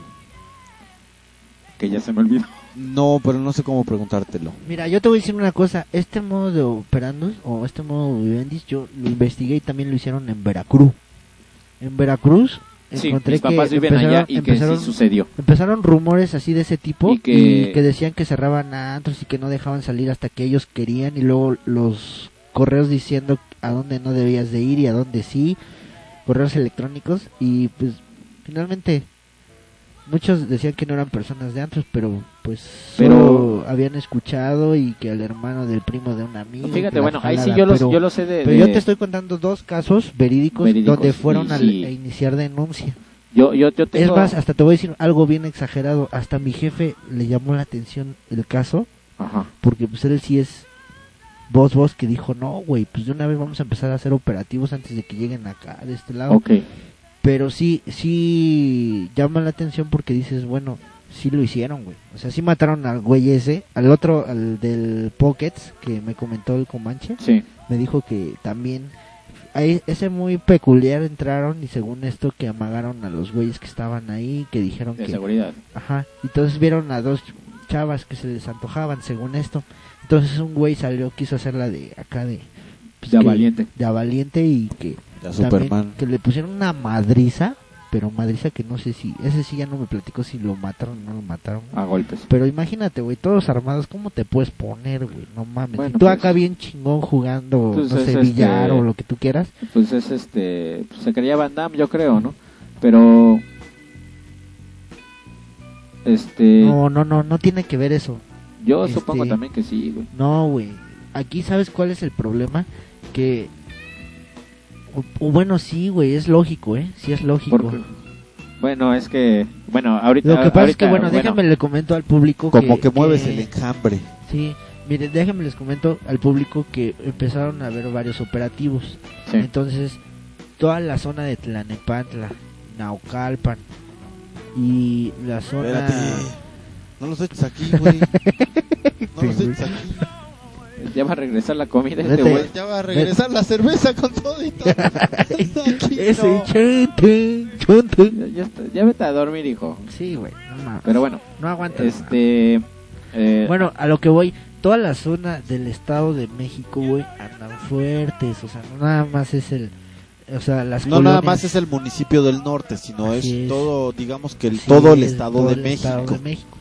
S5: Que ya se me olvidó.
S3: No, pero no sé cómo preguntártelo.
S4: Mira, yo te voy a decir una cosa, este modo de operandus o este modo de vivendis, yo lo investigué y también lo hicieron en Veracruz. En Veracruz
S5: Sí,
S4: encontré
S5: mis papás
S4: que
S5: viven
S4: empezaron,
S5: allá y que sí
S4: empezaron-
S5: sucedió.
S4: Empezaron rumores así de ese tipo
S5: Y
S4: y
S5: que-
S4: que... decían que cerraban antros y que no dejaban salir hasta que ellos querían y luego los correos diciendo a dónde no debías de ir y a dónde sí, correos electrónicos y pues finalmente muchos decían que no eran personas de antros, pero pues solo habían escuchado y que el hermano del primo de un amigo. que
S5: Pues Fíjate,
S4: la
S5: bueno, ahí sí
S4: jalada,
S5: yo lo,
S4: pero-
S5: yo lo sé de...
S4: pero
S5: de-
S4: yo te estoy contando dos casos verídicos,
S5: Verídicos,
S4: donde fueron
S5: y
S4: al-
S5: sí.
S4: a iniciar denuncia.
S5: yo, yo, yo tengo...
S4: Es más, hasta te voy a decir algo bien exagerado. Hasta mi jefe le llamó la atención el caso,
S5: Ajá.
S4: porque pues él sí es voz voz que dijo, no, güey, pues de una vez vamos a empezar a hacer operativos antes de que lleguen acá, de este lado.
S5: Ok.
S4: Pero sí, sí llama la atención porque dices, bueno, sí lo hicieron, güey. O sea, sí mataron al güey ese, al otro, al del Pockets, que me comentó el Comanche
S5: Sí.
S4: me dijo que también ahí- ese muy peculiar entraron y según esto que amagaron a los güeyes que estaban ahí que dijeron
S5: De
S4: que
S5: seguridad.
S4: ajá y entonces vieron a dos chavas que se les antojaban según esto entonces un güey salió quiso hacer la de acá de pues,
S5: Ya
S4: que-
S5: valiente.
S4: de a valiente y que
S3: Ya
S4: también
S3: Superman.
S4: que le pusieron una madriza pero madriza que no sé si ese sí ya no me platicó si lo mataron o no lo mataron
S5: A golpes.
S4: pero imagínate, güey, todos armados, ¿cómo te puedes poner, güey? No mames.
S5: Bueno,
S4: y tú
S5: pues.
S4: acá bien chingón jugando,
S5: Pues
S4: no
S5: es
S4: sé,
S5: este-
S4: billar o lo que tú quieras.
S5: Pues es este... pues se creía Van Damme, yo creo, ¿no? Pero... Este...
S4: No, no, no, no tiene que ver eso.
S5: yo
S4: este-
S5: supongo también que sí, güey.
S4: No, güey. Aquí sabes cuál es el problema. Que... O, o bueno, sí, güey, es lógico, ¿eh? Sí es lógico.
S5: Porque... Bueno, es que... Bueno, ahorita...
S4: Lo que pasa es que,
S5: ahorita,
S4: bueno, déjame le comento al público
S3: Como que mueves el enjambre.
S4: Sí, miren, déjenme les comento al público que empezaron a haber varios operativos.
S5: sí.
S4: Entonces, toda la zona de Tlanepantla, Naucalpan y la zona...
S3: Espérate. No los eches aquí, güey. No los eches aquí.
S5: Ya va a regresar la comida este
S4: Vete.
S5: güey.
S3: Ya va a regresar la cerveza con todo y todo. Aquí
S4: Ese
S3: no.
S4: chente, chente.
S5: Ya, ya está- ya vete a dormir, hijo.
S4: Sí, güey, no, ma-
S5: Pero bueno,
S4: no aguanto.
S5: este... eh,
S4: Bueno, a lo que voy, toda la zona del Estado de México, güey, andan fuertes. O sea, no nada más es el. O sea, las
S3: No nada
S4: colonias-
S3: más es el municipio del norte, sino es,
S4: Así es.
S3: todo, digamos que el,
S4: Sí,
S3: todo el estado
S4: todo
S3: de
S4: el
S3: México.
S4: Estado de México.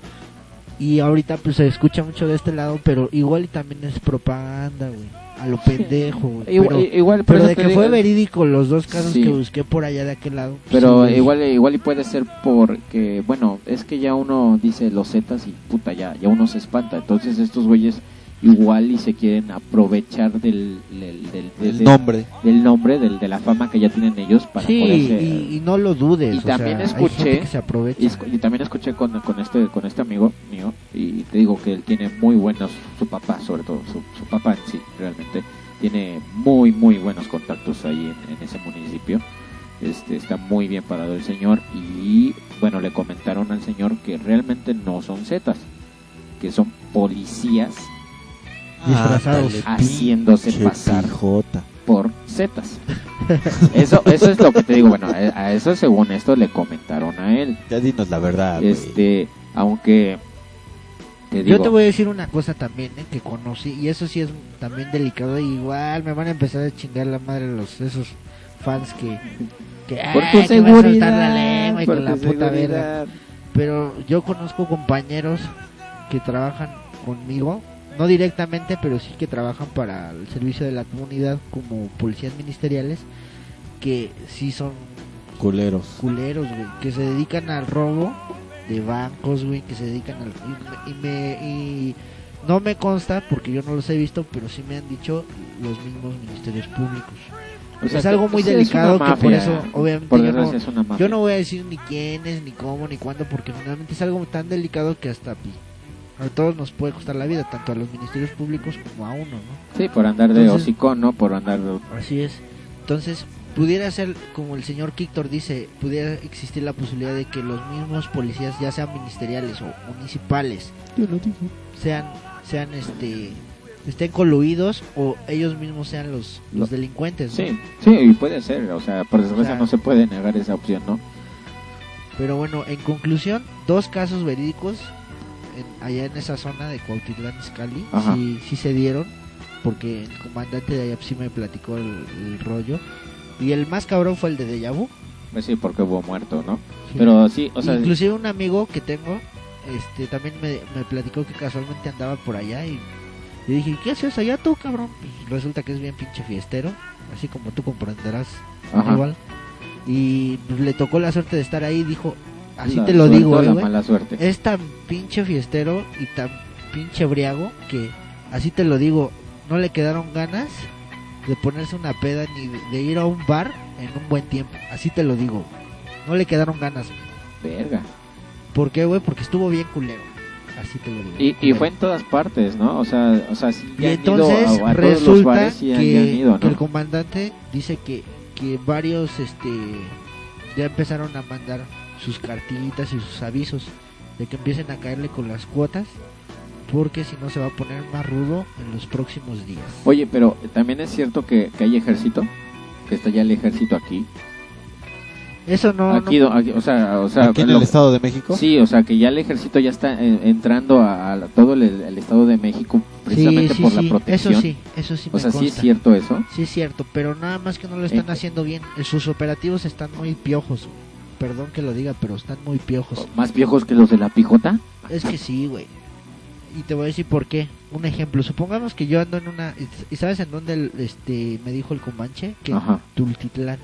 S4: Y ahorita pues se escucha mucho de este lado, pero igual y también es propaganda, güey. A lo pendejo, güey.
S5: Igual,
S4: Pero,
S5: igual por
S4: pero
S5: eso
S4: de
S5: te
S4: que fue
S5: digo-
S4: verídico los dos casos
S5: Sí.
S4: que busqué por allá de aquel lado. pues,
S5: Pero
S4: sí,
S5: igual igual y puede ser porque, bueno, es que ya uno dice los Zetas y puta, ya, ya uno se espanta. Entonces estos güeyes igual y se quieren aprovechar del, del, del-
S3: El
S5: del-
S3: nombre.
S5: del nombre, del, de la fama que ya tienen ellos para
S4: Sí,
S5: poderse...
S4: y, y no lo dudes.
S5: Y
S4: o sea,
S5: también
S4: hay
S5: escuché-
S4: gente que se aprovecha.
S5: Y, escu- y también escuché con, con este con este amigo mío y te digo que él tiene muy buenos su papá sobre todo su, su papá en sí realmente tiene muy muy buenos contactos ahí en, en ese municipio este está muy bien parado el señor y bueno le comentaron al señor que realmente no son zetas que son policías
S4: Disfrazados.
S5: Ah, haciéndose
S3: Che,
S5: pasar
S3: pijota.
S5: por zetas eso eso es lo que te digo bueno a- a eso según esto le comentaron a él
S3: Ya dinos la verdad. güey.
S5: este aunque te digo
S4: Yo te voy a decir una cosa también, ¿eh? que conocí, y eso sí es también delicado, y igual me van a empezar a chingar la madre los esos fans que... que
S5: por
S4: "Ay, que
S5: tu
S4: va a soltar
S5: seguridad
S4: la lengua y
S5: por
S4: con la
S5: tu
S4: puta verga.
S5: seguridad.
S4: Pero yo conozco compañeros que trabajan conmigo, no directamente, pero sí que trabajan para el servicio de la comunidad como policías ministeriales, que sí son
S3: Culeros.
S4: culeros, güey, que se dedican al robo de bancos, güey, que se dedican al... Y, me- y me- y no me consta, porque yo no los he visto, pero sí me han dicho los mismos ministerios públicos.
S5: O sea,
S4: es algo muy
S5: sí, es
S4: delicado
S5: una
S4: que por
S5: mafia.
S4: eso, obviamente,
S5: Por
S4: yo no-
S5: desgracia, es una mafia.
S4: yo no voy a decir ni quién es, ni cómo, ni cuándo, porque finalmente es algo tan delicado que hasta pues, a todos nos puede costar la vida, tanto a los ministerios públicos como a uno, ¿no?
S5: Sí, por andar de
S4: Entonces-
S5: hocicón, ¿no? Por andar de...
S4: Así es. Entonces, pudiera ser, como el señor Kíctor dice, pudiera existir la posibilidad de que los mismos policías, ya sean ministeriales o municipales, sean, sean este estén coludidos o ellos mismos sean los, los delincuentes, ¿no?
S5: Sí, sí, y puede ser. O sea, por desgracia
S4: O sea-
S5: no se puede negar esa opción, ¿no?
S4: Pero bueno, en conclusión, dos casos verídicos en- allá en esa zona de Cuautitlán Izcalli
S5: Ajá.
S4: sí, sí se dieron, porque el comandante de allá sí me platicó el, el rollo. Y el más cabrón fue el de Dejavu.
S5: Pues sí, porque hubo muerto, ¿no? Pero sí, o sea...
S4: Inclusive un amigo que tengo, este también me, me platicó que casualmente andaba por allá y yo dije, ¿qué haces allá tú, cabrón? Pues resulta que es bien pinche fiestero, así como tú comprenderás
S5: Ajá.
S4: igual. Y pues, le tocó la suerte de estar ahí, dijo, así
S5: La
S4: te lo
S5: suerte
S4: digo,
S5: o
S4: eh,
S5: La
S4: güey.
S5: mala suerte.
S4: Es tan pinche fiestero y tan pinche briago que, así te lo digo, no le quedaron ganas de ponerse una peda ni de, de ir a un bar en un buen tiempo. Así te lo digo. No le quedaron ganas.
S5: Verga.
S4: ¿Por qué, güey? Porque estuvo bien culero. Así te lo digo.
S5: Y, y
S4: culero.
S5: fue en todas partes, ¿no? O sea, o sea sí,
S4: eh, Y
S5: ya han ido
S4: entonces
S5: a- a todos los
S4: resulta
S5: bares y han- ya han
S4: que,
S5: ido, ¿no?
S4: que el comandante dice que, que varios este ya empezaron a mandar sus cartillitas y sus avisos de que empiecen a caerle con las cuotas porque si no se va a poner más rudo en los próximos días.
S5: Oye, pero también es cierto que, que hay ejército, que está ya el ejército aquí.
S4: Eso no,
S5: aquí,
S4: no-
S5: do- aquí, o sea, o sea,
S3: ¿Aquí en
S5: lo-
S3: el Estado de México?
S5: sí, o sea, que ya el ejército ya está eh, entrando a, a todo el, el estado de México precisamente
S4: sí, sí,
S5: por la
S4: sí,
S5: protección.
S4: Eso sí, eso sí
S5: o
S4: me
S5: sea, sí es
S4: consta.
S5: cierto eso.
S4: Sí es cierto, pero nada más que no lo están
S5: Eh.
S4: haciendo bien. Sus operativos están muy piojos. Perdón que lo diga, pero están muy piojos.
S5: Más viejos que los de la pijota.
S4: Es que sí, güey. Y te voy a decir por qué. Un ejemplo, supongamos que yo ando en una... ¿Y sabes en dónde el- este, me dijo el Comanche? Que en
S5: Ajá.
S4: Tultitlán.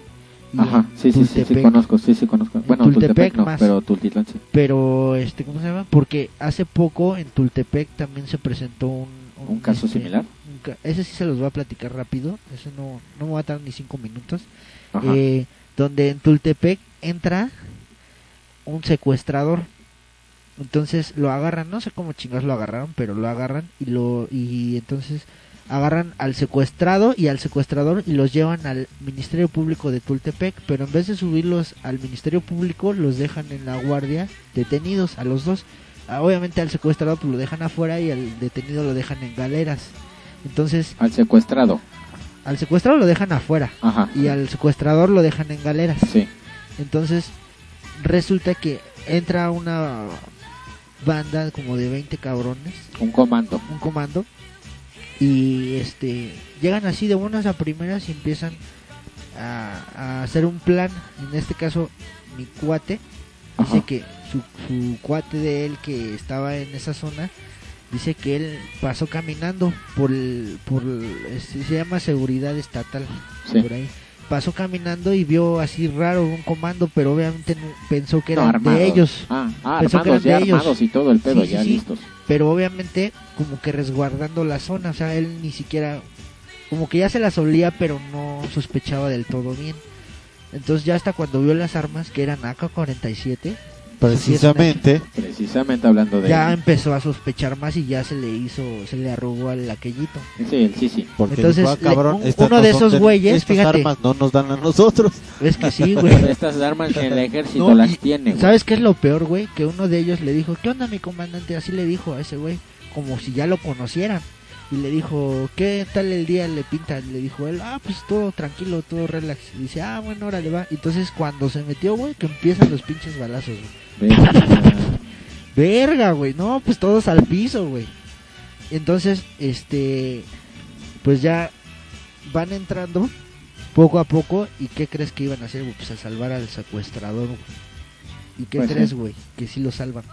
S4: Y
S5: Ajá,
S4: en
S5: sí, sí, sí, sí,
S4: Tultepec.
S5: conozco, sí, sí, conozco.
S4: En
S5: Bueno,
S4: Tultepec
S5: Tultepec no,
S4: más.
S5: pero Tultitlán sí.
S4: Pero, este, ¿cómo se llama? Porque hace poco en Tultepec también se presentó un...
S5: ¿Un caso
S4: este,
S5: similar?
S4: un ca- ese sí se los voy a platicar rápido. Ese no, no me va a tardar ni cinco minutos.
S5: Ajá.
S4: eh, donde en Tultepec entra un secuestrador. Entonces lo agarran, no sé cómo chingados lo agarraron, pero lo agarran y lo y entonces agarran al secuestrado y al secuestrador y los llevan al Ministerio Público de Tultepec, pero en vez de subirlos al Ministerio Público los dejan en la guardia detenidos a los dos. Ah, Obviamente al secuestrado pues, lo dejan afuera y al detenido lo dejan en galeras. Entonces
S5: Al secuestrado.
S4: al secuestrado lo dejan afuera
S5: Ajá.
S4: y al secuestrador lo dejan en galeras.
S5: Sí.
S4: Entonces, resulta que entra una banda como de 20 cabrones,
S5: Un comando.
S4: un comando, y este llegan así de buenas a primeras y empiezan a, a hacer un plan. En este caso, mi cuate dice
S5: Ajá.
S4: que su, su cuate de él que estaba en esa zona dice que él pasó caminando por el- por el- este, se llama seguridad estatal
S5: Sí.
S4: por ahí pasó caminando y vio así raro un comando pero obviamente no- pensó que
S5: No,
S4: eran
S5: armados.
S4: de ellos
S5: Ah, ah,
S4: Pensó que
S5: armados, ya
S4: eran de ellos.
S5: armados y todo el pedo,
S4: Sí, sí,
S5: ya
S4: sí.
S5: listos.
S4: pero obviamente como que resguardando la zona o sea él ni siquiera como que ya se las olía pero no sospechaba del todo bien entonces ya hasta cuando vio las armas que eran AK-47
S3: Precisamente.
S5: Precisamente hablando de...
S4: ya empezó a sospechar más y ya se le hizo, se le arrugó al aquellito.
S5: Sí, el sí, sí.
S3: Porque
S4: Entonces,
S3: dijo, "Ah,
S4: le-
S3: cabrón,
S4: un-
S3: estas
S4: uno
S3: no
S4: de
S3: son
S4: esos güeyes,
S3: estas
S4: fíjate.
S3: armas no nos dan a nosotros.
S4: Es que sí, güey.
S5: Estas armas que el ejército
S4: No,
S5: las
S4: y-
S5: tiene, güey.
S4: ¿Sabes qué es lo peor, güey? Que uno de ellos le dijo, ¿qué onda mi comandante? Así le dijo a ese güey, como si ya lo conocieran. Y le dijo, ¿qué tal el día le pinta? Le dijo él, ah, pues todo tranquilo, todo relax. Y dice, ah, bueno, órale, va. Entonces cuando se metió, güey, que empiezan los pinches balazos, güey.
S5: Verga.
S4: Verga, güey. No, pues todos al piso, güey. Entonces, este. Pues ya van entrando poco a poco. ¿Y qué crees que iban a hacer? güey? Pues a salvar al secuestrador, güey. ¿Y qué
S5: Pues sí.
S4: crees, güey? Que sí lo salvan.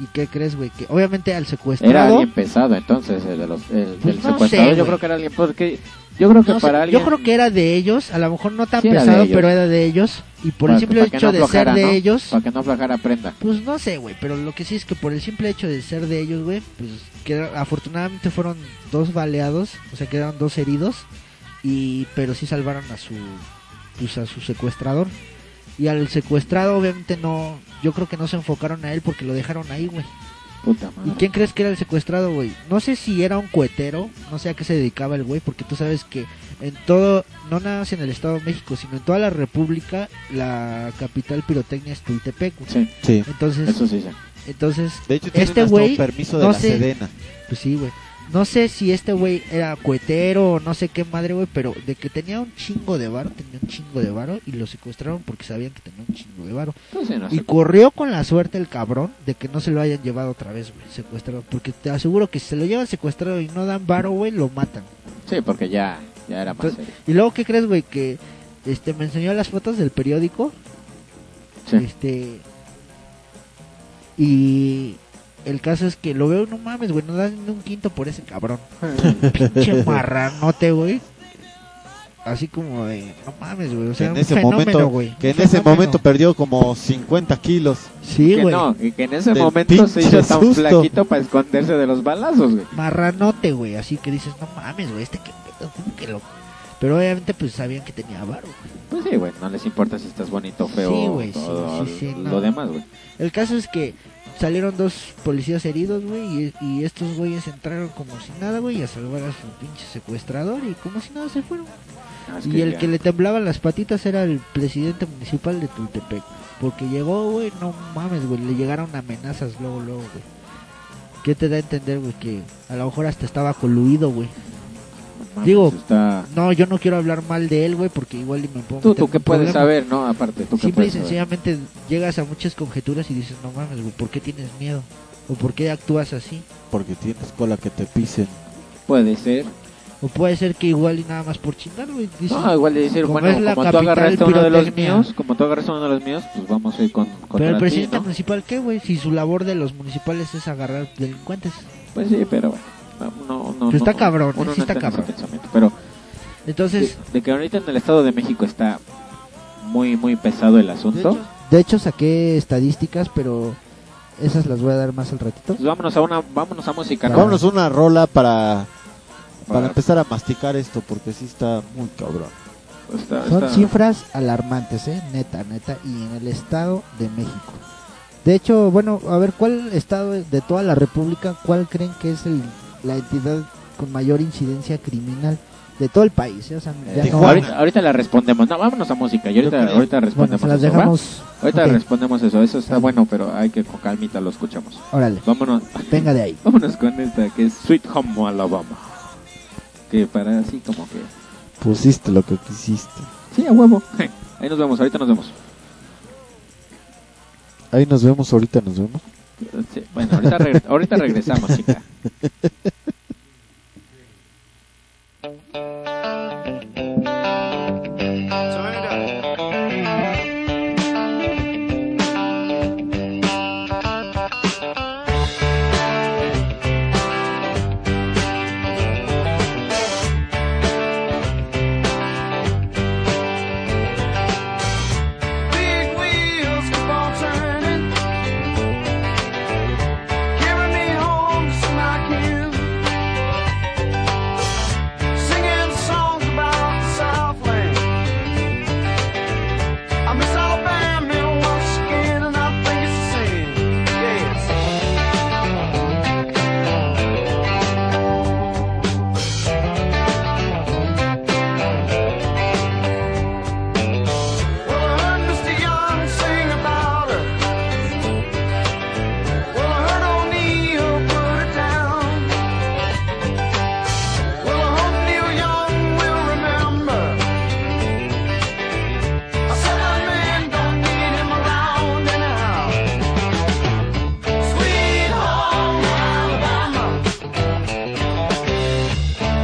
S4: ¿Y qué crees, güey? Que obviamente al
S5: Era
S4: secuestrado.
S5: alguien pesado, entonces, el, de los, el
S4: Pues
S5: del
S4: no
S5: secuestrador.
S4: sé,
S5: yo
S4: güey.
S5: creo que era alguien... Porque yo creo que
S4: no sé,
S5: para alguien...
S4: Yo creo que era de ellos. A lo mejor no tan
S5: Sí, era de
S4: pesado,
S5: ellos.
S4: pero era de ellos. Y por
S5: para-
S4: el simple
S5: para que
S4: hecho
S5: no
S4: de ser
S5: aflojara,
S4: de
S5: ¿no?
S4: ellos.
S5: Para que no aflojara prenda.
S4: Pues no sé, güey, pero lo que sí es que por el simple hecho de ser de ellos, güey, pues que afortunadamente fueron dos baleados, o sea, quedaron dos heridos, y pero sí salvaron a su pues a su secuestrador. Y al secuestrado obviamente no, yo creo que no se enfocaron a él porque lo dejaron ahí, güey.
S5: Puta
S4: ¿Y
S5: madre.
S4: quién crees que era el secuestrado, güey? No sé si era un cohetero, no sé a qué se dedicaba el güey, porque tú sabes que en todo, no nada más en el Estado de México, sino en toda la República, la capital pirotecnia es Tultepec, güey.
S5: Sí,
S3: Sí.
S4: Entonces,
S5: eso sí, sí.
S4: entonces,
S3: De hecho,
S4: tienen Este hasta un güey,
S3: permiso
S4: de
S3: de
S4: no la
S3: la
S4: sé.
S3: Sedena.
S4: pues sí, güey. No sé si este güey era cohetero o no sé qué madre, güey, pero de que tenía un chingo de varo, tenía un chingo de varo y lo secuestraron porque sabían que tenía un chingo de varo.
S5: Entonces Pues no
S4: Y
S5: sé.
S4: corrió con la suerte el cabrón de que no se lo hayan llevado otra vez, güey, secuestrado. Porque te aseguro que si se lo llevan secuestrado y no dan varo, güey, lo matan.
S5: Sí, porque ya, ya era más
S4: Entonces-
S5: serio.
S4: Y luego, ¿qué crees, güey? Que este me enseñó las fotos del periódico.
S5: Sí.
S4: Este. Y. El caso es que lo veo, no mames, güey, no dan ni un quinto por ese cabrón. Pinche marranote, güey. Así como de, no mames, güey, o sea,
S3: en
S4: un
S3: ese
S4: fenómeno,
S3: momento,
S4: güey.
S3: que
S4: un
S3: en ese
S4: fenómeno.
S3: momento perdió como 50 kilos.
S4: Sí,
S5: que
S4: güey,
S5: no, y que en ese
S3: Del
S5: momento se hizo
S3: pinche
S5: tan
S3: susto.
S5: flaquito para esconderse de los balazos, güey.
S4: marranote, güey, así que dices, no mames, güey, este que pedo, ¿cómo que loco. Pero obviamente, pues sabían que tenía varo, güey.
S5: Pues sí, güey, no les importa si estás bonito, feo,
S4: Sí, güey, sí,
S5: todo
S4: sí, sí,
S5: lo
S4: no.
S5: demás, güey.
S4: El caso es que salieron dos policías heridos, güey, y, y estos güeyes entraron como si nada, güey, a salvar a su pinche secuestrador y como si nada se fueron.
S5: No, es
S4: Y el
S5: ya-
S4: que le temblaban las patitas era el presidente municipal de Tultepec. Porque llegó, güey, no mames, güey, le llegaron amenazas luego, luego, güey. ¿Qué te da a entender, güey? Que a lo mejor hasta estaba coludido, güey.
S5: no mames,
S4: digo,
S5: está-
S4: No, yo no quiero hablar mal de él, güey, porque igual y me pongo...
S5: Tú, tú qué puedes saber, ¿no? Aparte, tú qué
S4: Simple y
S5: puedes saber.
S4: sencillamente llegas a muchas conjeturas y dices, no mames, güey, ¿por qué tienes miedo? ¿O por qué actúas así?
S3: Porque tienes cola que te pisen.
S5: Puede ser.
S4: O puede ser que igual y nada más por chingar, güey. dices,
S5: No, igual le decir,
S4: como
S5: bueno,
S4: es la
S5: como tú
S4: capital
S5: agarraste uno de los
S4: pirotecnia.
S5: míos, como tú agarraste uno de los míos, pues vamos a ir con
S4: pero
S5: contra
S4: el
S5: ti,
S4: presidente
S5: ¿no?
S4: municipal, ¿qué, güey? Si su labor de los municipales es agarrar delincuentes.
S5: Pues sí, pero bueno. No, no, no,
S4: Pero Pues está
S5: no,
S4: cabrón,
S5: uno
S4: sí
S5: no
S4: está
S5: entiende ese
S4: cabrón.
S5: pensamiento, Pero
S4: Entonces,
S5: de, de que ahorita en el Estado de México está muy, muy pesado el asunto.
S4: De hecho, saqué estadísticas, pero esas las voy a dar más al ratito.
S5: Pues vámonos a una, vámonos a música. ¿no?
S3: Vámonos una rola para, para
S5: Para-
S3: empezar a masticar esto, porque sí está muy cabrón.
S5: Está-
S4: Son
S5: está-
S4: cifras alarmantes, ¿eh? Neta, neta. Y en el Estado de México. De hecho, bueno, a ver, ¿cuál estado de toda la República, cuál creen que es el, la entidad con mayor incidencia criminal de todo el país? eh? O sea, ya no-
S3: Tijuana.
S5: ahorita, ahorita la respondemos. No, vámonos a música. Y ahorita, ahorita
S4: Bueno,
S5: respondemos.
S4: se las
S5: eso, ¿va?
S4: dejamos.
S5: pues, Ahorita
S4: Ok,
S5: respondemos eso. Eso está
S4: Ajá.
S5: bueno, pero hay que con calmita lo escuchamos.
S4: Órale,
S5: Vámonos,
S4: venga de ahí.
S5: vámonos con esta que es Sweet Home Alabama. Que para así como que.
S3: Pusiste lo que quisiste.
S5: Sí, a huevo. Ahí nos vemos. Ahorita nos vemos.
S3: Ahí nos vemos, ahorita nos vemos.
S5: Sí, Bueno, ahorita, regre- ahorita regresamos, chica.
S6: Big wheels keep on turning, carrying me home to my kids. Singing songs about the Southland. I miss Alabama once again, and I think it's the same. Yes. Well, I heard Mr. Young sing about her. Well, I heard O'Neill put it down. Well, I hope Neil Young will remember. I said my man don't need him around anyhow. Sweet home Alabama,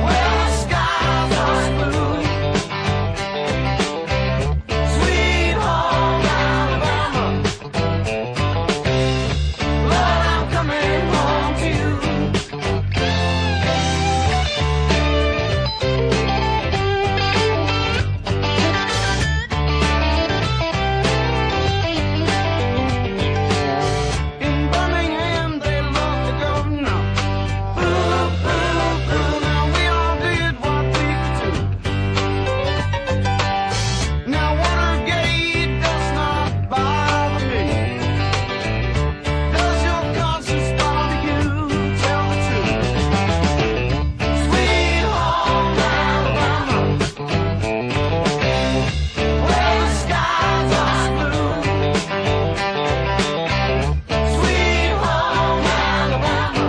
S6: where the skies are blue. Sweet home Alabama, Lord, I'm coming home to you. In Birmingham, they love to go now. Boo, boo, boo. Now we all did what we could do. Now Watergate does not bother me. Does your conscience bother you? Tell the truth. Sweet home Alabama, where the skies are blue. Sweet home Alabama,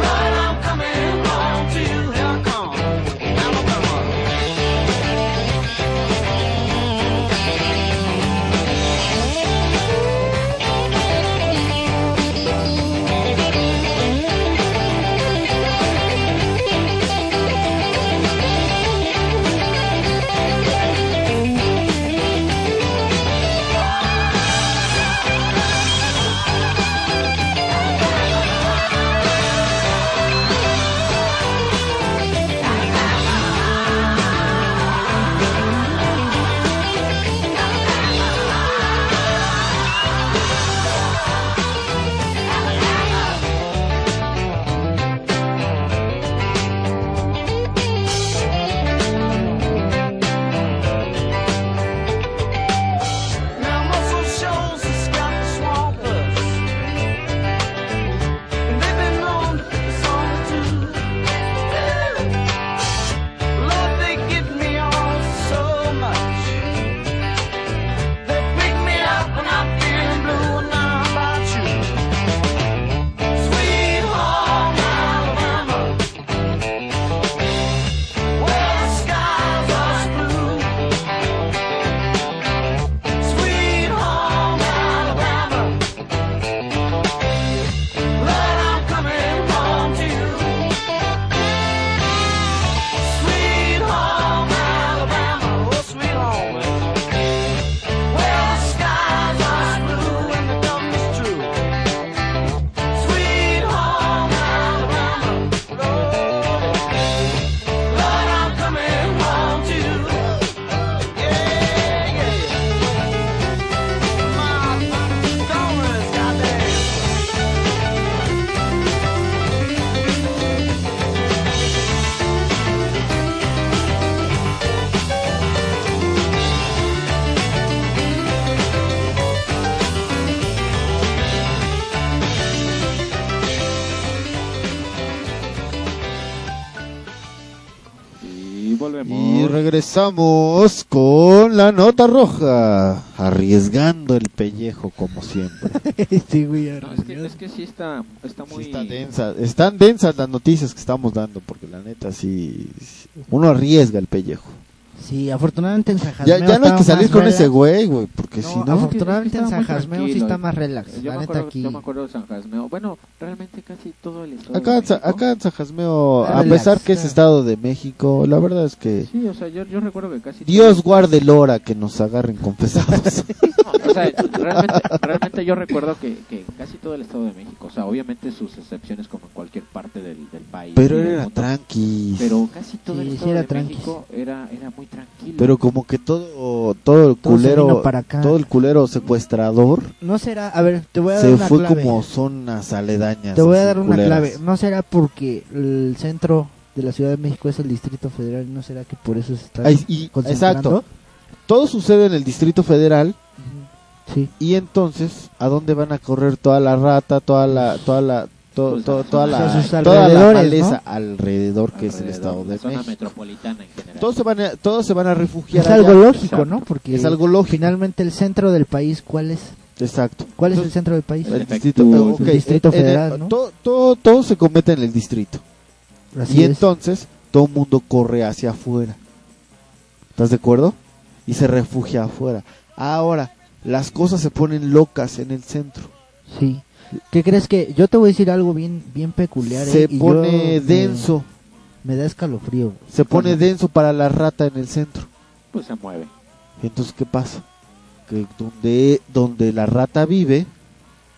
S6: Lord, I'm coming home to you. Here I come, Alabama. Now muscle shows has got the swamp us. And they've been known to pick us on too. Lord, they get me on so much. They pick me up when I'm feeling blue and now how about you. Sweet home Alabama. Where the skies are blue. Sweet home Alabama, Lord, I'm coming home to you. Sweet home Alabama, oh sweet home, where the skies are blue and the dumb is true. Sweet home Alabama, Lord, Lord, I'm coming home to you. Yeah, yeah. Donuts, goddamn.
S5: Y volvemos.
S3: Y regresamos con la nota roja, arriesgando el pellejo como siempre.
S4: Este güey
S5: No, es, que, es que sí está, está
S3: Sí
S5: muy...
S3: está densa. Están densas las noticias que estamos dando, porque la neta sí, sí, uno arriesga el pellejo.
S4: Sí, afortunadamente en San
S3: Ya, ya no hay que salir con ese güey, güey, por- porque
S4: no,
S3: si no...
S4: afortunadamente en
S5: estaba
S4: San
S5: muy
S4: Jasmeo sí
S5: tranquilo.
S4: está más relax.
S5: eh, Yo
S4: la
S5: me,
S4: neta
S5: acuerdo,
S4: aquí.
S5: yo me acuerdo de San Jasmeo. Bueno, realmente casi todo el estado.
S3: Acá,
S5: de
S3: en Sa-
S5: México.
S3: acá en San Jasmeo, a
S4: Relax,
S3: pesar que es
S4: claro.
S3: Estado de México, la verdad es que...
S5: Sí, o sea, yo, yo recuerdo que casi.
S3: Dios guarde el hora que nos agarren confesados.
S5: O sea, realmente, realmente yo recuerdo que, que casi todo el Estado de México, o sea, obviamente sus excepciones como en cualquier parte del, del país. y
S3: Pero
S5: del
S3: era
S5: mundo,
S3: tranqui.
S5: Pero casi todo
S4: Sí,
S5: el
S4: sí
S5: Estado
S4: era
S5: de
S4: tranquis.
S5: México era, era muy tranquilo.
S3: Pero como que todo, todo el
S4: Todo se
S3: culero,
S4: vino para acá.
S3: todo el culero secuestrador
S4: No será, a ver, te voy a dar
S3: se
S4: una
S3: fue
S4: clave.
S3: como zonas aledañas.
S4: Te voy a
S3: así,
S4: dar una
S3: culeras.
S4: clave. No será porque el centro de la Ciudad de México es el Distrito Federal, no será que por eso se está
S3: Ay, y-
S4: concentrando?
S3: exacto. Todo sucede en el Distrito Federal
S4: Sí.
S3: y entonces a dónde van a correr toda la rata, toda la, toda la, to-
S5: Pues,
S3: to-
S5: a-
S3: toda
S4: a
S3: la,
S4: sus
S3: toda la
S4: alrededores,
S3: maleza alrededor que es el
S5: alrededor,
S3: Estado
S5: la
S3: de
S5: zona
S3: México.
S5: metropolitana en general.
S3: Todos se van a, todos se van a refugiar
S4: Es algo
S3: allá.
S4: lógico,
S5: Exacto.
S4: ¿no? Porque
S3: Es algo lógico.
S4: finalmente el centro del país, ¿cuál es?
S3: Exacto.
S4: ¿Cuál es
S3: Entonces,
S4: el centro del país?
S5: el
S3: El
S5: efecto,
S3: distrito,
S5: el
S3: ok,
S4: distrito
S3: en- en el-
S4: federal, ¿no?
S3: todo, todo, todo se comete en el distrito.
S4: Así
S3: y
S4: es.
S3: entonces todo el mundo corre hacia afuera. ¿Estás de acuerdo? Y se refugia afuera. Ahora, las cosas se ponen locas en el centro.
S4: Sí. ¿Qué crees que yo te voy a decir algo bien bien peculiar?
S3: se
S4: eh, y yo
S3: pone
S4: me-
S3: denso,
S4: Me, da escalofrío.
S3: se pone denso para la rata en el centro.
S5: Pues se mueve.
S3: Entonces, ¿qué pasa? Que donde, donde la rata vive,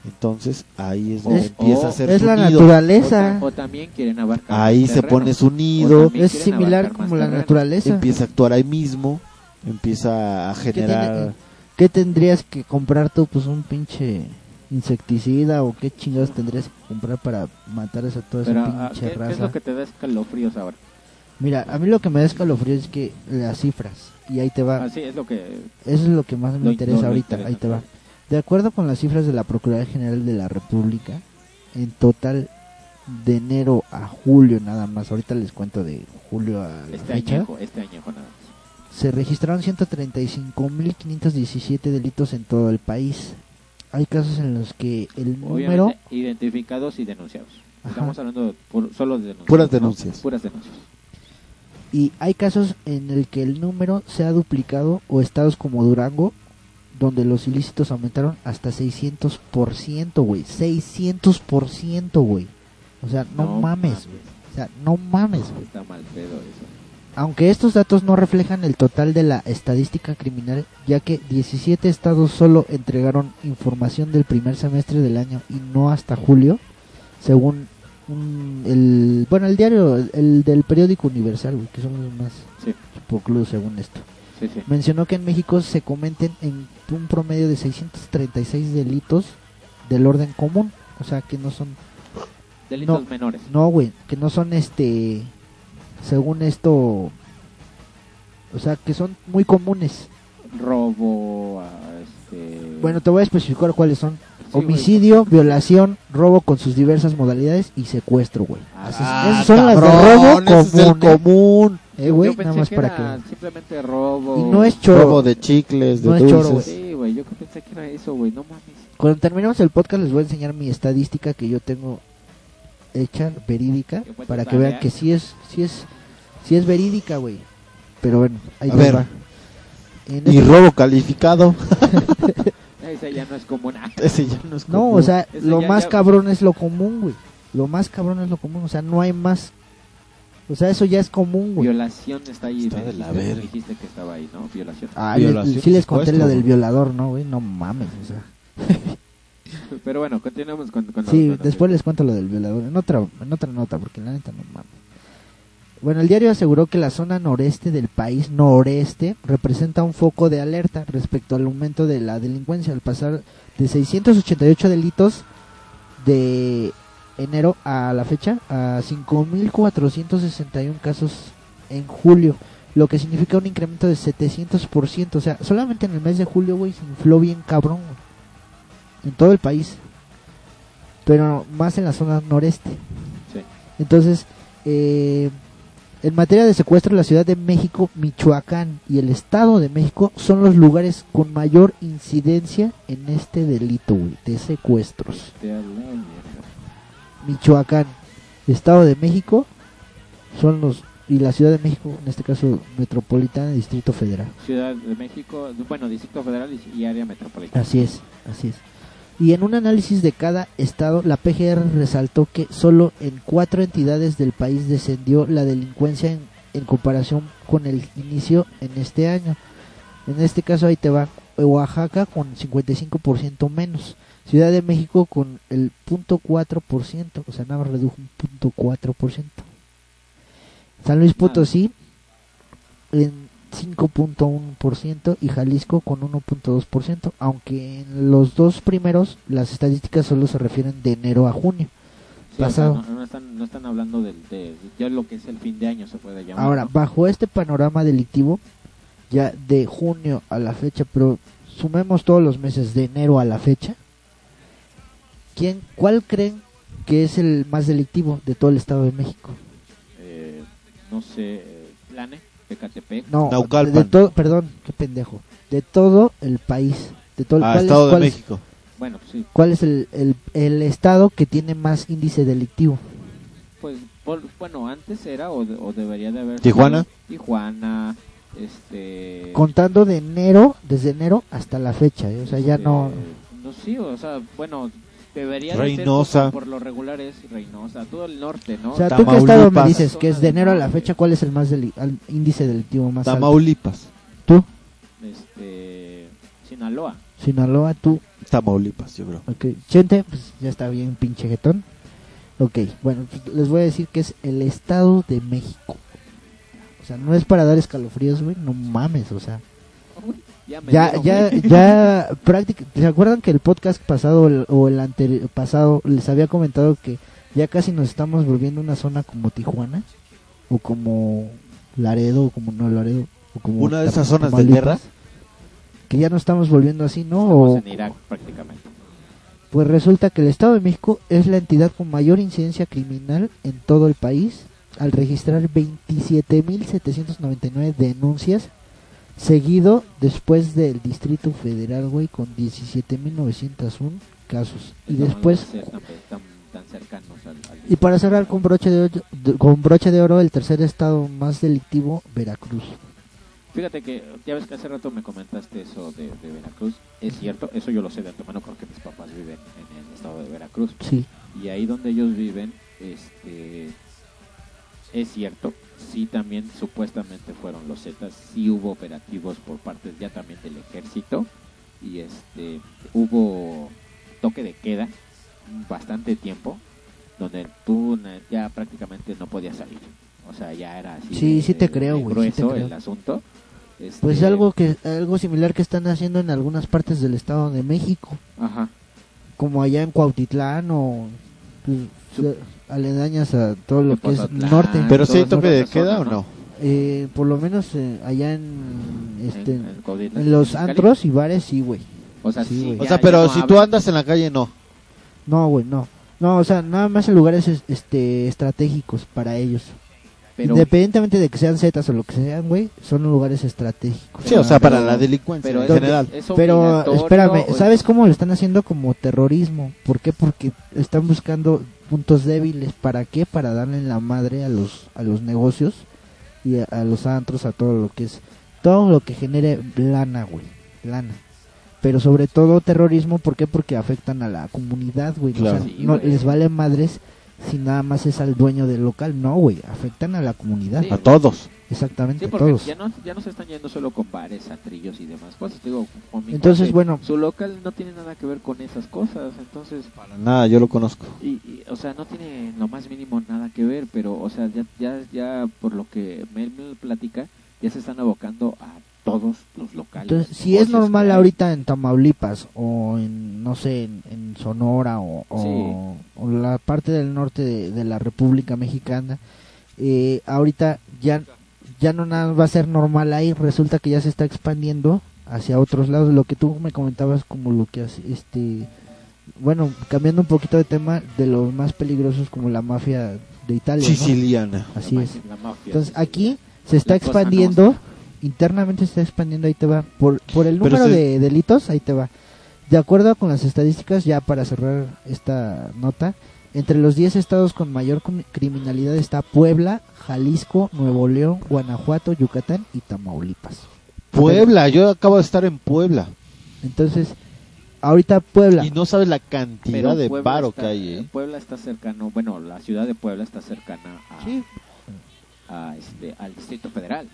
S3: entonces ahí es donde
S4: Es-
S3: empieza a
S5: oh,
S3: ser
S4: Es
S3: su
S4: la
S3: nido.
S5: O, ta-
S4: naturaleza.
S5: o también quieren abarcar. más
S3: Ahí se
S5: terreno.
S3: pone su
S5: O
S3: nido,
S5: también
S4: Es
S5: quieren
S4: similar
S5: abarcar más
S4: como la
S5: terreno.
S4: naturaleza.
S3: empieza a actuar ahí mismo, empieza a
S4: ¿Qué, tiene-
S3: generar...
S4: qué tendrías que comprar tú? Pues un pinche insecticida o qué chingados tendrías que comprar para matar a esa, toda esa
S5: Pero, ah,
S4: pinche
S5: ¿qué, qué es
S4: raza.
S5: lo que te da escalofríos ahora?
S4: Mira, a mí lo que me da escalofrío es que las cifras, y ahí te
S3: Ah,
S4: va,
S5: Así Ah, es lo que
S4: eso es lo que más me
S5: Lo-
S4: interesa
S5: lo- lo
S4: ahorita, ahí
S5: interesa.
S4: te va. De acuerdo con las cifras de la Procuraduría General de la República, en total de enero a julio nada más, ahorita les cuento de julio a la
S5: este
S4: fecha,
S5: añejo, este añejo nada más.
S4: se registraron 135.517 delitos en todo el país. Hay casos en los que el número...
S5: Obviamente, identificados y denunciados.
S4: Ajá.
S5: Estamos hablando de pur- solo de denuncias.
S3: Puras
S5: ¿no?
S3: denuncias.
S5: Puras denuncias.
S4: Y hay casos en el que el número se ha duplicado o estados como Durango, donde los ilícitos aumentaron hasta 600%, güey. 600%, güey. O sea, no, mames, güey. O sea, no mames, güey.
S5: Está mal pedo eso.
S4: Aunque estos datos no reflejan el total de la estadística criminal, ya que 17 estados solo entregaron información del primer semestre del año y no hasta julio, según un- el bueno el diario el, el del periódico Universal, güey, que son los más
S5: Sí.
S4: chipocludos según esto.
S5: Sí, sí.
S4: Mencionó que en México se cometen en un promedio de 636 delitos del orden común, o sea que no son
S5: Delitos
S4: No.
S5: menores.
S4: no, güey, que no son este. Según esto. O sea, que son muy comunes.
S5: Robo, a, este...
S4: Bueno, te voy a especificar cuáles son:
S5: sí, güey.
S4: homicidio, violación, robo con sus diversas modalidades y secuestro, güey.
S5: Ah,
S4: Esas son las de robo
S3: cabrón, ese es el
S4: común. ¿eh?
S3: común.
S4: Eh, güey,
S5: yo pensé
S4: nada más
S5: que
S4: para
S5: era
S4: que.
S5: simplemente robo.
S4: Y no es choro.
S3: Robo de chicles, de
S4: No es
S3: dulces.
S4: choro, güey.
S5: Sí, güey, yo que pensé que era eso, güey, no mames.
S4: Cuando terminemos el podcast, les voy a enseñar mi estadística que yo tengo hecha, verídica,
S5: Que fue
S4: para
S5: tu
S4: que vean
S5: tarea.
S4: que sí es, sí es, sí es verídica, güey. Pero bueno, ahí
S3: A
S4: les
S3: ver.
S4: va. En
S3: Y
S4: este-
S3: robo calificado.
S5: Ese ya no es común. Ah,
S3: Ese ya no es
S4: No,
S3: común.
S4: o sea,
S5: Ese
S4: lo
S5: ya-
S4: más
S5: ya-
S4: cabrón es lo común, güey. Lo más cabrón es lo común, o sea, no hay más. O sea, eso ya es común, güey.
S5: violación está ahí.
S3: Está
S5: me
S3: de la
S5: dijiste-
S3: verga.
S5: Dijiste que estaba ahí, ¿no? Violación.
S4: Ah, les-
S3: violación,
S4: sí les conté
S3: supuesto,
S4: lo del
S3: güey.
S4: violador, ¿no, güey? No mames, o sea.
S5: Pero bueno, continuamos con... con
S4: Sí,
S5: con
S4: después les cuento lo del violador en otra, en otra nota, porque la neta no mames. Bueno, el diario aseguró que la zona noreste del país, noreste, representa un foco de alerta respecto al aumento de la delincuencia al pasar de 688 delitos de enero a la fecha a 5.461 casos en julio, lo que significa un incremento de 700%. O sea, solamente en el mes de julio, güey, se infló bien cabrón, güey. En todo el país pero más en la zona noreste.
S5: Sí.
S4: Entonces, eh, en materia de secuestro, la Ciudad de México, Michoacán y el Estado de México son los lugares con mayor incidencia en este delito güey, de secuestros.
S5: Te hablo, mierda.
S4: Michoacán, Estado de México son los y la Ciudad de México, en este caso Metropolitana, Distrito Federal.
S5: Ciudad de México, bueno, Distrito Federal y- y área metropolitana.
S4: Así es, así es. Y en un análisis de cada estado, la PGR resaltó que solo en cuatro entidades del país descendió la delincuencia en, en comparación con el inicio en este año. En este caso ahí te va Oaxaca con 55% menos, Ciudad de México con el 0.4%, o sea, nada más redujo un 0.4%. San Luis Potosí en 5.1% y Jalisco con 1.2%, aunque en los dos primeros las estadísticas solo se refieren de enero a junio.
S5: Sí, o sea,
S4: Pasado.
S5: no, no están, no están hablando del, de, ya lo que es el fin de año, se puede llamar.
S4: Ahora,
S5: ¿no?
S4: bajo este panorama delictivo, ya de junio a la fecha, pero sumemos todos los meses de enero a la fecha, ¿quién, ¿cuál creen que es el más delictivo de todo el Estado de México?
S5: Eh, no sé, eh, Plane, Ecatepec.
S4: No,
S3: Naucalpan.
S4: de todo, perdón, qué pendejo, de todo el país, de todo el
S3: Ah,
S4: ¿cuál es-
S3: Estado de
S4: cuál es-
S3: México.
S5: Bueno, pues sí,
S4: ¿Cuál es el, el, el estado que tiene más índice delictivo?
S5: pues por- bueno, antes era o, de- o debería de haber.
S3: ¿Tijuana?
S5: Tijuana, este.
S4: Contando de enero, desde enero hasta la fecha, ¿eh? o sea, ya
S5: este,
S4: no...
S5: No, sí, o sea, bueno, debería de
S3: Reynosa.
S5: ser como por lo regular es Reynosa, todo el norte, ¿no? Este,
S4: O sea, tú que has
S3: Tamaulipas.
S4: estado me dices que es de enero a la
S5: Zona de-
S4: fecha, ¿cuál es el más deli- al- índice delictivo más alto?
S3: Tamaulipas.
S4: Tú,
S5: este. Sinaloa.
S4: Sinaloa, tú,
S3: Tamaulipas, yo creo.
S4: ok. Chente, pues ya está bien pinche jetón. Ok, bueno, pues, les voy a decir que es el estado de México. O sea, no es para dar escalofríos, güey, no mames, o sea...
S5: Uy, ya, me
S4: ya,
S5: dieron,
S4: ya,
S5: güey.
S4: ya, práctica. ¿Se acuerdan que el podcast pasado o el- o el anterior pasado les había comentado que ya casi nos estamos volviendo una zona como Tijuana o como Laredo o como no Laredo o como
S3: Una de
S4: Ta-
S3: esas zonas de
S4: Tamaulipas? Que ya nos estamos volviendo así, ¿no?
S5: Estamos
S4: O-
S5: en Irak prácticamente.
S4: pues resulta que el Estado de México es la entidad con mayor incidencia criminal en todo el país, al registrar 27.799 denuncias, seguido después del Distrito Federal, güey, con 17.901 casos. Y
S5: Estamos
S4: después,
S5: de ser tan, tan, tan cercanos al, al-
S4: y para cerrar con broche de, oro- de- con broche de oro, el tercer estado más delictivo, Veracruz.
S5: Fíjate que ya ves que hace rato me comentaste eso de, de Veracruz. Es cierto, eso yo lo sé de antemano porque mis papás viven en el estado de Veracruz.
S4: Sí,
S5: Y ahí donde ellos viven, este es cierto, sí también supuestamente fueron los Zetas, sí hubo operativos por parte ya también del ejército y este hubo toque de queda bastante tiempo donde tú na- ya prácticamente no podías salir. O sea, ya era así.
S4: Sí,
S5: de-
S4: sí te
S5: de-
S4: creo,
S5: de
S4: güey, sí te
S5: Grueso
S4: creo.
S5: el asunto. Este,
S4: pues algo que algo similar que están haciendo en algunas partes del Estado de México.
S5: Ajá.
S4: como allá en Cuautitlán o pues,
S5: Sup-
S4: aledañas a todo lo que es
S5: Tepozotlán.
S4: norte.
S3: Pero
S5: todos
S3: sí,
S5: los
S3: toque de
S5: otros son,
S3: queda o
S5: ¿no?
S3: no.
S4: Eh, por lo menos eh, allá en, este,
S5: En- en
S4: en,
S5: Cuautitlán,
S4: los
S5: Mexicali.
S4: antros y bares sí, güey.
S5: O sea,
S4: Sí,
S5: sí,
S4: güey.
S5: ya-
S3: o sea,
S5: ya
S3: pero
S5: no
S3: si
S5: abren.
S3: tú andas en la calle, no.
S4: No, güey, no. No, o sea, nada más en lugares es- este estratégicos para ellos.
S5: Pero-
S4: Independientemente de que sean zetas o lo que sean, güey, son lugares estratégicos.
S3: Sí, o sea, para
S5: Pero-
S3: la delincuencia
S5: pero
S3: en
S5: es-
S3: general.
S5: es
S4: Pero
S5: obligatorio,
S4: espérame,
S5: o es-
S4: ¿sabes cómo lo están haciendo como terrorismo? ¿Por qué? Porque están buscando puntos débiles. ¿Para qué? Para darle la madre a los a los negocios y a, a los antros, a todo lo que es todo lo que genere lana, güey, lana. Pero sobre todo terrorismo, ¿por qué? Porque afectan a la comunidad, güey. O sea,
S3: Claro.
S5: Sí,
S4: no
S5: güey.
S4: les vale madres si nada más es al dueño del local, no, güey, afectan a la comunidad.
S5: Sí.
S3: A todos.
S4: Exactamente,
S5: Sí,
S4: a
S5: porque
S4: todos.
S5: Ya, no, ya no se están yendo solo con bares, atrillos y demás cosas. Digo, con mi
S4: Entonces,
S5: cuate,
S4: bueno.
S5: Su local no tiene nada que ver con esas cosas. Entonces,
S3: Para nada, yo lo conozco.
S5: y, y, o sea, no tiene en lo más mínimo nada que ver, pero, o sea, ya, ya, ya por lo que Mel me platica, ya se están abocando a todos los locales.
S4: Entonces, si es
S5: negocios que
S4: normal
S5: hay.
S4: ahorita en Tamaulipas o en, no sé, en, en Sonora o, o- o la parte del norte de, de la República Mexicana, eh, ahorita ya, ya no nada va a ser normal ahí, resulta que ya se está expandiendo hacia otros lados, lo que tú me comentabas como lo que hace, este, bueno, cambiando un poquito de tema, de los más peligrosos como la mafia de Italia. ¿no?
S3: Siciliana.
S5: La
S4: Así
S5: ma-
S4: es.
S5: la mafia.
S4: Entonces aquí se está
S5: La cosa
S4: expandiendo, internamente se está expandiendo, ahí te va, por, por el
S3: Pero
S4: número
S3: se-
S4: de delitos, ahí te va. De acuerdo con las estadísticas, ya para cerrar esta nota, Entre los 10 estados con mayor com- criminalidad está Puebla, Jalisco, Nuevo León, Guanajuato, Yucatán y Tamaulipas.
S3: Puebla, yo acabo de estar en Puebla.
S4: Entonces, ahorita Puebla.
S3: Y no sabes la cantidad de
S5: Puebla
S3: paro
S5: está-
S3: que hay, ¿eh?
S5: Puebla está cercano, bueno, la ciudad de Puebla está cercana a,
S4: Sí.
S5: a, este, al Distrito Federal.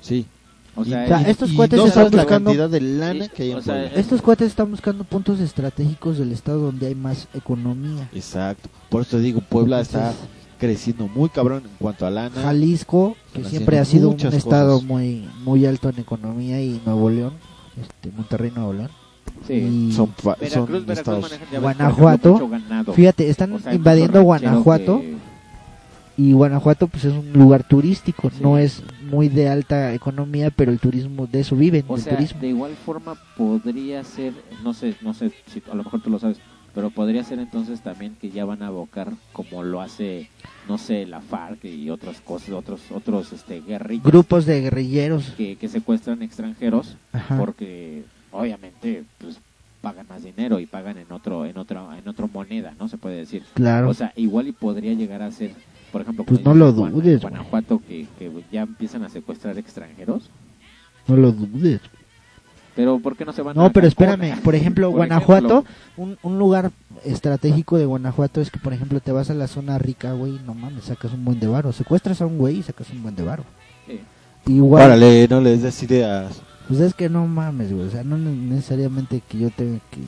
S3: Sí.
S5: O sea,
S4: O sea,
S5: es-
S4: estos
S3: y
S4: cuates
S3: no
S4: están
S3: sabes la
S4: buscando-
S3: cantidad de lana
S5: y-
S3: que hay en
S5: o sea,
S3: Puebla.
S4: Estos cuates están buscando puntos estratégicos del estado donde hay más economía.
S3: Exacto. Por eso te digo, Puebla está
S4: Entonces,
S3: creciendo muy cabrón en cuanto a lana.
S4: Jalisco, que
S3: Están
S4: siempre ha
S3: haciendo
S4: sido un
S3: muchas
S4: estado
S3: cosas.
S4: muy muy alto en economía y Nuevo León, este Monterrey Nuevo León.
S5: sí.
S4: Y
S3: Son, fa- son
S5: Veracruz, Veracruz
S3: estados.
S5: maneja ya ves,
S4: Guanajuato,
S5: mucho ganado.
S4: fíjate, están
S5: O sea, hay mucho
S4: invadiendo
S5: ranchero
S4: Guanajuato
S5: que-
S4: y Guanajuato pues es un lugar turístico,
S5: Sí.
S4: no es muy de alta economía, pero el turismo de eso viven,
S5: O
S4: del
S5: sea,
S4: turismo.
S5: de igual forma podría ser, no sé, no sé, si, a lo mejor tú lo sabes, pero podría ser entonces también que ya van a abocar como lo hace, no sé, la FARC y otras cosas, otros, otros, este, guerrillas
S4: Grupos de guerrilleros.
S5: que, que secuestran extranjeros
S4: Ajá.
S5: porque obviamente, pues, pagan más dinero y pagan en otro, en otra, en otra moneda, ¿no? Se puede decir.
S4: Claro.
S5: O sea, igual y podría llegar a ser, por ejemplo,
S4: Pues
S5: como
S4: no
S5: dices,
S4: lo
S5: Guana-
S4: dudes, güey.
S5: Guanajuato que, que ya empiezan a secuestrar extranjeros.
S4: no lo dudes.
S5: Pero ¿por qué no se van a
S4: No, pero
S5: Cancún?
S4: espérame, por ejemplo,
S5: Por
S4: Guanajuato,
S5: ejemplo.
S4: un, un lugar estratégico de Guanajuato es que, por ejemplo, te vas a la zona rica, güey, no mames, sacas un buen de varo, secuestras a un güey y sacas un buen de varo.
S5: Sí.
S4: Igual,
S3: Órale, no les des ideas.
S4: pues es que no mames, güey, o sea, no ne- necesariamente que yo tenga que,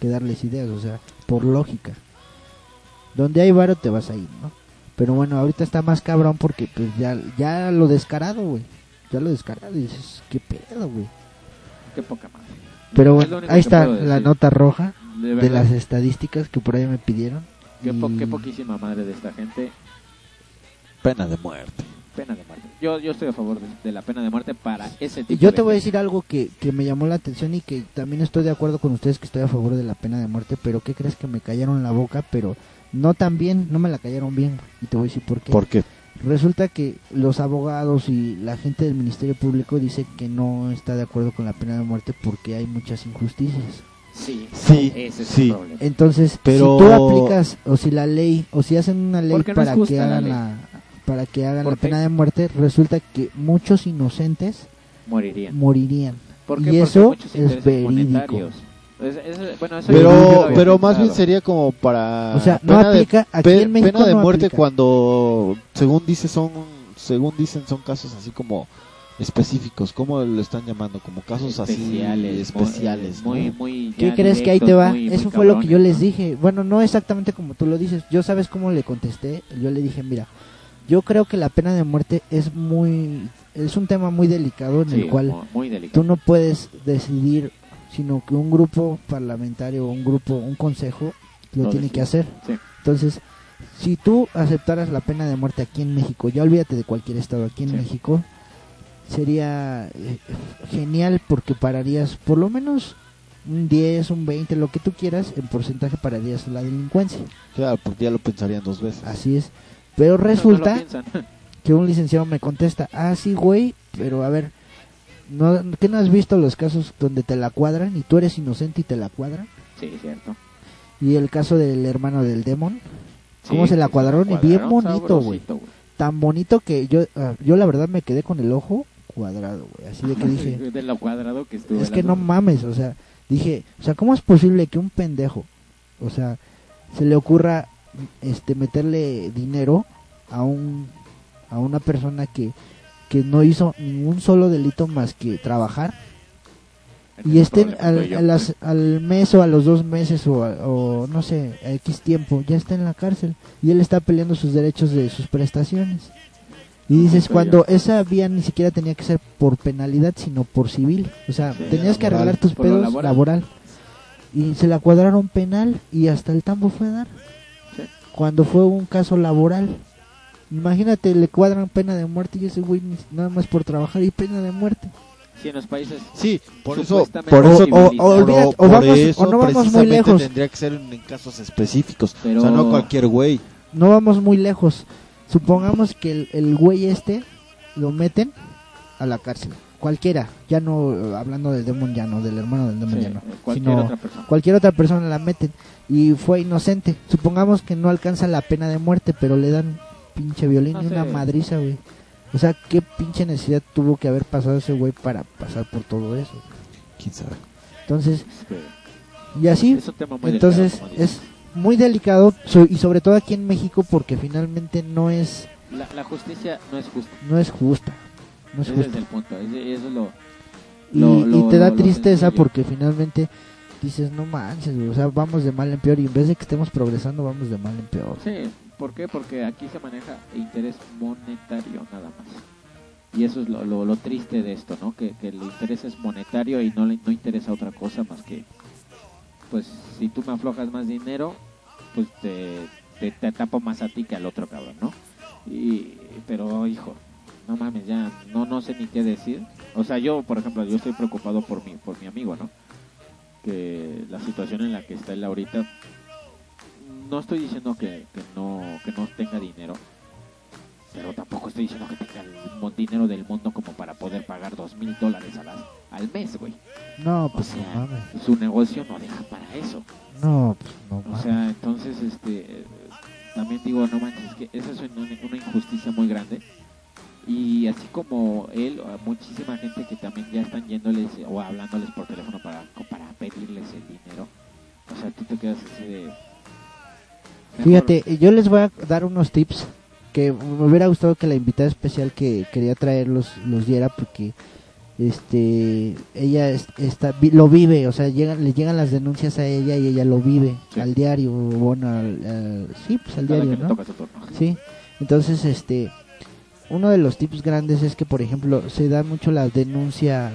S4: que darles ideas, o sea, por lógica. Donde hay varo te vas a ir, ¿no? Pero bueno, ahorita está más cabrón porque pues ya, ya lo descarado, güey, ya lo descarado, y dices, qué pedo, güey.
S5: Qué poca madre.
S4: Pero
S5: Es lo
S4: bueno,
S5: único
S4: ahí
S5: que
S4: está
S5: puedo
S4: la
S5: decir.
S4: nota roja
S5: De
S4: de
S5: verdad,
S4: las estadísticas que por ahí me pidieron.
S5: qué, po-
S4: Y-
S5: qué poquísima madre de esta gente.
S3: Pena de muerte.
S5: Pena de muerte. Yo, yo estoy a favor de, de la pena de muerte para ese
S4: Y
S5: tipo
S4: yo
S5: de
S4: te voy a
S5: gente.
S4: decir algo que, que me llamó la atención y que también estoy de acuerdo con ustedes que estoy a favor de la pena de muerte, pero ¿qué crees que me callaron la boca? Pero no tan bien, no me la callaron bien. Y te voy a decir por qué.
S3: ¿Por qué?
S4: Resulta que los abogados y la gente del Ministerio Público dice que no está de acuerdo con la pena de muerte porque hay muchas injusticias.
S5: Sí,
S3: Sí,
S5: ese es
S3: sí.
S5: el problema.
S4: Entonces,
S3: Pero-
S4: si tú aplicas o si la ley o si hacen una ley
S5: Porque no es
S4: para
S5: justa
S4: que
S5: la
S4: hagan
S5: ley.
S4: la, para que hagan la
S5: Porque-
S4: pena de muerte, resulta que muchos inocentes
S5: Morirían.
S4: morirían.
S5: ¿Por
S4: y
S5: qué? Porque
S4: eso
S5: muchos
S4: es
S5: intereses
S4: verídico.
S5: monetarios. Es- es- bueno, eso yo nunca lo
S3: Pero,
S5: había
S3: pero más bien
S5: pensado.
S3: sería como para.
S4: O sea, no
S3: Ah, pena de-
S4: aplica aquí
S3: pe-
S4: en México
S3: pena de
S4: no
S3: muerte
S4: aplica.
S3: cuando, según dice, son, según dicen, son casos así como específicos. ¿Cómo lo están llamando? Como casos así
S5: especiales. muy-
S3: especiales. ¿no?
S5: Muy, muy,
S4: ¿Qué
S5: ya
S4: crees que ahí te
S5: directos,
S4: va?
S5: muy- muy
S4: Eso fue lo que yo
S5: cabrones,
S4: les
S5: ¿no?
S4: dije. Bueno, no exactamente como tú lo dices. Yo sabes cómo le contesté. Yo le dije, mira, yo creo que la pena de muerte es muy es un tema muy delicado en
S5: Sí,
S4: el cual
S5: muy- muy delicado.
S4: tú no puedes decidir, sino que un grupo parlamentario o un grupo, un consejo lo
S5: Lo
S4: tiene
S5: decide.
S4: que hacer.
S5: Sí.
S4: Entonces, si tú aceptaras la pena de muerte aquí en México, ya olvídate de cualquier estado, aquí en
S5: Sí.
S4: México, sería eh, genial porque pararías por lo menos un 10, un 20, lo que tú quieras, en porcentaje pararías la delincuencia.
S3: Claro, porque ya lo pensarían dos veces.
S4: Así es. Pero
S5: No, no lo
S4: resulta
S5: piensan.
S4: que un licenciado me contesta, ah, sí, güey, pero a ver, ¿no, ¿qué no has visto los casos donde te la cuadran y tú eres inocente y te la cuadran?
S5: sí, cierto.
S4: Y el caso del hermano del demon, ¿Cómo
S5: Sí,
S4: se la
S5: sí,
S4: cuadraron? Y bien bonito, güey.
S5: sabrosito,
S4: tan bonito que yo, ah, yo la verdad me quedé con el ojo cuadrado, güey, así de que dije,
S5: de lo cuadrado que estuvo.
S4: es
S5: el
S4: que no
S5: asunto.
S4: mames, o sea, dije, o sea, ¿cómo es posible que un pendejo, o sea, se le ocurra este meterle dinero a un a una persona que que no hizo ningún solo delito más que trabajar
S5: Ese
S4: y
S5: es el
S4: estén
S5: problema,
S4: al,
S5: soy yo.
S4: a las- al mes o a los dos meses o, a- o no sé, a X tiempo, ya está en la cárcel y él está peleando sus derechos de sus prestaciones. Y dices,
S5: Soy
S4: cuando esa vía ni siquiera tenía que ser por penalidad, sino por civil. O sea,
S5: Sí,
S4: tenías que
S3: laboral.
S4: arreglar tus
S5: Por lo
S4: pedos laboral.
S5: laboral.
S4: Y se la cuadraron penal y hasta el tambo fue a dar.
S5: Sí.
S4: Cuando fue un caso laboral. Imagínate, le cuadran pena de muerte y ese güey ni- nada más por trabajar y pena de muerte.
S5: Sí, en los países.
S3: Sí, por eso,
S5: Supuestamente
S3: por eso,
S5: o- o-
S3: por-
S4: olvídate, o
S3: por
S4: vamos-
S3: eso
S4: o no vamos muy
S3: precisamente
S4: lejos.
S3: tendría que ser en, en casos específicos,
S5: Pero-
S3: o sea, no cualquier güey.
S4: no vamos muy lejos. Supongamos que el, el güey este lo meten a la cárcel. cualquiera, ya no eh, hablando del Demon ya no, del hermano del Demon
S5: Sí,
S4: ya no,
S5: cualquier
S4: sino
S5: otra persona.
S4: cualquier otra persona la meten y fue inocente. Supongamos que no alcanza la pena de muerte, pero le dan pinche violín
S5: Ah,
S4: y una
S5: sí.
S4: madriza, güey. O sea, qué pinche necesidad tuvo que haber pasado ese güey para pasar por todo eso.
S8: ¿Quién sabe?
S4: Entonces,
S5: Es que
S4: y así,
S5: este, es un tema muy
S4: entonces
S5: delicado, como
S4: es
S5: dices.
S4: muy delicado so- y sobre todo aquí en México porque finalmente no es
S5: La, la justicia no es justa.
S4: no es justa. No es
S5: Ese
S4: justa.
S5: es el punto. ese- eso es lo...
S4: Y,
S5: Lo- lo-
S4: y te da
S5: lo- lo
S4: tristeza
S5: sencillo.
S4: porque finalmente dices, no manches, güey, o sea, vamos de mal en peor y en vez de que estemos progresando, vamos de mal en peor.
S5: Sí, ¿por qué? Porque aquí se maneja interés monetario nada más. Y eso es lo, lo, lo triste de esto, ¿no? Que, que el interés es monetario y no le no interesa otra cosa más que, pues, si tú me aflojas más dinero, pues te, te, te tapo más a ti que al otro cabrón, ¿no? Y, pero, hijo, no mames, ya no, no sé ni qué decir. O sea, yo, por ejemplo, yo estoy preocupado por mi, por mi amigo, ¿no? Que la situación en la que está él ahorita, no estoy diciendo que, que no, que no tenga dinero, pero tampoco estoy diciendo que tenga el mo- dinero del mundo como para poder pagar dos mil dólares a las- al mes, güey.
S4: No,
S5: O
S4: pues no
S5: sea,
S4: mames.
S5: su negocio no deja para eso.
S4: No, pues no
S5: O
S4: mames.
S5: sea, entonces, este, eh, también digo, no manches, es que esa es una, una injusticia muy grande. Y así como él, a muchísima gente que también ya están yéndoles eh, o hablándoles por teléfono para, para pedirles el dinero. O sea, tú te quedas así de... mejor-
S4: Fíjate, yo les voy a dar unos tips que me hubiera gustado que la invitada especial que quería traer los, los diera porque este ella es- está vi- lo vive, o sea, llegan le llegan las denuncias a ella y ella lo vive
S5: Sí.
S4: al diario, bueno, al, al- sí, pues al
S5: cada
S4: diario,
S5: que le
S4: ¿no?
S5: toca su turno.
S4: Sí. Entonces, este, uno de los tips grandes es que, por ejemplo, se da mucho la denuncia,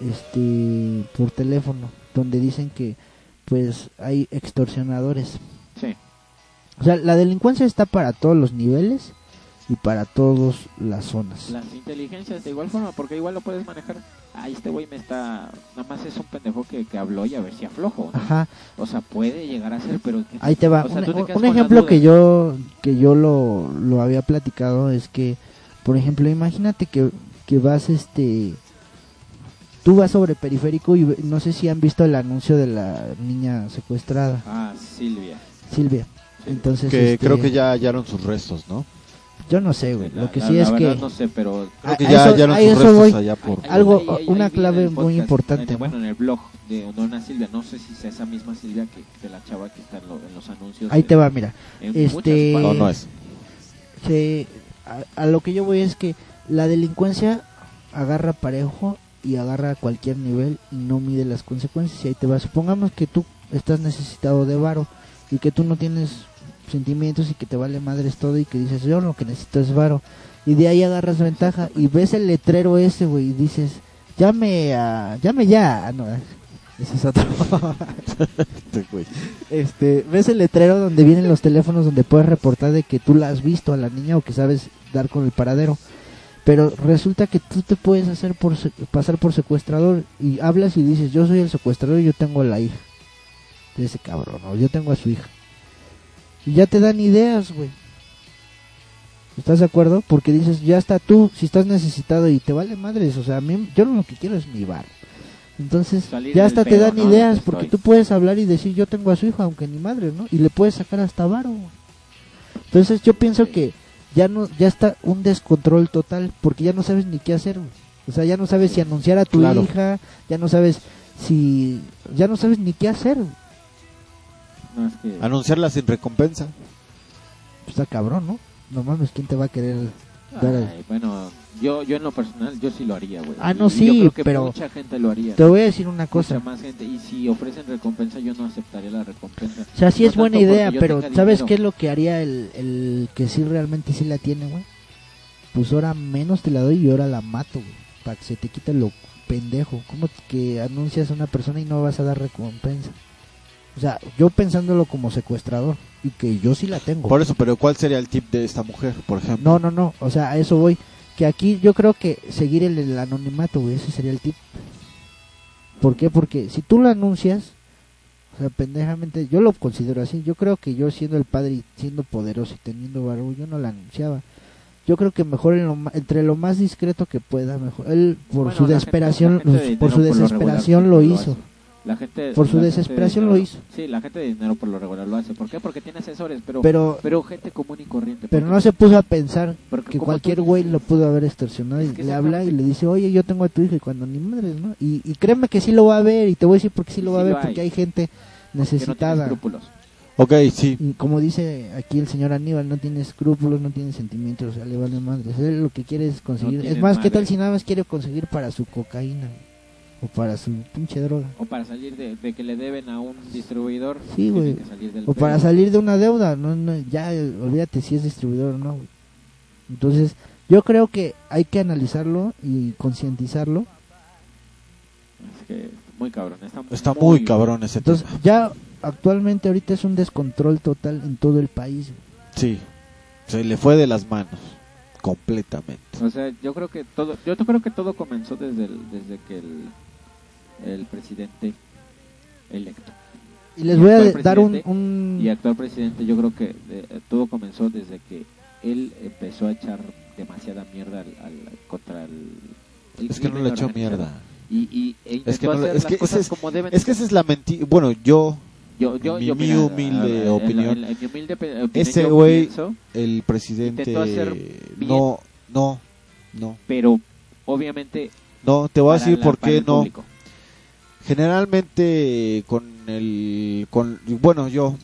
S4: este, por teléfono, donde dicen que, pues, hay extorsionadores.
S5: Sí.
S4: O sea, la delincuencia está para todos los niveles y para todas las zonas.
S5: Las inteligencias de igual forma, porque igual lo puedes manejar. Ah, este güey me está... Nada más es un pendejo que, que habló y a ver si aflojo. ¿no?
S4: Ajá,
S5: O sea, puede llegar a ser, pero... ¿qué
S4: ahí te va.
S5: O sea,
S4: un e-,
S5: tú te
S4: un-
S5: quedas
S4: un
S5: con la
S4: ejemplo
S5: duda.
S4: que yo, que yo lo, lo había platicado es que, por ejemplo, imagínate que, que vas, este, tú vas sobre periférico y ve- no sé si han visto el anuncio de la niña secuestrada,
S5: Ah, Silvia.
S4: Silvia.
S5: Sí.
S4: Entonces,
S8: Que
S4: este,
S8: creo que ya hallaron sus restos, ¿no?
S4: Yo no sé, güey.
S5: La-
S4: Lo que
S5: la-
S4: sí
S5: la
S4: es que
S5: verdad no sé, pero...
S8: Creo
S4: A-
S8: que
S4: a
S8: ya
S4: eso-
S8: hallaron
S4: a
S8: sus
S4: eso
S8: restos
S4: voy.
S8: allá por...
S5: Ahí-
S4: algo-
S5: ahí- ahí
S4: una
S5: vi
S4: clave
S5: en el
S4: muy
S5: podcast,
S4: importante,
S5: en el-
S4: ¿no?
S5: Bueno, en el blog de Dona Silvia, no sé si sea esa misma Silvia que, que la chava que está en, lo- en los anuncios.
S4: ahí
S5: de-
S4: te va, mira.
S5: en
S4: este-
S5: muchas partes.
S8: No, no es.
S4: se- a, a lo que yo voy es que la delincuencia agarra parejo y agarra a cualquier nivel y no mide las consecuencias y ahí te va. Supongamos que tú estás necesitado de varo y que tú no tienes sentimientos y que te vale madres todo y que dices yo lo que necesito es varo y de ahí agarras ventaja y ves el letrero ese güey y dices llame a llame ya Ah, no eh, ese es otro
S8: Este
S4: eh,
S8: güey.
S4: este, ves el letrero donde vienen los teléfonos donde puedes reportar de que tú la has visto a la niña o que sabes dar con el paradero. Pero resulta que tú te puedes hacer por se- pasar por secuestrador y hablas y dices, "Yo soy el secuestrador y yo tengo a la hija." De ese cabrón, ¿no? yo tengo a su hija. Y ya te dan ideas, güey. ¿Estás de acuerdo? Porque dices, "Ya está tú, si estás necesitado y te vale madres, o sea, a mí yo lo que quiero es mi bar." Entonces,
S5: Salir
S4: ya
S5: del
S4: hasta te
S5: pedo,
S4: dan
S5: ¿no?
S4: ideas
S5: Donde
S4: porque
S5: estoy.
S4: tú puedes hablar y decir yo tengo a su hijo, aunque ni madre, ¿no? Y le puedes sacar hasta varo. Entonces yo pienso que ya no ya está un descontrol total porque ya no sabes ni qué hacer. güey. O sea, ya no sabes si anunciar a tu
S8: Claro.
S4: hija, ya no sabes si ya no sabes ni qué hacer. Pues güey.
S5: No, es que-
S8: Anunciarla sin recompensa.
S4: Pues está cabrón, ¿no? No mames, ¿quién te va a querer? dar el-
S5: Ay, bueno, yo, yo en lo personal, yo sí lo haría, güey.
S4: Ah, no,
S5: Y
S4: sí,
S5: yo creo que
S4: pero-
S5: Mucha gente lo haría.
S4: Te voy a decir una
S5: Mucha
S4: cosa.
S5: más gente. Y si ofrecen recompensa, yo no aceptaría la recompensa.
S4: O sea, sí
S5: No
S4: es buena
S5: tanto porque
S4: idea,
S5: yo
S4: pero
S5: tenga
S4: ¿sabes
S5: dinero.
S4: qué es lo que haría el, el que sí realmente sí la tiene, güey? Pues ahora menos te la doy y ahora la mato, güey. Para que se te quite lo pendejo. ¿Cómo que anuncias a una persona y no vas a dar recompensa? O sea, yo pensándolo como secuestrador y que yo sí la tengo.
S8: Por eso, pero ¿cuál sería el tip de esta mujer, por ejemplo?
S4: No, no, no. O sea, a eso voy. Que aquí yo creo que seguir el, el anonimato, güey. Ese sería el tip. ¿Por qué? Porque si tú lo anuncias, o sea, pendejamente, yo lo considero así. Yo creo que yo siendo el padre y siendo poderoso y teniendo barro, yo no la anunciaba. Yo creo que mejor en lo ma- entre lo más discreto que pueda, mejor. Él por
S5: Bueno,
S4: su
S5: la gente-
S4: desesperación,
S5: la gente de
S4: por su
S5: dinero por lo
S4: desesperación
S5: regular
S4: lo
S5: lo
S4: hizo.
S5: hace. La gente,
S4: Por su
S5: la gente de
S4: desesperación lo
S5: dinero-
S4: hizo.
S5: Sí, la gente de dinero por lo regular lo hace. ¿Por qué? Porque tiene asesores, pero pero,
S4: Pero,
S5: gente común y corriente.
S4: pero
S5: porque-
S4: no se puso a pensar
S5: porque
S4: que
S5: como
S4: cualquier
S5: tú
S4: güey
S5: dices,
S4: lo pudo haber extorsionado
S5: Es
S4: y
S5: que
S4: le
S5: esa
S4: habla y
S5: parte-
S4: le dice, oye, yo tengo a tu hijo y cuando ni madres, ¿no? Y, y créeme que sí lo va a ver y te voy a decir porque sí lo va
S5: Sí
S4: a ver
S5: lo
S4: porque
S5: hay.
S4: hay gente
S5: que no tiene
S4: necesitada.
S5: escrúpulos.
S3: Ok, sí.
S4: y como dice aquí el señor Aníbal, no tiene escrúpulos, no tiene sentimientos, o sea, le vale madres. Él lo que quiere es conseguir.
S5: tiene
S4: es más, ¿qué
S5: madre.
S4: tal si nada más quiere conseguir para su cocaína o para su pinche droga?
S5: O para salir de, de que le deben a un distribuidor.
S4: Sí,
S5: tienen
S4: güey.
S5: que salir del
S4: O
S5: pedo.
S4: para salir de una deuda, no, no, ya eh, olvídate si es distribuidor o no. güey. Entonces, yo creo que hay que analizarlo y concientizarlo.
S5: Es que muy cabrón. Está,
S3: Está muy cabrón ese
S4: Entonces,
S3: tema.
S4: ya actualmente ahorita es un descontrol total en todo el país. güey.
S3: Sí. Se le fue de las manos. Completamente.
S5: O sea, yo creo que todo, yo creo que todo comenzó desde el- desde que el, el presidente electo
S4: Y les
S5: Y
S4: voy a
S5: actual
S4: de- dar un...
S5: presidente
S4: un-
S5: y actual presidente, yo creo que eh, todo comenzó desde que él empezó a echar demasiada mierda al, al- contra el, el
S3: Es que no
S5: crimen
S3: le echó
S5: organizado.
S3: mierda.
S5: Y, y e intentó
S3: Es que no le-
S5: hacer
S3: es
S5: las
S3: que ese
S5: cosas
S3: es-
S5: como deben.
S3: Es que esa es la mentira. Bueno, yo,
S5: yo, yo,
S3: mi-
S5: yo,
S3: mi
S5: mira,
S3: humilde
S5: en la-
S3: opinión.
S5: en la- en mi humilde pe- opinión,
S3: Ese
S5: yo
S3: güey-
S5: pienso,
S3: el presidente.
S5: Intentó hacer bien.
S3: No, no, no.
S5: pero obviamente.
S3: No, te voy a
S5: para
S3: decir
S5: la-
S3: por
S5: para
S3: qué
S5: el
S3: no.
S5: público.
S3: Generalmente con el con bueno yo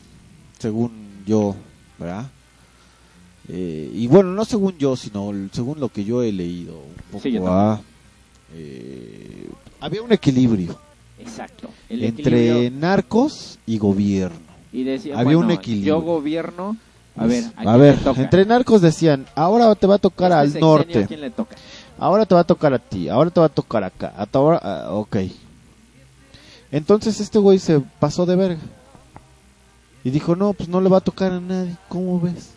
S3: según yo, ¿verdad? Eh, y bueno no según yo sino el- según lo que yo he leído un poco
S5: Sí, yo
S3: ah, eh, había un equilibrio
S5: Exacto. El
S3: entre
S5: equilibrio-
S3: narcos y gobierno.
S5: y decía,
S3: había un
S5: bueno,
S3: equilibrio.
S5: Yo gobierno. A ver,
S3: Pues,
S5: ¿a, quién
S3: ver,
S5: le toca?
S3: entre narcos decían ahora te va a tocar
S5: Este
S3: al
S5: sexenio, ¿a
S3: norte,
S5: quién le toca?
S3: ahora te va a tocar a ti, ahora te va a tocar acá, hasta ahora, ah, ok. Entonces este güey se pasó de verga. Y dijo, no, pues no le va a tocar a nadie, ¿cómo ves?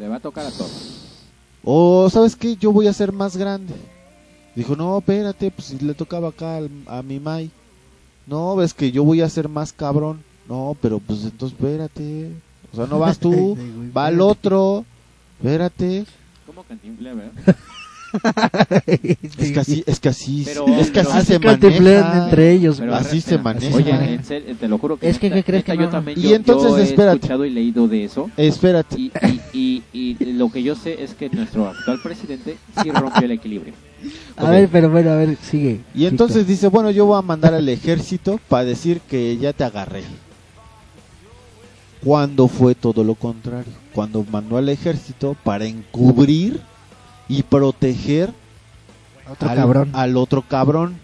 S5: Le va a tocar a todos.
S3: O, ¿sabes qué? Yo voy a ser más grande. Dijo, no, espérate, pues si le tocaba acá al- a mi Mai. No, ves que yo voy a ser más cabrón. No, pero pues entonces espérate. O sea, no vas tú,
S4: Sí, güey,
S3: va el otro. Espérate.
S5: ¿Cómo cantinflea, verdad?
S3: Es que así, es que así,
S5: Pero-
S3: es que así
S5: pero-
S3: se
S4: que cantinflean
S3: maneja.
S4: entre ellos.
S5: Pero
S4: güey.
S3: así
S5: espera,
S3: se maneja.
S5: Oye,
S4: Ajá.
S5: en serio, te lo juro que
S4: Es que,
S5: neta-
S4: ¿qué crees
S5: neta,
S4: que
S5: yo
S4: no?
S5: también
S3: Y
S5: yo- yo
S3: entonces,
S5: he
S3: espérate.
S5: escuchado y leído de eso
S3: Espérate.
S5: y, y, y, y lo que yo sé es que nuestro actual presidente sí rompió el equilibrio.
S4: A ver, pero bueno, a ver, sigue.
S3: Y entonces dice, bueno, yo voy a mandar al ejército para decir que ya te agarré. Cuando fue todo lo contrario. Cuando mandó al ejército para encubrir y proteger
S4: Víctor, otro
S3: al, ah,
S4: cabrón.
S3: al otro cabrón.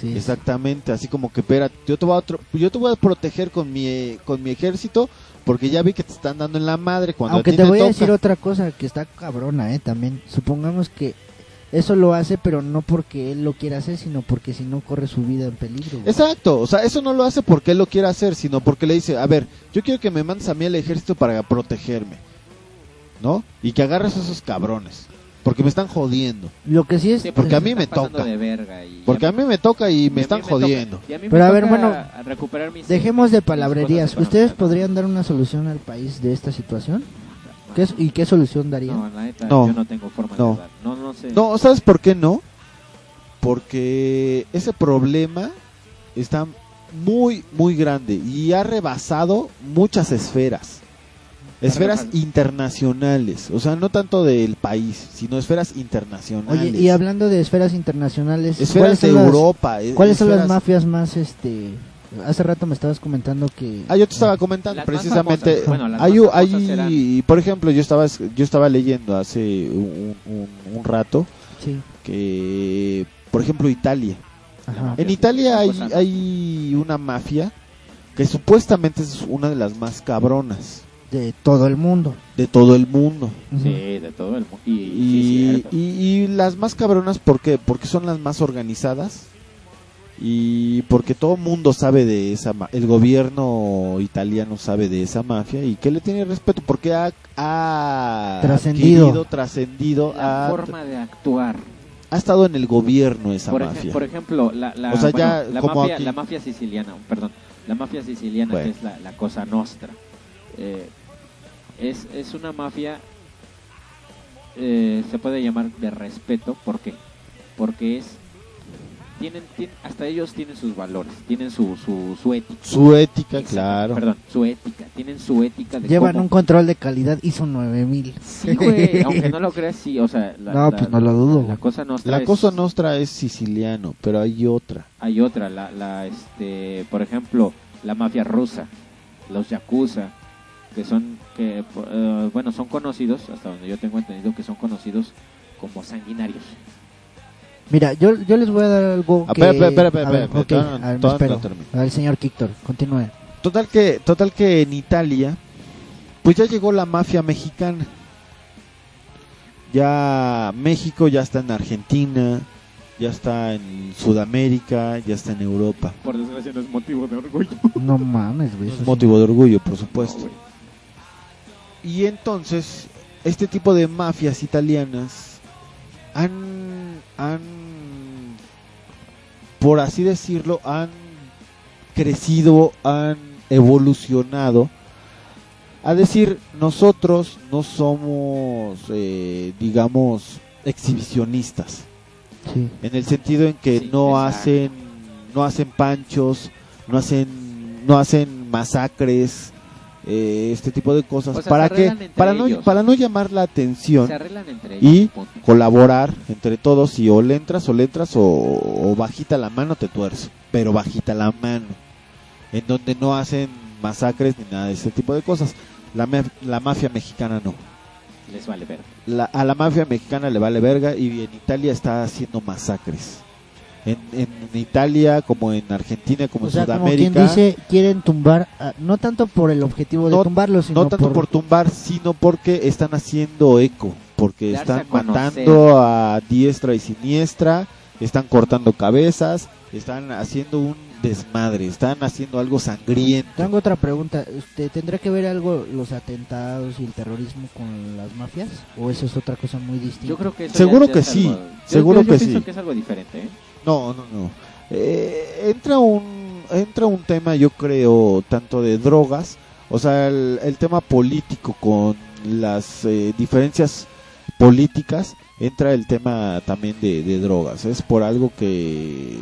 S4: Sí.
S3: Exactamente, así como que, espera, yo te voy a, otro- yo te voy a proteger con mi, eh, con mi ejército porque ya vi que te están dando en la madre cuando a
S4: Aunque
S3: ti
S4: te voy a
S3: toca.
S4: decir otra cosa que está cabrona, eh, también. Supongamos que eso lo hace, pero no porque él lo quiera hacer, sino porque si no corre su vida en peligro. güey.
S3: Exacto, o sea, eso no lo hace porque él lo quiere hacer, sino porque le dice, a ver, yo quiero que me mandes a mí al ejército para protegerme, ¿no? Y que agarres a esos cabrones, porque me están jodiendo,
S4: Lo que sí es.
S5: Sí,
S3: porque a mí
S5: se
S3: me
S5: está pasando
S3: toca.
S5: de verga y-
S3: porque a mí me toca y me están
S5: toca-
S3: jodiendo.
S5: y a mí me
S4: Pero a ver,
S5: toca
S4: bueno,
S5: a recuperar mis-
S4: Dejemos de
S5: mis
S4: palabrerías.
S5: cosas
S4: ¿Ustedes
S5: económicas.
S4: podrían dar una solución al país de esta situación? ¿Qué es- ¿Y qué solución darían?
S5: No, la neta,
S3: No.
S5: yo no tengo forma
S3: No.
S5: de dar. No, no sé.
S3: No, ¿sabes por qué no? Porque ese problema está muy, muy grande y ha rebasado muchas esferas. Esferas
S5: rebasado.
S3: internacionales, o sea, no tanto del país, sino esferas internacionales.
S4: Oye, y hablando de esferas internacionales, ¿cuáles
S3: Esferas de
S4: son las-
S3: Europa. eh,
S4: ¿Cuáles son las
S3: esferas-
S4: mafias más, este... Hace rato me estabas comentando que...
S3: Ah, yo te estaba comentando
S5: Las más
S3: precisamente.
S5: famosas, bueno, las
S3: hay,
S5: más
S3: u-
S5: famosas
S3: hay-
S5: eran-
S3: por ejemplo, yo estaba es- yo estaba leyendo hace un, un- un rato
S4: Sí,
S3: que, por ejemplo, Italia.
S4: ajá.
S3: En
S5: Sí, pues,
S3: Italia hay,
S5: cosa.
S3: hay una mafia que supuestamente es una de las más cabronas
S4: De todo el mundo.
S3: de todo el mundo.
S5: Sí, de todo el mundo. Y, sí,
S3: Y,
S5: cierto.
S3: y- y las más cabronas, ¿por qué? Porque son las más organizadas y porque todo mundo sabe de esa ma- el gobierno italiano sabe de esa mafia y que le tiene respeto porque ha, ha
S4: Trascendido.
S3: adquirido, trascendido,
S5: la
S3: ha,
S5: forma de actuar.
S3: ha estado en el gobierno esa
S5: por, ejem-
S3: mafia.
S5: por ejemplo, la, la,
S3: O sea, ya
S5: bueno, la
S3: como
S5: mafia,
S3: aquí.
S5: la mafia siciliana, perdón, la mafia siciliana
S3: Bueno.
S5: que es la, la cosa nostra, eh, es, es una mafia eh, se puede llamar de respeto, ¿por qué? Porque es tienen, tien- hasta ellos tienen sus valores, tienen su su, su ética,
S3: Su ética, claro.
S5: perdón, su ética, tienen su ética de
S4: Llevan
S5: cómo-
S4: un control de calidad ISO 9000.
S5: Sí, güey, aunque no lo creas, sí, o sea, la,
S4: No,
S5: la-
S4: pues no lo dudo.
S5: la cosa no
S3: La cosa nostra es siciliano, pero hay otra.
S5: hay otra, la, la, este, por ejemplo, la mafia rusa, los yakuza, que son, que, eh, bueno, son conocidos, hasta donde yo tengo entendido que son conocidos como sanguinarios.
S4: Mira, yo, yo les voy a dar algo
S3: Ah,
S4: que...
S3: espera, espera, espera,
S4: a
S3: espera,
S4: ver,
S3: espera,
S4: ok,
S3: todavía no-
S4: a ver, me
S3: todavía
S4: espero.
S3: no termino.
S4: A ver, señor Kíctor, continúe.
S3: Total que, total que en Italia, pues ya llegó la mafia mexicana. Ya México ya está en Argentina, ya está en Sudamérica, ya está en Europa.
S5: Por desgracia no es motivo de orgullo.
S4: No mames, güey. eso sí.
S3: Motivo de orgullo, por supuesto. Y entonces, este tipo de mafias italianas han, han, por así decirlo, han crecido, han evolucionado. A decir, nosotros no somos, eh, digamos, exhibicionistas
S4: Sí.
S3: en el sentido en que
S5: Sí,
S3: no
S5: exacto.
S3: hacen no hacen panchos no hacen no hacen masacres eh, este tipo de cosas
S5: O sea,
S3: para
S5: se
S3: que
S5: arreglan entre
S3: para no
S5: ellos.
S3: para no llamar la atención
S5: Se arreglan entre
S3: Y-
S5: ellos. punto.
S3: colaborar entre todos y o le entras o le entras o, o bajita la mano te tuerzo pero bajita la mano en donde no hacen masacres ni nada de ese tipo de cosas la, maf- la mafia mexicana no
S5: Les vale ver.
S3: la- a la mafia mexicana le vale verga y en Italia está haciendo masacres. En, en Italia, como en Argentina, como
S4: O
S3: en
S4: sea, como quien
S3: Sudamérica,
S4: dice, quieren tumbar, a- no tanto por el objetivo de
S3: No-
S4: tumbarlo, sino
S3: no tanto por... tumbar, sino porque están haciendo eco, porque
S5: Darse a
S3: están
S5: conocer.
S3: matando a diestra y siniestra, están cortando cabezas, están haciendo un desmadre, están haciendo algo sangriento.
S4: Tengo otra pregunta. Este, ¿Tendrá que ver algo los atentados y el terrorismo con las mafias? ¿O eso es otra cosa muy distinta?
S5: Yo creo que eso
S3: Seguro
S5: ya- ya
S3: que
S5: es
S3: sí,
S5: algo- yo-
S3: seguro
S5: yo- yo
S3: que
S5: pienso
S3: sí.
S5: que es algo diferente, ¿eh?
S3: No, no, no. Eh, entra un entra un tema, yo creo, tanto de drogas, o sea, el, el tema político con las eh, diferencias políticas, entra el tema también de, de drogas. Es por algo que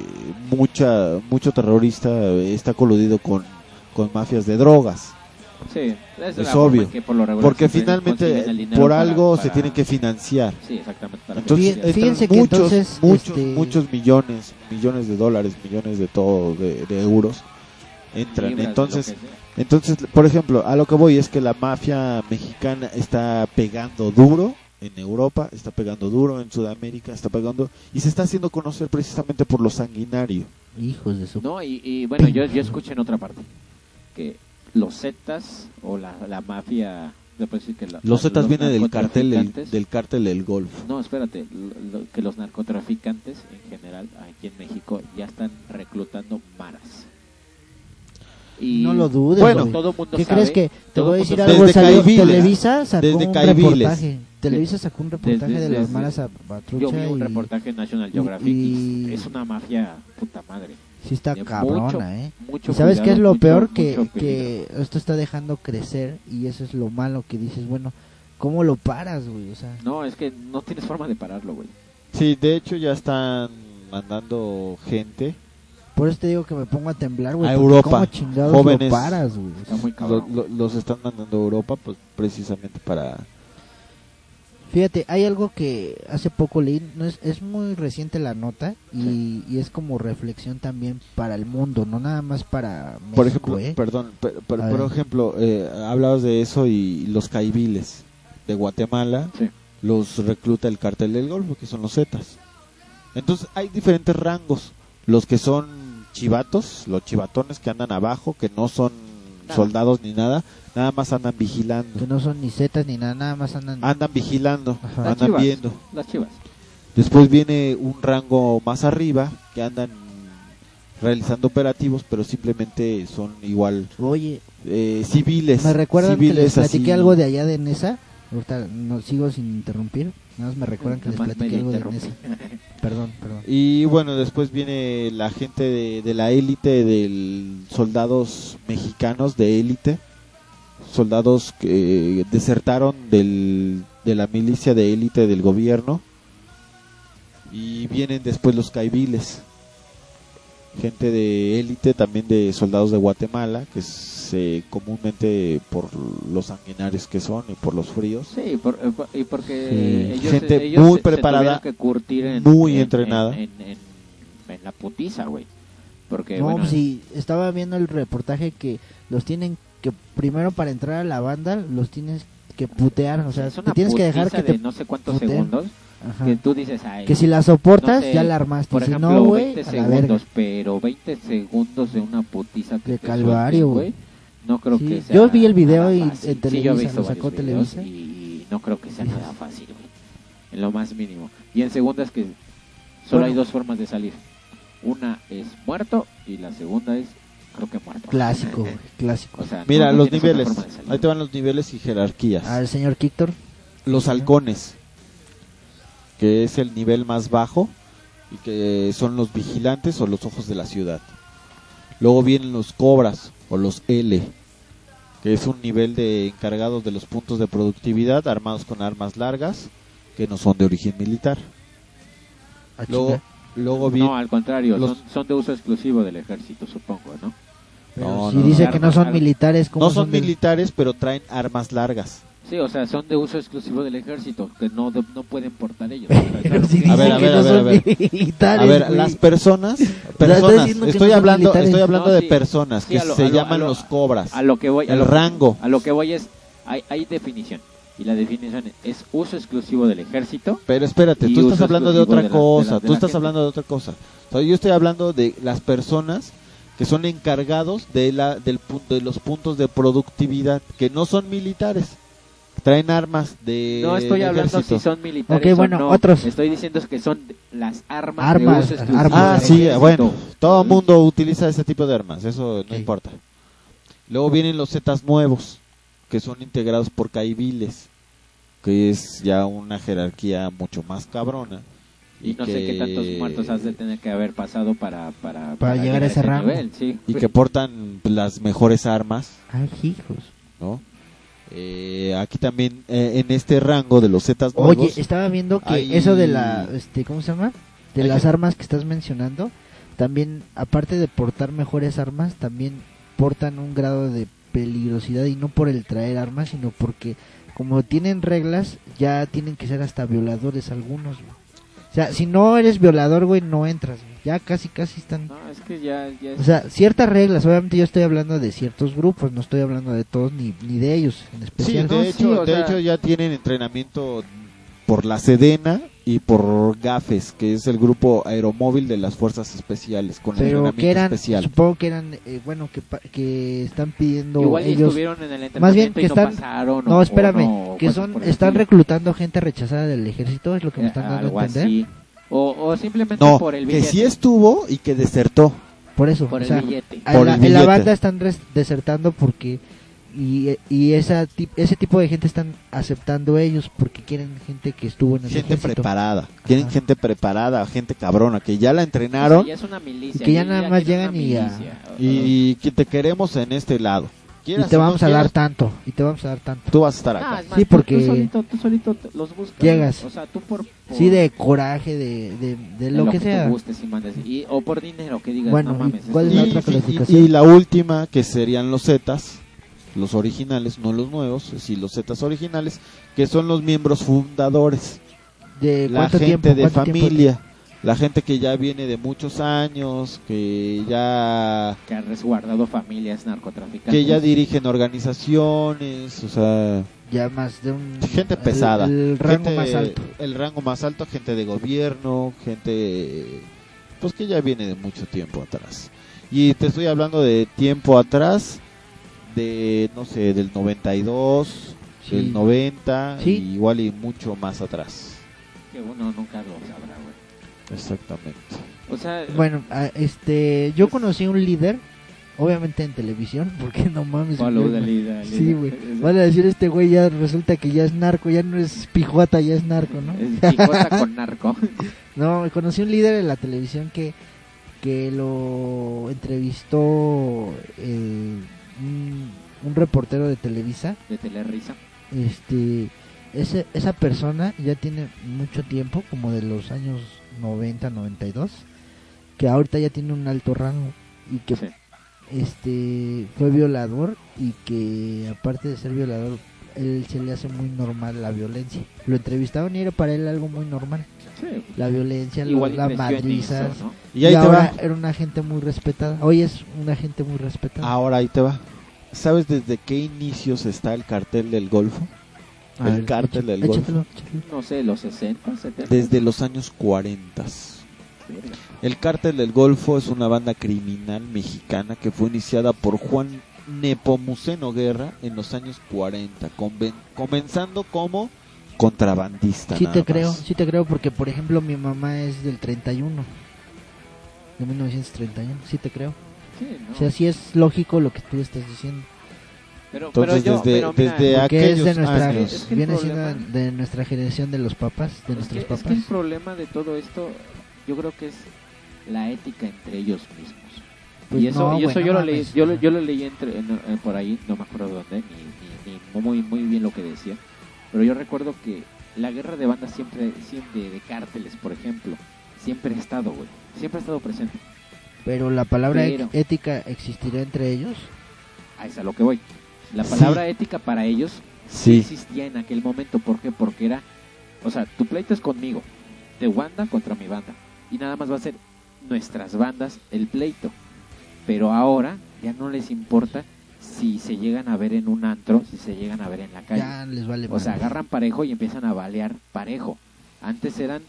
S3: mucha mucho terrorista está coludido con, con mafias de drogas,
S5: Sí,
S3: Es
S5: es, la forma
S3: obvio.
S5: en que por lo regular
S3: porque
S5: se consiguen el
S3: finalmente
S5: dinero
S3: por
S5: para-
S3: algo se
S5: para-
S3: tienen que financiar.
S5: Sí, exactamente. para
S3: Entonces, eh,
S5: financiar.
S3: entran
S4: Fíjense que
S3: muchos,
S4: entonces,
S3: muchos,
S4: este-
S3: muchos millones, millones de dólares, millones de todo, de, de euros entran.
S5: Libras,
S3: entonces,
S5: lo que sea.
S3: entonces, por ejemplo, a lo que voy es que la mafia mexicana está pegando duro en Europa, está pegando duro en Sudamérica, está pegando y se está haciendo conocer precisamente por lo sanguinario.
S4: Hijos de su...
S5: No, y, y bueno, yo, yo escuché en otra parte que los Zetas o la, la mafia. se puede decir que la-
S3: Los Zetas viene del cartel del,
S5: narcotraficantes-
S3: del cártel del Golfo.
S5: No, espérate, lo- lo- que los narcotraficantes en general aquí en México ya están reclutando maras. Y
S4: No lo dudes,
S3: Bueno,
S4: güey.
S5: todo mundo
S4: ¿Qué
S5: sabe,
S4: crees que te
S5: todo
S4: voy a
S5: mundo
S4: decir
S5: sabe.
S4: algo?
S3: Desde
S4: salió-
S3: Caibiles.
S4: Televisa sacó
S3: Desde
S4: un
S3: Caibiles.
S4: reportaje. Televisa sacó un reportaje
S5: Desde-
S4: de las
S5: desde-
S4: malas a
S5: Yo vi un
S4: y
S5: reportaje en National
S4: y-
S5: Geographic y,
S4: y-
S5: es una mafia puta madre.
S4: sí está
S5: de
S4: cabrona,
S5: mucho-
S4: ¿eh?
S5: Mucho
S4: ¿Y sabes
S5: cuidado,
S4: qué es lo
S5: mucho-
S4: peor? Que,
S5: mucho peligro.
S4: que esto está dejando crecer y eso es lo malo que dices, bueno, ¿cómo lo paras, güey? O sea,
S5: No, es que no tienes forma de pararlo, güey.
S3: Sí, de hecho ya están mandando gente,
S4: por eso te digo que me pongo a temblar, güey.
S3: A
S4: porque
S3: Europa,
S4: ¿Cómo chingados
S3: jóvenes.
S4: lo paras, güey? O
S5: Está
S4: sea,
S5: muy
S3: Lo-
S5: cabrón.
S3: lo- los están mandando a Europa pues precisamente para
S4: Fíjate, hay algo que hace poco leí, no es, es muy reciente la nota y, y es como reflexión también para el mundo, no nada más para México,
S3: Por ejemplo,
S4: ¿eh?
S3: perdón, per- per-
S4: A
S3: por
S4: ver.
S3: ejemplo, eh, hablabas de eso y los caibiles de Guatemala
S5: Sí.
S3: los recluta el cartel del Golfo, que son los Zetas. Entonces hay diferentes rangos, los que son chivatos, los chivatones que andan abajo, que no son soldados ni nada, nada más andan
S4: que
S3: vigilando,
S4: no son ni zetas ni nada, nada más andan...
S3: andan vigilando,
S4: Ajá.
S5: Las
S3: andan
S5: chivas.
S3: viendo.
S5: Las chivas.
S3: Después viene un rango más arriba que andan realizando operativos, pero simplemente son igual
S4: Oye,
S3: eh, civiles.
S4: Me recuerdan que les
S3: civiles así.
S4: platiqué algo de allá de Nesa. Ahorita no sigo sin interrumpir. Nada más me recuerdan que les
S5: Nomás
S4: platiqué
S5: medio
S4: algo de
S5: interrumpí.
S4: Nesa. Perdón, perdón.
S3: Y bueno, después viene la gente de, de la élite, de soldados mexicanos de élite, soldados que desertaron eh, del de la milicia de élite del gobierno. Y vienen después los caibiles. Gente de élite, también de soldados de Guatemala, que se comúnmente por los sanguinarios que son y por los fríos.
S5: Sí, por- eh, por- y porque
S3: Sí.
S5: ellos,
S3: Gente
S5: ellos
S3: muy
S5: se- se
S3: preparada,
S5: tuvieron que curtir en-
S3: muy
S5: en-
S3: entrenada.
S5: En, en- en- en la putiza, güey. Porque,
S4: No, pues
S5: bueno,
S4: sí, estaba viendo el reportaje que los tienen que primero para entrar a la banda los tienes que putear, o sea,
S5: es
S4: te
S5: una
S4: tienes que dejar
S5: putiza
S4: que te
S5: de no sé cuántos
S4: puteen.
S5: segundos
S4: Ajá.
S5: que tú dices, ay,
S4: que si la soportas
S5: no sé,
S4: ya la armaste,
S5: por
S4: si
S5: ejemplo,
S4: no, güey,
S5: 20
S4: a la verga.
S5: segundos, pero 20 segundos de una putiza que
S4: De
S5: te
S4: calvario,
S5: suelten, No creo
S4: Sí,
S5: que sea
S4: yo vi el video
S5: nada
S4: y- en
S5: fácil. Sí,
S4: Televisa,
S5: yo he
S4: lo
S5: visto
S4: sacó
S5: varios videos
S4: Televisa.
S5: Y no creo que sea nada fácil, güey. En lo más mínimo. Y en segunda es que solo
S4: Bueno.
S5: hay dos formas de salir. Una es muerto y la segunda es, creo que muerto.
S4: Clásico, güey, clásico.
S5: O sea, no-
S3: Mira,
S5: no
S3: los
S5: tienes otra
S3: niveles.
S5: forma de salir.
S3: Ahí te van los niveles y jerarquías.
S4: Al señor Kíctor,
S3: Los halcones, que es el nivel más bajo y que son los vigilantes o los ojos de la ciudad. Luego vienen los cobras o los L, que es un nivel de encargados de los puntos de productividad armados con armas largas que no son de origen militar.
S4: a
S3: Luego,
S4: chingar.
S3: luego vi-
S5: No, al contrario,
S3: Los-
S5: son, son de uso exclusivo del ejército, supongo, ¿no?
S4: Pero
S3: no,
S4: si
S3: no,
S4: dice
S5: no.
S4: que no son militares, ¿cómo
S3: no son
S4: del-
S3: militares, pero traen armas largas.
S5: Sí, o sea, son de uso exclusivo del ejército, que no, no pueden portar ellos. O sea,
S4: Pero
S5: claro
S4: si
S5: que-
S4: dice
S3: A ver, a
S4: que
S3: ver,
S4: no
S3: a ver,
S4: son
S3: a ver.
S4: militares,
S3: A ver,
S4: güey.
S3: las personas,
S4: estoy
S3: personas,
S4: diciendo que
S3: estoy
S4: no son
S3: hablando,
S4: militares.
S3: estoy hablando
S5: No,
S3: de
S5: sí.
S3: personas
S5: Sí,
S3: que
S5: a lo-
S3: se
S5: a lo-
S3: llaman
S5: a lo-
S3: los cobras.
S5: A lo que voy, a
S3: el
S5: lo,
S3: rango.
S5: a lo que voy es, hay, hay definición. Y la definición es, es uso exclusivo del ejército.
S3: Pero espérate,
S5: Y
S3: tú estás
S5: uso
S3: hablando de otra
S5: exclusivo de la- de la-
S3: cosa,
S5: de la
S3: tú estás
S5: gente.
S3: hablando de otra cosa. O sea, yo estoy hablando de las personas que son encargados de la del pu- de los puntos de productividad que no son militares. Traen armas de
S5: No estoy
S3: de
S5: hablando
S3: ejército.
S5: si son militares
S4: Ok,
S5: o
S4: bueno,
S5: no.
S4: otros.
S5: Estoy diciendo que son de- las armas, de
S4: Armas,
S5: uso exclusivo
S4: armas.
S5: del
S3: Ah, sí,
S5: ejército.
S3: bueno, todo el mundo utiliza ese tipo de armas, eso no
S4: Ok.
S3: importa. Luego vienen los Zetas nuevos, que son integrados por caibiles, que es ya una jerarquía mucho más cabrona.
S5: Y no sé
S3: que-
S5: qué tantos muertos has de tener que haber pasado para... Para,
S4: llegar a ese rango.
S5: nivel, sí.
S3: Y que portan las mejores armas,
S4: Ay, Ah, hijos.
S3: ¿no? Eh, aquí también, eh, en este rango de los Zetas
S4: Oye,
S3: nuevos,
S4: estaba viendo que
S3: Ahí-
S4: eso de la, este, ¿cómo se llama? De
S3: Ahí
S4: las
S3: que-
S4: armas que estás mencionando, también, aparte de portar mejores armas, también portan un grado de peligrosidad y no por el traer armas, sino porque como tienen reglas, ya tienen que ser hasta violadores algunos. güey. O sea, si no eres violador, güey, no entras. güey. Ya casi, casi están...
S5: No, es que ya... ya es-
S4: O sea, ciertas reglas, obviamente yo estoy hablando de ciertos grupos, no estoy hablando de todos ni, ni de ellos en
S3: Sí,
S4: especial.
S3: de,
S5: sí,
S3: hecho,
S5: o
S3: de
S5: sea-
S3: hecho ya tienen entrenamiento por la Sedena y por GAFES, que es el grupo aeromóvil de las fuerzas especiales con
S4: pero
S3: entrenamiento
S4: que eran
S3: especial.
S4: supongo que eran eh, bueno que, pa- que están pidiendo
S5: Igual y
S4: ellos
S5: estuvieron en el entrenamiento
S4: más bien que
S5: y
S4: están-
S5: no pasaron. o-
S4: no
S5: o
S4: espérame
S5: no,
S4: que
S5: cosas
S4: son
S5: por el
S4: están
S5: estilo.
S4: reclutando gente rechazada del ejército es lo que me están
S5: Eh,
S4: dando
S5: algo
S4: a entender
S5: así. O, o simplemente
S3: No,
S5: por el
S3: que
S5: billete.
S3: sí estuvo y que desertó.
S4: por eso
S5: Por
S4: o
S5: el
S4: sea,
S5: billete.
S4: a
S3: Por
S4: la,
S3: el
S4: en la
S3: billete.
S4: banda están res- desertando porque y, y esa tip- ese tipo de gente están aceptando ellos porque quieren gente que estuvo en el
S3: Gente
S4: ejército
S3: preparada. Quieren gente preparada, gente cabrona, que ya la entrenaron
S5: O sea, ya es una milicia,
S4: Y que ya nada más
S5: tiene
S4: llegan
S5: una
S4: y ya.
S5: milicia.
S3: y que te queremos en este lado.
S4: y
S3: Quieras
S4: te
S3: o no
S4: vamos a dar
S3: quieras,
S4: tanto y te vamos a dar tanto
S3: Tú vas a estar
S5: Ah,
S3: acá.
S5: es más,
S4: Sí,
S5: tú- tú
S4: porque-
S5: solito- tú solito te- los buscas.
S4: Llegas.
S5: O sea, tú por... por-
S4: sí de coraje de, de, de
S5: en
S4: lo, que,
S5: tú
S4: sea
S5: gustes y mandes. Y- o por dinero, que digas,
S4: Bueno,
S5: no mames.
S4: ¿y cuál es
S3: Y,
S4: la
S5: esto-
S4: otra
S3: sí, y-
S4: clasificación?
S3: y la última, que serían los Zetas, los originales, no los nuevos, sí los Zetas originales, que son los miembros fundadores.
S4: de
S3: la
S4: cuánto
S3: gente
S4: tiempo
S3: de
S4: cuánto tiempo-
S3: familia, la gente que ya viene de muchos años, que ya
S5: Que ha resguardado familias narcotraficantes.
S3: que ya dirigen organizaciones, o sea,
S4: ya más de un
S3: gente
S4: el-
S3: pesada,
S4: el, rango
S3: gente-
S4: más alto
S3: el rango más alto, gente de gobierno, gente pues que ya viene de mucho tiempo atrás. Y te estoy hablando de tiempo atrás de no sé, del 92,
S4: Sí.
S3: del 90,
S4: Sí.
S3: y igual y mucho más atrás.
S5: Que uno nunca lo sabrá, güey.
S3: Exactamente.
S5: O sea...
S4: bueno a- este yo conocí un líder obviamente en televisión porque no mames
S5: follow
S4: güey,
S5: the leader,
S4: ma-
S5: el
S4: sí
S5: líder.
S4: güey
S5: Es-
S4: van a decir este güey ya resulta que ya es narco ya no es pijuata ya es narco no
S5: es picota con narco.
S4: no conocí un líder en la televisión que que lo entrevistó eh, un, un reportero de Televisa
S5: De Telerisa.
S4: este ese, esa persona ya tiene mucho tiempo, como de los años 90, 92, que ahorita ya tiene un alto rango y que
S5: Sí.
S4: este fue violador y que aparte de ser violador, él se le hace muy normal la violencia. Lo entrevistaban y era para él algo muy normal.
S5: Sí.
S4: La violencia,
S5: Igual
S4: las
S5: y creció en
S4: madrizas.
S5: eso, ¿no?
S3: Y ahí te
S4: ahora
S3: va.
S4: era una gente muy respetada. Hoy es una gente muy respetada.
S3: Ahora ahí te va. ¿Sabes desde qué inicios está el cartel del Golfo?
S4: A
S3: el
S4: ver,
S3: cártel del
S4: échatelo,
S3: Golfo.
S4: échatelo, échatelo.
S5: No sé, los 60, 70.
S3: Desde los años 40. El cártel del Golfo es una banda criminal mexicana que fue iniciada por Juan Nepomuceno Guerra en los años 40, conven- comenzando como contrabandista.
S4: Sí
S3: nada
S4: te
S3: más.
S4: creo, sí te creo porque por ejemplo mi mamá es del 31. De 1931, sí te creo.
S5: Sí, no.
S4: O sea, sí es lógico lo que tú estás diciendo.
S5: pero, pero
S3: Entonces,
S5: yo,
S3: desde,
S5: pero mira,
S3: desde
S4: Que es
S3: aquellos
S4: de nuestra,
S3: años.
S5: Es que el
S4: viene
S5: problema-
S4: siendo de nuestra generación de los papás, de
S5: es que,
S4: nuestros
S5: es que
S4: papás.
S5: el problema de todo esto, yo creo que es la ética entre ellos mismos.
S4: Pues
S5: y eso,
S4: no,
S5: y eso
S4: güey,
S5: yo,
S4: no pues,
S5: lo leí,
S4: mames.
S5: yo, lo, yo lo leí entre, en- eh, por ahí, no me acuerdo dónde, ni, ni- ni muy, muy bien lo que decía, pero yo recuerdo que la guerra de bandas siempre, siempre de, de cárteles, por ejemplo, siempre ha estado, güey, siempre ha estado presente.
S4: Pero la palabra e-
S5: Pero-
S4: ética existirá entre ellos.
S5: A es a lo que voy. La palabra ética para ellos
S3: Sí.
S5: existía en aquel momento. ¿Por qué? Porque era, o sea, tu pleito es conmigo, de Wanda contra mi banda. Y nada más va a ser nuestras bandas el pleito. Pero ahora ya no les importa si se llegan a ver en un antro, si se llegan a ver en la calle.
S4: Ya les vale
S5: O sea,
S4: madre.
S5: agarran parejo y empiezan a balear parejo. Antes eran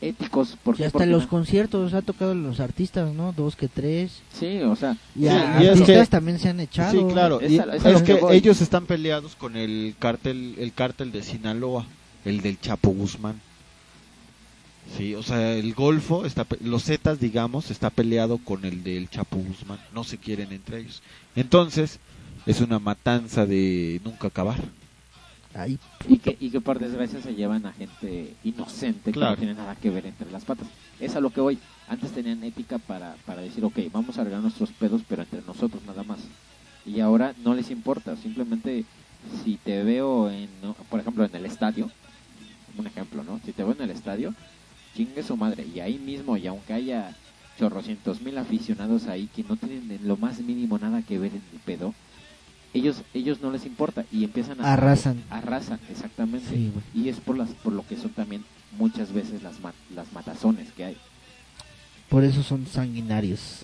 S5: éticos. ¿por qué?
S4: Y hasta
S5: Porque
S4: en los
S5: na-
S4: conciertos ha tocado los artistas, ¿no? Dos que tres.
S5: Sí, o sea,
S4: Y
S3: Sí,
S4: a
S3: y es
S4: artistas
S3: que-
S4: también se han echado.
S3: Sí, claro.
S5: Es
S3: y
S5: a- es
S3: Es,
S5: a lo que
S3: que,
S5: voy.
S3: ellos están peleados con el cártel, el cártel de Sinaloa, el del Chapo Guzmán. Sí, o sea, el Golfo, está, pe- los Zetas, digamos, está peleado con el del Chapo Guzmán. No se quieren entre ellos. Entonces, es una matanza de nunca acabar.
S4: Ay,
S5: Y que, y que por desgracia se llevan a gente inocente
S3: Claro.
S5: que no tiene nada que ver entre las patas. Es a lo que hoy. Antes tenían ética para, para decir, ok, vamos a arreglar nuestros pedos, pero entre nosotros nada más. Y ahora no les importa. Simplemente si te veo, en, ¿no? por ejemplo, en el estadio, un ejemplo, ¿no? Si te veo en el estadio, chingue su madre. Y ahí mismo, y aunque haya chorrocientos mil aficionados ahí que no tienen en lo más mínimo nada que ver en el pedo, ellos, ellos no les importa y empiezan a
S4: arrasan.
S5: arrasan exactamente
S4: Sí, güey.
S5: y es por las por lo que son también muchas veces las ma- las matazones que hay
S4: Por eso son sanguinarios.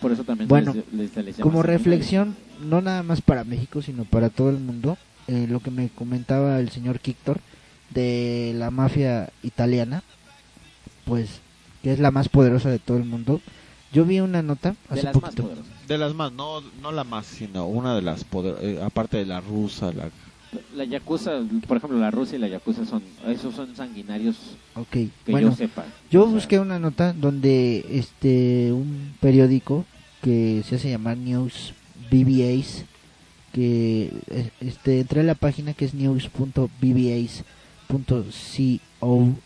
S5: por eso también
S4: Bueno,
S5: les- les- les llaman
S4: Como
S5: criminales.
S4: reflexión, no nada más para México, sino para todo el mundo, eh, lo que me comentaba el señor Kíctor de la mafia italiana, pues que es la más poderosa de todo el mundo. Yo vi una nota
S5: de
S4: hace
S5: las más
S4: poquito.
S5: poderosas
S3: De las más, no, no la más, sino una de las poder- eh, aparte de la rusa, la
S5: la yakuza por ejemplo la rusa y la yakuza son esos son sanguinarios
S4: ok,
S5: que
S4: bueno,
S5: yo sepa
S4: yo
S5: O sea,
S4: busqué una nota donde este un periódico que se hace llamar News BBAs que eh, este entré a la página que es news.bbas.co.uk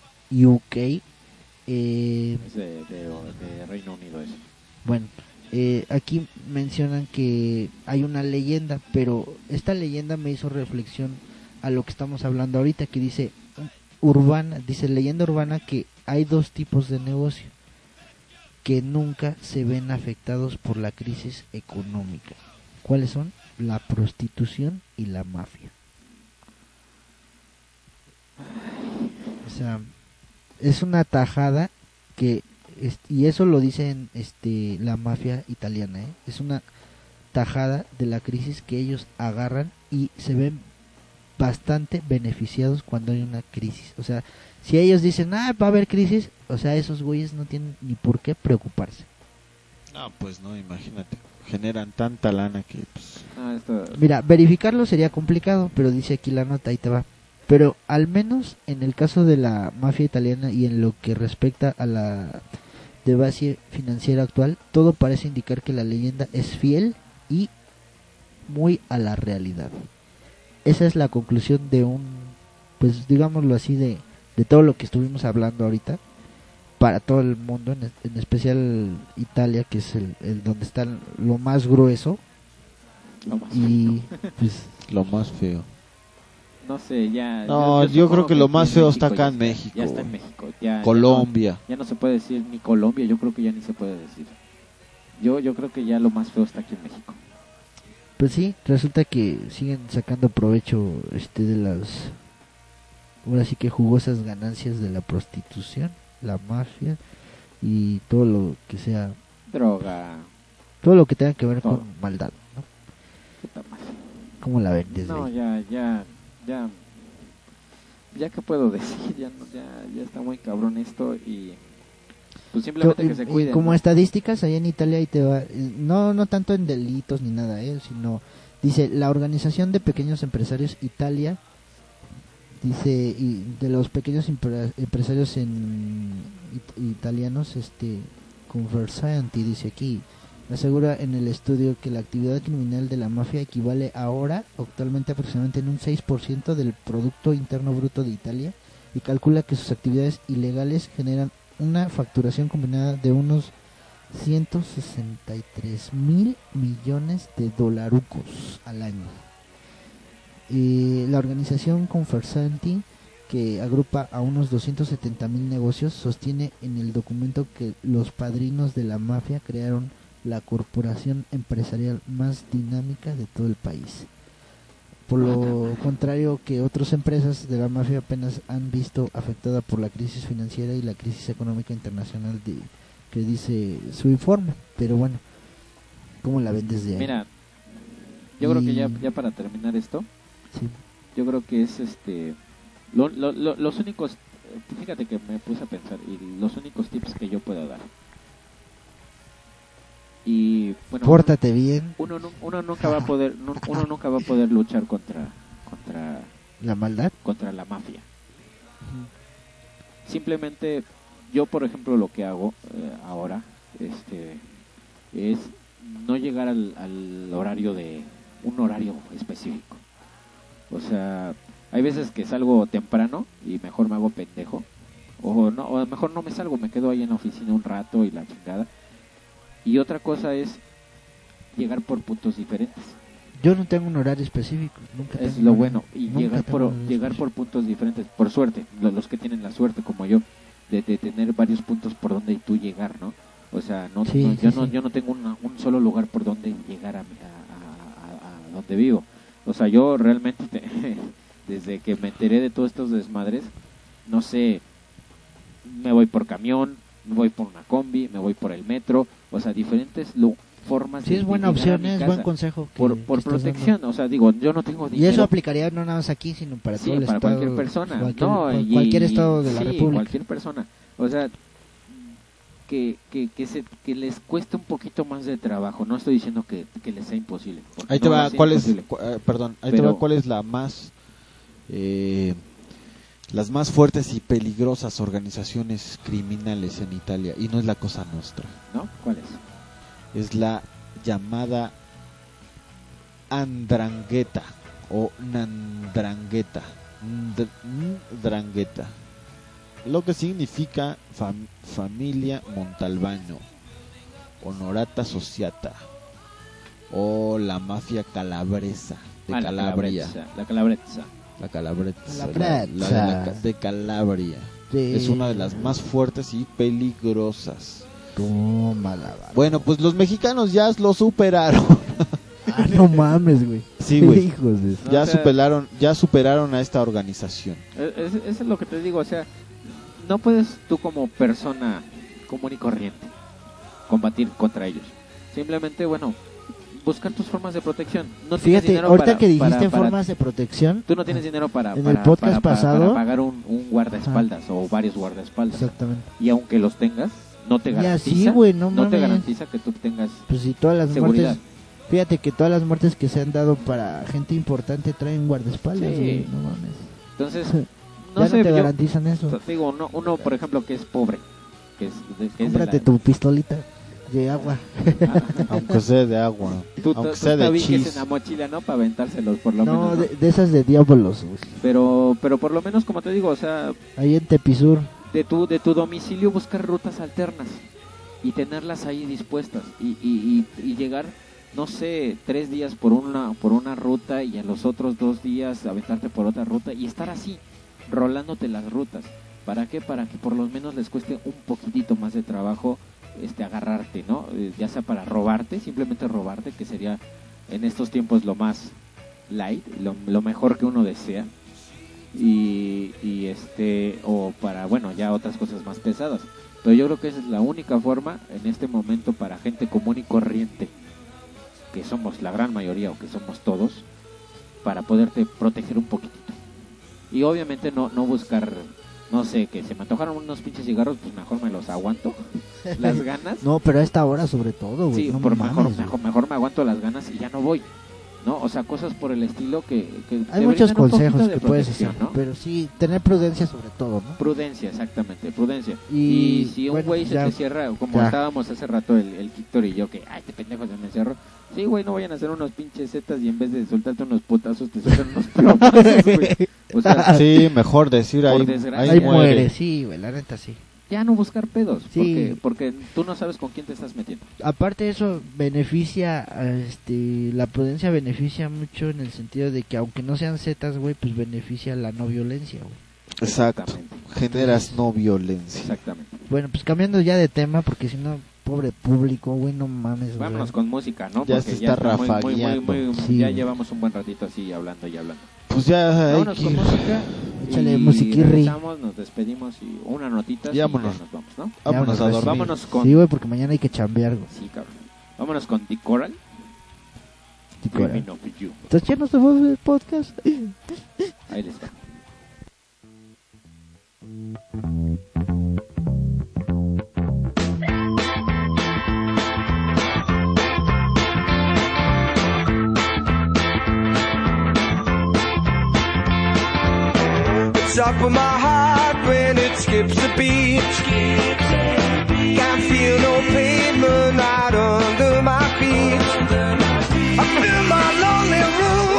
S4: eh,
S5: es de, de- de Reino Unido eso
S4: bueno, eh, aquí mencionan que hay una leyenda, pero esta leyenda me hizo reflexión a lo que estamos hablando ahorita, que dice urbana, dice leyenda urbana que hay dos tipos de negocio que nunca se ven afectados por la crisis económica. ¿Cuáles son? La prostitución y la mafia. O sea, es una tajada que es- y eso lo dicen este la mafia italiana ¿eh? es una tajada de la crisis que ellos agarran y se ven bastante beneficiados cuando hay una crisis o sea si ellos dicen ah va a haber crisis o sea esos güeyes no tienen ni por qué preocuparse
S3: No, pues no, imagínate. Generan tanta lana que pues,
S5: Ah, esto-
S4: mira verificarlo sería complicado pero dice aquí la nota ahí te va pero al menos en el caso de la mafia italiana y en lo que respecta a la de base financiera actual, todo parece indicar que la leyenda es fiel y muy a la realidad. Esa es la conclusión de un, pues digámoslo así, de, de todo lo que estuvimos hablando ahorita, para todo el mundo, en, es- en especial Italia, que es el, el donde está lo más grueso.
S5: lo más
S4: Y pues
S3: lo más feo.
S5: no sé, ya.
S3: No,
S5: ya-
S3: yo creo
S5: supongo
S3: que lo más
S5: aquí en
S3: feo
S5: México
S3: está
S5: ya
S3: acá en México,
S5: Ya está
S3: güey.
S5: en México. Ya, ya
S3: Colombia.
S5: no- Ya no, se puede decir ni Colombia, yo creo que ya ni se puede decir. Yo, yo creo que ya lo más feo está aquí en México.
S4: Pues sí, resulta que siguen sacando provecho este de las ahora sí que jugosas ganancias de la prostitución, la mafia y todo lo que sea,
S5: Droga.
S4: todo lo que tenga que ver
S5: Todo.
S4: con maldad, ¿no?
S5: Puta madre.
S4: ¿Cómo la ven desde
S5: No,
S4: ahí?
S5: ya, ya, ya. Ya que puedo decir, ya, no- ya, ya está muy cabrón esto y. Pues simplemente
S4: Yo-
S5: que se
S4: y- y
S5: cuiden.
S4: como
S5: ¿no?
S4: estadísticas allá en Italia ahí te va, eh, no no tanto en delitos ni nada eh, sino dice la organización de pequeños empresarios Italia dice y de los pequeños impre- empresarios en it- italianos este Conversanti dice aquí asegura en el estudio que la actividad criminal de la mafia equivale ahora actualmente aproximadamente en un 6% del producto interno bruto de Italia y calcula que sus actividades ilegales generan una facturación combinada de unos 163 mil millones de dolarucos al año. Eh, la organización Conversanti, que agrupa a unos 270 mil negocios, sostiene en el documento que los padrinos de la mafia crearon la corporación empresarial más dinámica de todo el país. Por lo contrario que otras empresas de la mafia apenas han visto afectada por la crisis financiera y la crisis económica internacional de, que dice su informe. Pero bueno, ¿cómo la ven desde ahí?
S5: Mira, yo creo que ya,
S4: Y-
S5: ya para terminar esto,
S4: Sí.
S5: yo creo que es este. lo- lo- lo- los únicos. Fíjate que me puse a pensar, y los únicos tips que yo puedo dar. Y bueno,
S4: Pórtate bien,
S5: uno, nu- uno nunca va a poder nu- uno nunca va a poder luchar contra contra
S4: la maldad.
S5: contra la mafia. Simplemente yo, por ejemplo, lo que hago eh, ahora este, es no llegar al, al horario de un horario específico. O sea, hay veces que salgo temprano y mejor me hago pendejo. O, no, o mejor no me salgo, me quedo ahí en la oficina un rato y la chingada. Y otra cosa es llegar por puntos diferentes.
S4: Yo no tengo un horario específico. Nunca
S5: Es
S4: tengo
S5: lo
S4: un
S5: bueno.
S4: horario-
S5: Y
S4: nunca
S5: llegar
S4: tengo un
S5: por,
S4: horario
S5: llegar por
S4: específico.
S5: puntos diferentes. Por suerte, lo- los que tienen la suerte, como yo, de, de tener varios puntos por donde tú llegar, ¿no? O sea, no,
S4: Sí,
S5: no-
S4: sí,
S5: yo, no,
S4: sí.
S5: yo no tengo una- un solo lugar por donde llegar a, mi- a- a- a- a donde vivo. O sea, yo realmente, te- desde que me enteré de todos estos desmadres, no sé, me voy por camión, me voy por una combi, me voy por el metro, o sea, diferentes lu- formas
S4: Sí, es buena
S5: llegar a
S4: opción,
S5: mi
S4: es
S5: casa.
S4: buen consejo. que-
S5: por,
S4: que
S5: por
S4: estás dando.
S5: protección, o sea, digo, yo no tengo
S4: Y
S5: dinero
S4: eso aplicaría no nada más aquí, sino para
S5: Sí,
S4: todo el
S5: para
S4: estado,
S5: cualquier persona.
S4: Cualquier,
S5: no,
S4: cual-
S5: y-
S4: cualquier estado de la
S5: sí,
S4: República.
S5: Cualquier persona. O sea, que, que, que, se, que les cueste un poquito más de trabajo. No estoy diciendo que, que les sea imposible. porque
S3: Ahí te
S5: no
S3: va,
S5: ser
S3: ¿cuál es,
S5: imposible.
S3: cu- eh, perdón, ahí te
S5: Pero-
S3: va cuál es la más, eh, las más fuertes y peligrosas organizaciones criminales en Italia y no es la cosa nuestra,
S5: ¿No? ¿Cuál es?
S3: es la llamada andrangueta o nandrangueta, ndr- ndrangheta, lo que significa fam- familia Montalbano, honorata sociata o la mafia calabresa de
S5: Ah,
S3: Calabria.
S5: La calabresa.
S3: La calabresa.
S4: Calabresa. Eh.
S3: la- la- la ca- de Calabria.
S4: Sí.
S3: Es una de las más fuertes y peligrosas.
S4: Tómala, va.
S3: Bueno, pues los mexicanos ya lo superaron.
S4: Ah, no mames, güey.
S3: Sí, güey.
S4: Hijos de...
S5: No,
S3: Ya
S5: o sea,
S3: superaron, ya superaron a esta organización.
S5: Eh, es- Eso es lo que te digo, o sea, no puedes tú como persona común y corriente combatir contra ellos. Simplemente, bueno, buscar tus formas de protección. No tienes
S4: Fíjate,
S5: dinero
S4: ahorita
S5: para-
S4: que dijiste
S5: para- para-
S4: formas de protección,
S5: Tú no tienes dinero para,
S4: En el
S5: para-
S4: podcast
S5: para- para- para
S4: pasado-
S5: pagar un, un guardaespaldas o varios guardaespaldas.
S4: exactamente.
S5: Y aunque los tengas, no te
S4: Ya
S5: garantiza,
S4: sí, güey, no
S5: no,
S4: mames.
S5: te garantiza que tú tengas
S4: Pues si todas las
S5: seguridad.
S4: muertes, fíjate que todas las muertes que se han dado para gente importante traen guardaespaldas,
S5: Sí.
S4: güey, no mames.
S5: Entonces,
S4: ya
S5: no
S4: no
S5: sé,
S4: te
S5: yo-
S4: garantizan eso.
S5: te digo, uno, uno, por ejemplo, que es pobre, que es, de- que es de
S4: Cómprate
S5: la-
S4: tu pistolita de agua.
S3: Aunque sea de agua.
S5: Tú,
S3: aunque
S5: tú-
S3: sea
S5: tú
S3: de
S5: tabiques
S3: chis.
S5: en la mochila, ¿no? Para aventárselos, por lo
S4: No,
S5: menos. ¿no?
S4: de, de esas de diablos, güey.
S5: Pero, pero por lo menos, como te digo, o sea,
S4: Ahí en Tepisur.
S5: de tu, de tu domicilio buscar rutas alternas y tenerlas ahí dispuestas y, y, y- y llegar no sé, tres días por una, por una ruta y a los otros dos días aventarte por otra ruta y estar así, rolándote las rutas. ¿Para qué? Para que por lo menos les cueste un poquitito más de trabajo este agarrarte, ¿no? Eh, Ya sea para robarte, simplemente robarte, que sería en estos tiempos lo más light, lo, lo mejor que uno desea. Y, y este, o para, bueno, ya otras cosas más pesadas. Pero yo creo que esa es la única forma en este momento para gente común y corriente, que somos la gran mayoría o que somos todos, para poderte proteger un poquitito. Y obviamente no, no buscar, no sé, que se me antojaron unos pinches cigarros, pues mejor me los aguanto. Las ganas.
S4: No, pero a esta hora sobre todo, güey.
S5: Sí,
S4: no
S5: por
S4: mames,
S5: mejor,
S4: güey.
S5: mejor, mejor me aguanto las ganas y ya no voy. ¿No? O sea, cosas por el estilo que... que te
S4: Hay muchos
S5: brindan un
S4: consejos
S5: poquito de
S4: que puedes
S5: protección,
S4: hacer,
S5: ¿no?
S4: pero sí, tener prudencia sobre todo, ¿no?
S5: Prudencia, exactamente, prudencia.
S4: Y,
S5: Y, si un
S4: bueno,
S5: güey
S4: ya.
S5: se te cierra, como
S4: Ya.
S5: estábamos hace rato el, el Víctor y yo, que, ay, este pendejo se me encerró. Sí, güey, no vayan a hacer unos pinches setas y en vez de soltarte unos putazos, te sueltan unos plomazos, güey. O sea,
S3: Sí, mejor decir
S5: Por
S3: ahí,
S5: desgracia.
S3: ahí,
S4: Ahí
S5: muere.
S4: muere, sí, güey, la neta sí.
S5: ya no buscar pedos,
S4: Sí.
S5: porque, porque tú no sabes con quién te estás metiendo.
S4: Aparte eso beneficia, a, este, la prudencia beneficia mucho en el sentido de que aunque no sean zetas, güey, pues beneficia la no violencia, güey.
S3: Exacto. Generas no violencia.
S5: Exactamente.
S4: Bueno, pues cambiando ya de tema, porque si no, pobre público, güey, no mames, güey.
S5: Vámonos con música, ¿no?
S3: Ya
S5: porque
S3: se está
S5: muy- muy- muy-
S3: rafagueando.
S5: muy-
S4: Sí.
S5: Ya llevamos un buen ratito así hablando y hablando.
S3: Pues ya hay
S5: Vámonos
S3: que
S5: con
S3: ir.
S5: música.
S4: Échale
S5: y
S4: musiquirri.
S5: regresamos, nos despedimos y una notita. y ya
S3: Vámonos.
S5: nos vamos, ¿no?
S3: Vámonos
S4: vámonos,
S3: a dormir.
S5: Vámonos con.
S4: Sí, güey, porque mañana hay que chambear, güey.
S5: Sí, cabrón. Vámonos con The Coral.
S4: Tico,
S5: Dreaming of You.
S4: Entonces ya nos vemos en el podcast.
S5: Ahí les va.
S6: It's up in my heart when it skips a beat. Can't feel no pavement right under my feet. I feel my lonely room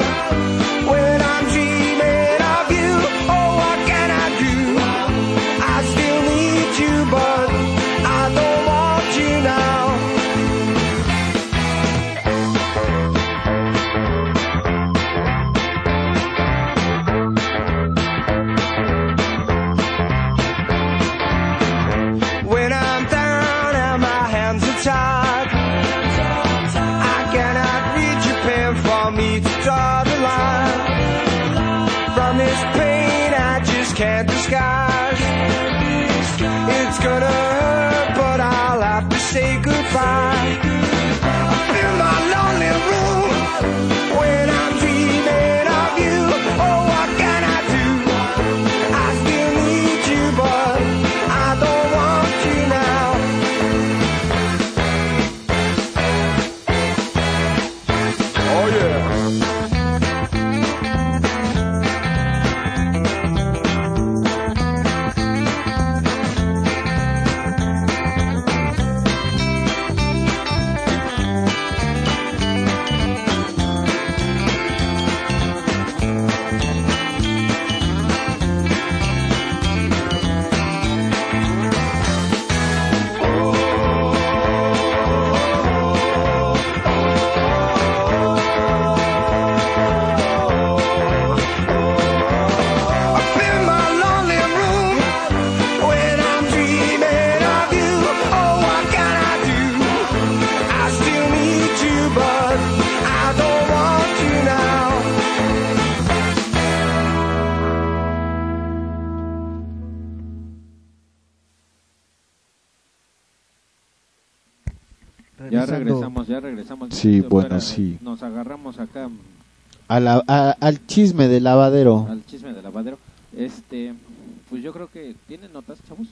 S6: when I'm dreaming of you. Oh, what can I do? I still need you, but I don't want you now. When I'm down and my hands are tied, I cannot reach a pen for me to draw the line. From this pain I just can't disguise. It's gonna hurt, but I'll have to say goodbye. I feel my lonely room when I'm dreaming of you. Oh, what can I do? I still need you, but I don't want you now. Oh yeah. Up in my lonely room, when I'm dreaming of you, oh what can I do? I still need you, but I don't want you now.
S5: Ya
S4: Regresando.
S5: regresamos, ya regresamos.
S3: Sí,
S5: Fuera,
S3: bueno, sí.
S5: Nos agarramos acá
S3: A la- a- al chisme del lavadero.
S5: al chisme del lavadero. Este, pues yo creo que. ¿Tienen notas, chavos?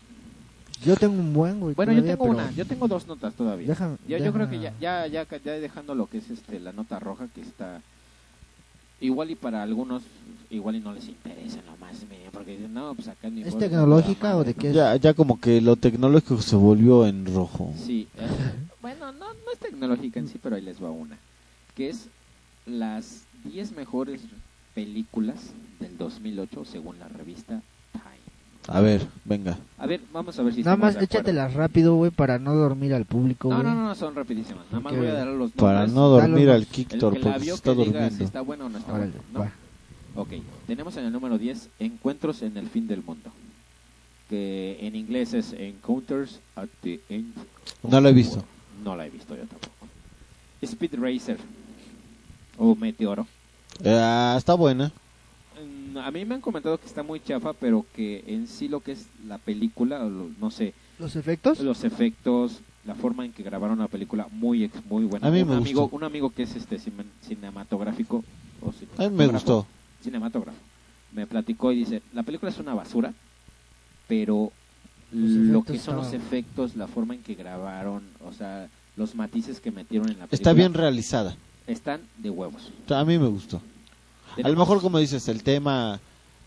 S4: Yo tengo un buen, güey.
S5: Bueno, yo
S4: todavía,
S5: tengo
S4: pero-
S5: una. Yo tengo dos notas todavía.
S4: Deja-
S5: Yo, yo
S4: deja-
S5: creo que ya, ya, ya, ya dejando lo que es este la nota roja que está igual y para algunos igual y no les interesa nomás mira, porque dicen no pues acá ni
S4: ¿Es
S5: juegan,
S4: tecnológica
S5: no,
S4: o de
S5: madre,
S4: qué es?
S3: Ya, ya como que lo tecnológico se volvió en rojo.
S5: ¿no? Sí. eh, bueno, no, no es tecnológica en sí, pero ahí les va una, que es las 10 mejores películas del 2008 según la revista Time.
S3: A ver, venga.
S5: A ver, vamos a ver si
S4: Nada
S5: estamos
S4: más
S5: de acuerdo.
S4: échatelas rápido, güey, para no dormir al público,
S5: No,
S4: güey.
S5: no, no, no, son rapidísimas. Nada más
S4: Ok.
S5: voy a dar los nombres.
S3: Para no
S4: Dale
S3: dormir
S4: unos-
S3: al
S5: El
S3: Kiktor,
S5: que la
S3: porque
S5: vio
S3: se está
S5: que diga si
S3: durmiendo.
S5: está bueno o no está
S4: Órale,
S5: bueno. ¿no?
S4: va.
S5: Ok, tenemos en el número 10 Encuentros en el fin del mundo. Que en inglés es Encounters at the End. of
S3: No lo he
S5: the
S3: visto.
S5: World. No la he visto yo tampoco. Speed Racer o Meteoro.
S3: Ah, está buena.
S5: Mm, A mí me han comentado que está muy chafa, pero que en sí lo que es la película, o lo- no sé,
S4: ¿Los efectos?
S5: los efectos, la forma en que grabaron la película, muy ex- muy buena.
S3: A mí
S5: un
S3: me
S5: amigo,
S3: gustó.
S5: un amigo que es este cine- cinematográfico o
S3: A mí me
S5: cinematógrafo,
S3: gustó.
S5: cinematógrafo. Me platicó y dice, la película es una basura, pero
S4: Los
S5: lo
S4: efectos
S5: que son los
S4: estaban-
S5: efectos, la forma en que grabaron, o sea, los matices que metieron en la película
S3: Está bien realizada.
S5: están de huevos.
S3: A mí me gustó. A lo
S5: Tenemos-
S3: mejor, como dices, el tema.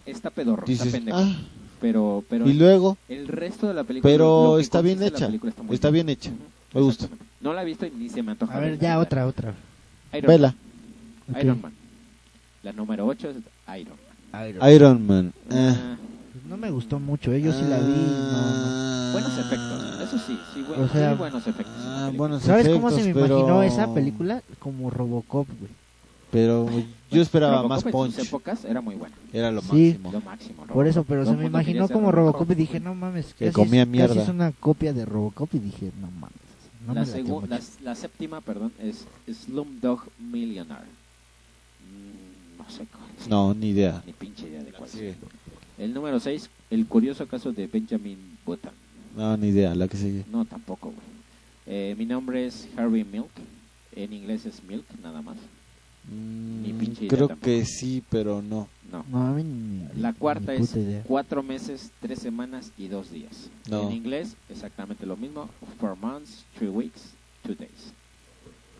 S5: está pedorro, está
S3: Dices,
S5: pendejo,
S3: ah,
S5: pero pero
S3: y luego
S5: el resto de la película
S3: pero
S5: lo que
S3: está bien
S5: consiste
S3: hecha,
S5: la película está, muy
S3: está bien hecha. Me gusta.
S5: Exactamente. No la he visto y ni se me antoja.
S4: A ver,
S5: verla.
S4: ya otra, otra.
S5: Iron Man.
S3: Vela,
S5: Iron Man. La número 8 es Iron Man.
S3: Iron Man. Ah.
S5: Ah,
S4: No me gustó mucho, eh, yo sí la vi. no, no.
S5: buenos efectos, eso sí, sí, buen-
S4: O sea,
S5: sí, buenos efectos. en la
S3: Ah,
S5: película.
S3: buenos
S4: ¿Sabes cómo
S3: efectos,
S4: se me
S3: pero-
S4: imaginó esa película? Como Robocop, güey.
S3: Pero yo esperaba
S5: Robocop
S3: más
S5: en sus
S3: punch.
S5: épocas era muy bueno,
S3: Era lo
S4: Sí.
S3: máximo.
S5: lo máximo.
S4: Por eso, pero se
S5: Todo el
S4: me
S5: mundo quería
S4: imaginó
S5: ser
S4: como Robocop y
S5: Robocop.
S4: dije, no mames,
S3: Que
S4: casi
S3: comía
S4: es, casi
S3: mierda.
S4: es una copia de Robocop y dije, no mames. No
S5: la,
S4: me latió
S5: segu-
S4: mucho.
S5: la, la séptima, perdón, es Slumdog Millionaire. Mm, no sé cuál es,
S3: No, ni idea.
S5: ni pinche idea de cuál es.
S3: Sí.
S5: El número 6, el curioso caso de Benjamin Button.
S3: No, ni idea, la que sigue.
S5: No, tampoco, güey. Eh, mi nombre es Harvey Milk. En inglés es Milk, nada más.
S3: Mm,
S5: Ni pinche idea
S3: creo
S5: tampoco.
S3: que sí, pero no.
S5: No.
S4: No, a mí ni-
S5: La
S4: ni
S5: cuarta es
S4: puta idea.
S5: cuatro meses, tres semanas y dos días.
S3: No.
S5: En inglés, exactamente lo mismo. Four months, three weeks, two days.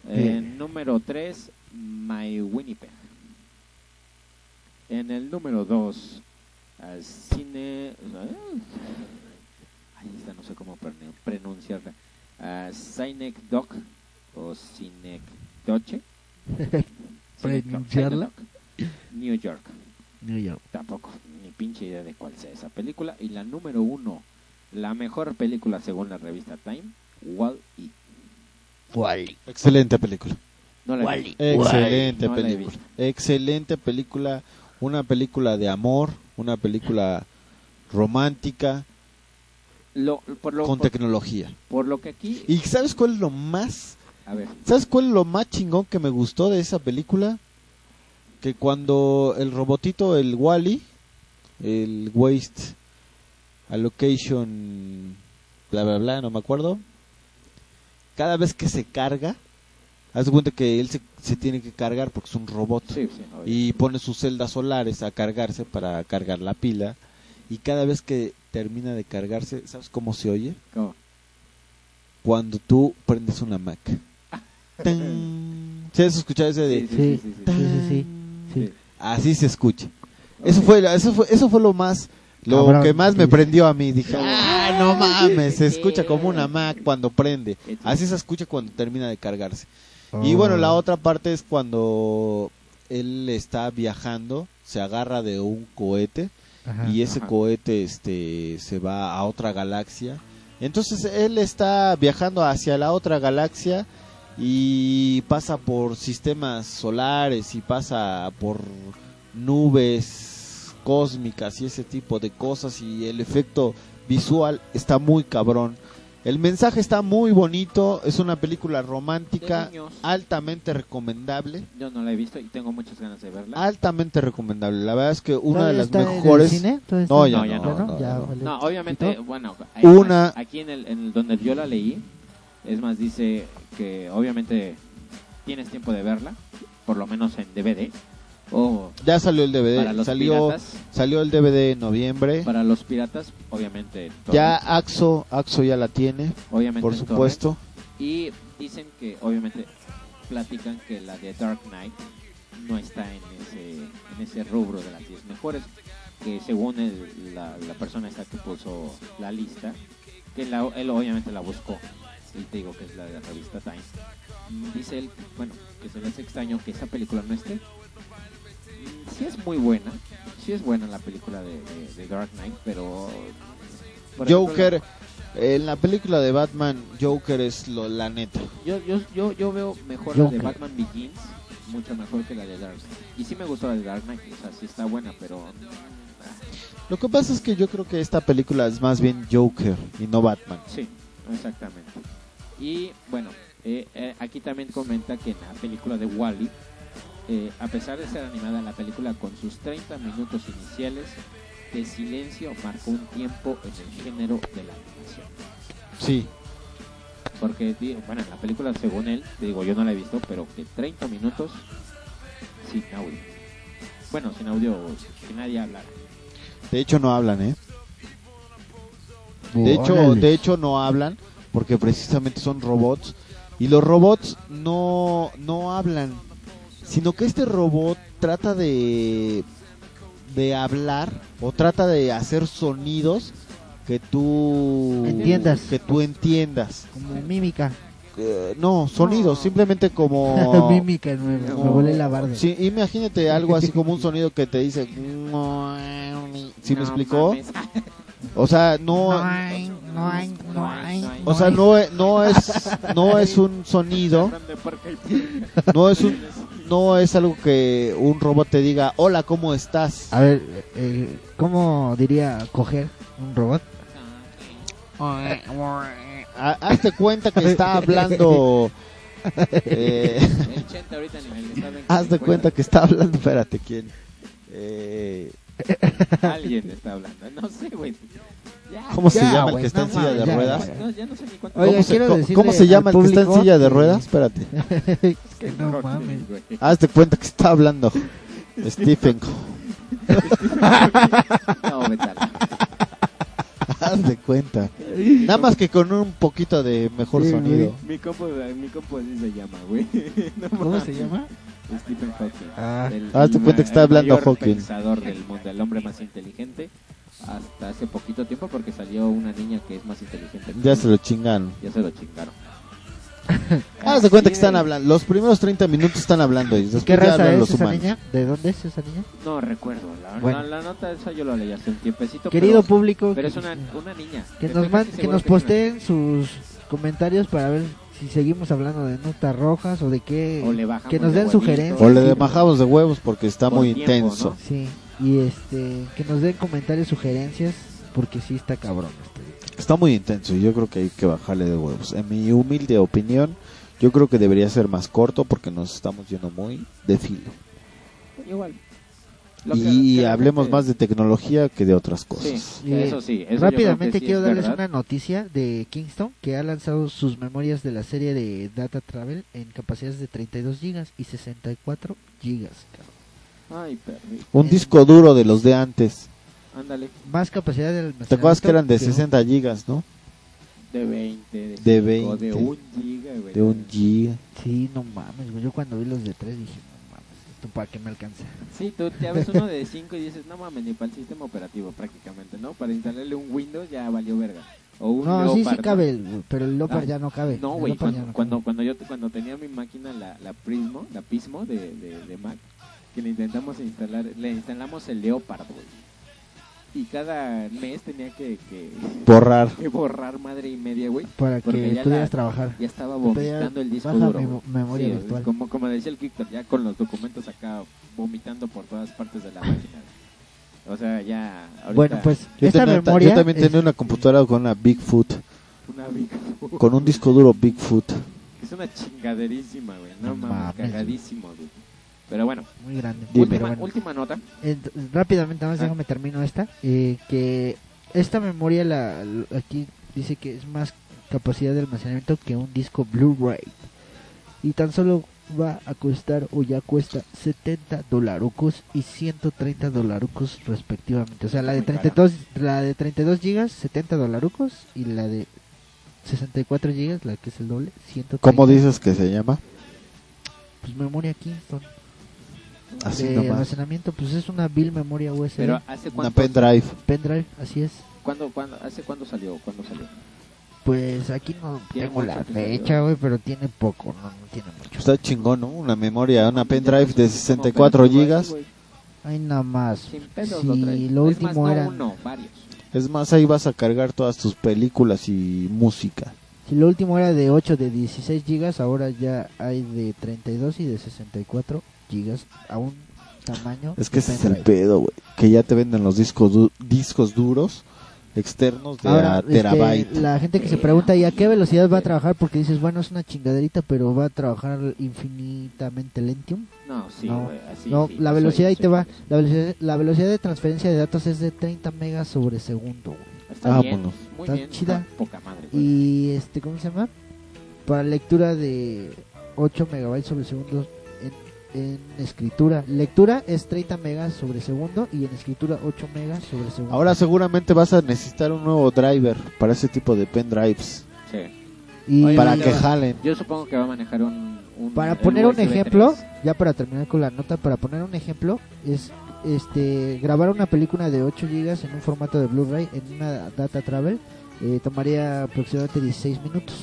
S4: Bien.
S5: Eh, número tres, My Winnipeg. En el número dos, al cine... Ahí está, no sé cómo prene- pronunciarla. Ah, Cinec Doc o Cinec Doche. Cinec Doc,
S4: Pronunciarla.
S5: Cinec Doc. New York.
S4: New York.
S5: Tampoco, ni pinche idea de cuál sea esa película. Y la número uno, la mejor película según la revista Time, Wall-E.
S3: Excelente película.
S5: No la he visto.
S3: Excelente
S5: No la he
S3: película. Excelente película. Una película de amor, una película romántica
S5: Lo- por, lo,
S3: con
S5: por,
S3: tecnología.
S5: por lo que aquí...
S3: ¿Y sabes cuál es lo más?
S5: A ver,
S3: ¿Sabes cuál es lo más chingón que me gustó de esa película? Que cuando el robotito, el Wally, el Waste Allocation, bla bla bla, no me acuerdo. Cada vez que se carga, haz de cuenta que él se, se tiene que cargar porque es un robot
S5: sí, sí, no,
S3: y pone sus celdas solares a cargarse para cargar la pila y cada vez que termina de cargarse, ¿sabes cómo se oye?
S5: ¿cómo?
S3: Cuando tú prendes una Mac. ¡Tan! ¿Se has escuchado ese de
S5: Sí, sí,
S4: Sí,
S5: sí, sí, sí.
S4: sí, sí, sí. sí.
S5: Sí.
S3: así se escucha? Eso fue la- eso fue eso fue lo más lo
S4: Cabrón,
S3: que más me
S4: sí.
S3: prendió a mí, dije, "Ah, no mames, se escucha como una Mac cuando prende."
S5: Sí.
S3: Así se escucha cuando termina de cargarse. Y bueno,
S4: Oh.
S3: la otra parte es cuando él está viajando, se agarra de un cohete
S4: Ajá.
S3: y ese
S5: Ajá.
S3: cohete este se va a otra galaxia. Entonces él está viajando hacia la otra galaxia y pasa por sistemas solares y pasa por nubes cósmicas y ese tipo de cosas y el efecto visual está muy cabrón. El mensaje está muy bonito, es una película
S5: De
S3: romántica
S5: niños,
S3: altamente recomendable,
S5: yo no la he visto y tengo muchas ganas de
S3: Ah,
S5: verla.
S3: altamente recomendable. La verdad es que una de
S4: ¿Todavía
S3: las
S4: está en el
S3: mejores
S4: cine? ¿Todavía
S3: No,
S4: está?
S3: ya
S5: no,
S4: ¿Ya
S3: no, no,
S4: Ya
S3: no.
S4: vale.
S5: No, obviamente,
S4: ¿Quito?
S5: bueno, eh,
S3: Una-
S5: aquí en el, en el donde yo la leí, es más, dice que obviamente tienes tiempo de verla, por lo menos en DVD, o
S3: Ya salió el
S5: para
S3: DVD,
S5: los
S3: Eh, salió
S5: piratas,
S3: salió el DVD en noviembre.
S5: para los piratas, obviamente, torrent,
S3: Ya Axo, Axo ya la tiene,
S5: obviamente
S3: por
S5: en torrent.
S3: supuesto.
S5: y dicen que obviamente platican que la de Dark Knight no está en ese, en ese rubro de las 10 mejores, que según el- la, la persona esta que puso la lista, que la- él obviamente la buscó, y te digo que es la de la revista Time, mm, dice él, bueno, que se le hace extraño que esa película no esté. Mm, Sí es muy buena, sí es buena la película de, de- de Dark Knight, pero... por ejemplo,
S3: Joker, en la película de Batman, Joker es lo, la neta.
S5: Yo, yo, yo, yo veo mejor la de
S4: Joker.
S5: Batman Begins, mucho mejor que la de Dark Knight. Y sí me gustó la de Dark Knight, o sea, sí está buena, pero... ah,
S3: Lo que pasa es que yo creo que esta película es más bien Joker y no Batman.
S5: Sí, exactamente. Y bueno, eh, eh, aquí también comenta que en la película de Wally, a pesar de ser animada, la película con sus 30 minutos iniciales de silencio marcó un tiempo en el género de la animación.
S3: Sí,
S5: Porque, di- bueno, en la película, según él, te digo, yo no la he visto, pero que 30 minutos sin audio. Bueno, sin audio, que nadie hablara.
S3: de hecho no hablan, ¿eh? De
S5: pues,
S4: Órale.
S3: hecho, de hecho no hablan porque precisamente son robots y los robots no no hablan, sino que este robot trata de de hablar o trata de hacer sonidos que tú
S4: Entiendas.
S3: que tú entiendas.
S4: Como mímica.
S3: Eh, no, sonidos, simplemente como
S4: mímica, me, me
S3: No.
S4: volé la barda.
S3: Sí, imagínate algo así como un sonido que te dice ¿Sí me
S5: No
S3: explicó?
S5: mames.
S3: O sea, no
S4: no hay, no hay.
S3: o sea, no, e- no es no es un sonido,
S5: Grande parque y-
S3: no es un no es algo que un robot te diga, "Hola, ¿cómo estás?"
S4: A ver, eh, ¿cómo diría coger un robot?
S3: Ha- Hazte cuenta que está hablando eh,
S5: El Chente ahorita en el estado en que
S3: hazte
S5: se
S3: cuenta
S5: encuentra.
S3: que está hablando, espérate, ¿quién? Eh,
S5: Alguien está hablando. No sé, güey. Ya,
S3: ¿Cómo se
S4: Ya,
S3: llama el
S4: güey,
S3: que está
S4: no
S3: en silla de
S4: mames, ya,
S3: ruedas?
S4: güey.
S5: No, ya no sé ni cuánto.
S4: Oye,
S3: ¿Cómo, se,
S4: quiero
S3: co-
S4: decirle
S3: cómo se
S4: al
S3: llama el que está en
S4: público
S3: silla de
S4: que-
S3: ruedas? Espérate.
S4: es que no
S5: Rock,
S4: mames.
S5: güey.
S3: Hazte cuenta que está hablando Stephen.
S5: No, vete a la-
S3: Hazte cuenta. Nada más que con un poquito de mejor
S4: Sí,
S3: sonido.
S5: Mi compo, mi compo así se llama, güey. No
S4: ¿Cómo
S5: mames.
S4: se llama?
S5: Stephen Hawking.
S4: Ah.
S5: El-
S3: Hazte
S5: el
S3: cuenta que
S5: ma-
S3: está
S5: el
S3: hablando
S5: mayor
S3: Hawking.
S5: pensador del mundo, el hombre más inteligente. Hasta hace poquito tiempo porque salió una niña que es más inteligente. que
S3: Ya
S5: él.
S3: se lo chingaron.
S5: Ya se lo chingaron.
S3: Hazte Ah, cuenta que están
S5: Así es.
S3: hablando. Los primeros 30 minutos están hablando y después
S4: ¿Qué
S3: ya
S4: raza
S3: hablan
S4: es
S3: los
S4: esa
S3: humanos.
S4: niña? ¿De dónde es esa niña?
S5: No recuerdo. La,
S4: Bueno.
S5: la- la nota esa yo la leí hace un tiempecito.
S4: Querido
S5: pero-
S4: público,
S5: Pero es
S4: que-
S5: una, una niña.
S4: que
S5: Estoy
S4: nos man-
S5: casi
S4: que
S5: seguro
S4: nos
S5: es una-
S4: posteen sus comentarios para ver si seguimos hablando de notas rojas o de qué.
S5: O le bajamos
S4: que nos
S5: de
S4: den
S5: huevitos.
S4: sugerencias.
S3: O le demajamos de huevos porque está
S5: Por
S3: muy
S5: tiempo,
S3: intenso.
S5: ¿no?
S4: Sí, y este, que nos den comentarios, sugerencias, porque sí está cabrón. este.
S3: Está muy intenso y yo creo que hay que bajarle de huevos. En mi humilde opinión, yo creo que debería ser más corto porque nos estamos yendo muy de filo.
S5: Igual. Lo que-
S3: Y
S5: que
S3: hablemos
S5: realmente-
S3: más de tecnología que de otras
S5: Sí,
S3: cosas.
S5: que eso sí. eso yo creo que
S4: Rápidamente
S5: sí
S4: quiero
S5: es
S4: darles
S5: verdad.
S4: una noticia de Kingston, que ha lanzado sus memorias de la serie de Data Travel en capacidades de 32 gigas y 64 gigas. cabrón.
S5: Ay, perrito,
S3: Un
S4: Eh,
S3: disco duro de los de antes.
S5: Ándale.
S4: Más capacidad de almacenamiento.
S3: ¿Te acuerdas que eran de
S4: un-
S3: 60 gigas, no?
S5: De 20. De,
S3: De
S5: cinco, De
S3: 20.
S5: un giga, güey.
S3: De un giga.
S4: Sí, no mames, güey. Yo cuando vi los de 3 dije, no mames, ¿esto para qué me alcanza?
S5: Sí, tú te abres uno de 5 y dices, no mames, ni para el sistema operativo prácticamente, ¿no? Para instalarle un Windows ya valió verga. O un
S4: No, sí, sí
S5: Leopard,
S4: cabe, el- güey, pero el Leopard
S5: Ah,
S4: ya no cabe.
S5: No,
S4: El
S5: güey,
S4: Leopard ya
S5: cuando,
S4: no
S5: cuando,
S4: cabe.
S5: cuando yo cuando tenía mi máquina, la, la Prismo, la Pismo de, de, de Mac, que le intentamos instalar, le instalamos el Leopard, güey. Y cada mes tenía que, que,
S3: Borrar.
S5: que borrar madre y media, güey.
S4: Para
S5: porque
S4: que
S5: ya
S4: pudieras
S5: la-
S4: trabajar.
S5: Ya estaba
S4: Te pedía,
S5: vomitando el disco
S4: baja
S5: duro.
S4: memo-
S5: güey.
S4: memoria
S5: Sí,
S4: virtual.
S5: Como, como decía el Kiktor, ya con los documentos acá vomitando por todas partes de la máquina. güey. O sea, ya. ahorita
S4: Bueno, pues
S3: Yo,
S4: esta
S3: tenía-
S4: memoria
S3: yo también
S4: es-
S3: tenía una computadora con una Bigfoot.
S5: Una bica-
S3: Con un disco duro Bigfoot.
S5: Es una chingaderísima, güey. No
S4: No
S5: mames,
S4: mames, güey.
S5: cagadísimo, güey. Pero bueno,
S4: muy grande.
S3: Dime.
S4: Pero
S5: última,
S4: bueno,
S5: última nota.
S4: ent- rápidamente, nada más
S5: Ah.
S4: déjame termino esta. eh, que esta memoria la, l- aquí dice que es más capacidad de almacenamiento que un disco Blu-ray. Y tan solo va a costar o ya cuesta 70 dolarucos y 130 dolarucos respectivamente. O sea, la de
S5: Muy cara.
S4: 32, la de 32 gigas, 70 dolarucos y la de 64 gigas, la que es el doble, 130.
S3: ¿Cómo dices que se llama?
S4: Pues memoria Kingston.
S3: Así
S4: de
S3: nomás.
S4: almacenamiento, pues es una vil memoria USB.
S5: Pero hace
S3: Una
S5: cuánto.
S3: pendrive.
S4: pendrive, así es.
S5: ¿Cuándo, cuándo, ¿Hace cuándo salió? ¿Cuándo salió?
S4: Pues aquí no
S5: Tiene
S4: tengo la
S5: mucho que salió.
S4: fecha, güey, pero tiene poco, no, no tiene mucho.
S3: Está chingón, ¿no? Una memoria, una pendrive de
S5: Como
S3: 64
S5: Penny Wise,
S3: gigas.
S5: güey.
S4: Ay, nada más.
S5: Sin pedos
S4: Sí,
S5: lo traes.
S4: lo
S5: es más,
S4: último
S5: no
S4: era-
S5: uno, varios.
S3: Es más, ahí vas a cargar todas tus películas y música.
S4: Si lo último era de 8 de 16 gigas, ahora ya hay de 32 y de 64 gigas a un tamaño.
S3: Es que ese es el
S4: pendrive.
S3: pedo, güey. Que ya te venden los discos, du- discos duros externos de
S4: Ahora,
S3: a
S4: este,
S3: terabyte.
S4: la gente que se pregunta, ¿y a qué velocidad va a trabajar? Porque dices, bueno, es una chingaderita, pero va a trabajar infinitamente lentium.
S5: No, sí,
S4: No,
S5: güey, así,
S4: no,
S5: sí,
S4: la
S5: soy-
S4: velocidad ahí
S5: soy-
S4: te va. La velocidad, la velocidad de transferencia de datos es de 30 megas sobre segundo. güey.
S5: Está bien,
S3: Ah, Vámonos.
S5: muy
S4: Está
S5: bien,
S4: chida.
S5: está poca madre. güey.
S4: Y este, ¿cómo se llama? Para lectura de 8 megabytes sobre segundo en, en escritura. Lectura es 30 megas sobre segundo y en escritura 8 megas sobre segundo.
S3: Ahora seguramente vas a necesitar un nuevo driver para ese tipo de pendrives.
S5: Sí.
S4: y
S5: Oye,
S3: para
S5: mira,
S3: que
S5: va.
S3: jalen.
S5: Yo supongo que va a manejar un... un-
S4: Para
S5: el
S4: poner un
S5: USB
S4: ejemplo,
S5: 3.
S4: ya para terminar con la nota, para poner un ejemplo, es este grabar una película de 8 GB en un formato de Blu-ray en una data travel eh, tomaría aproximadamente 16 minutos.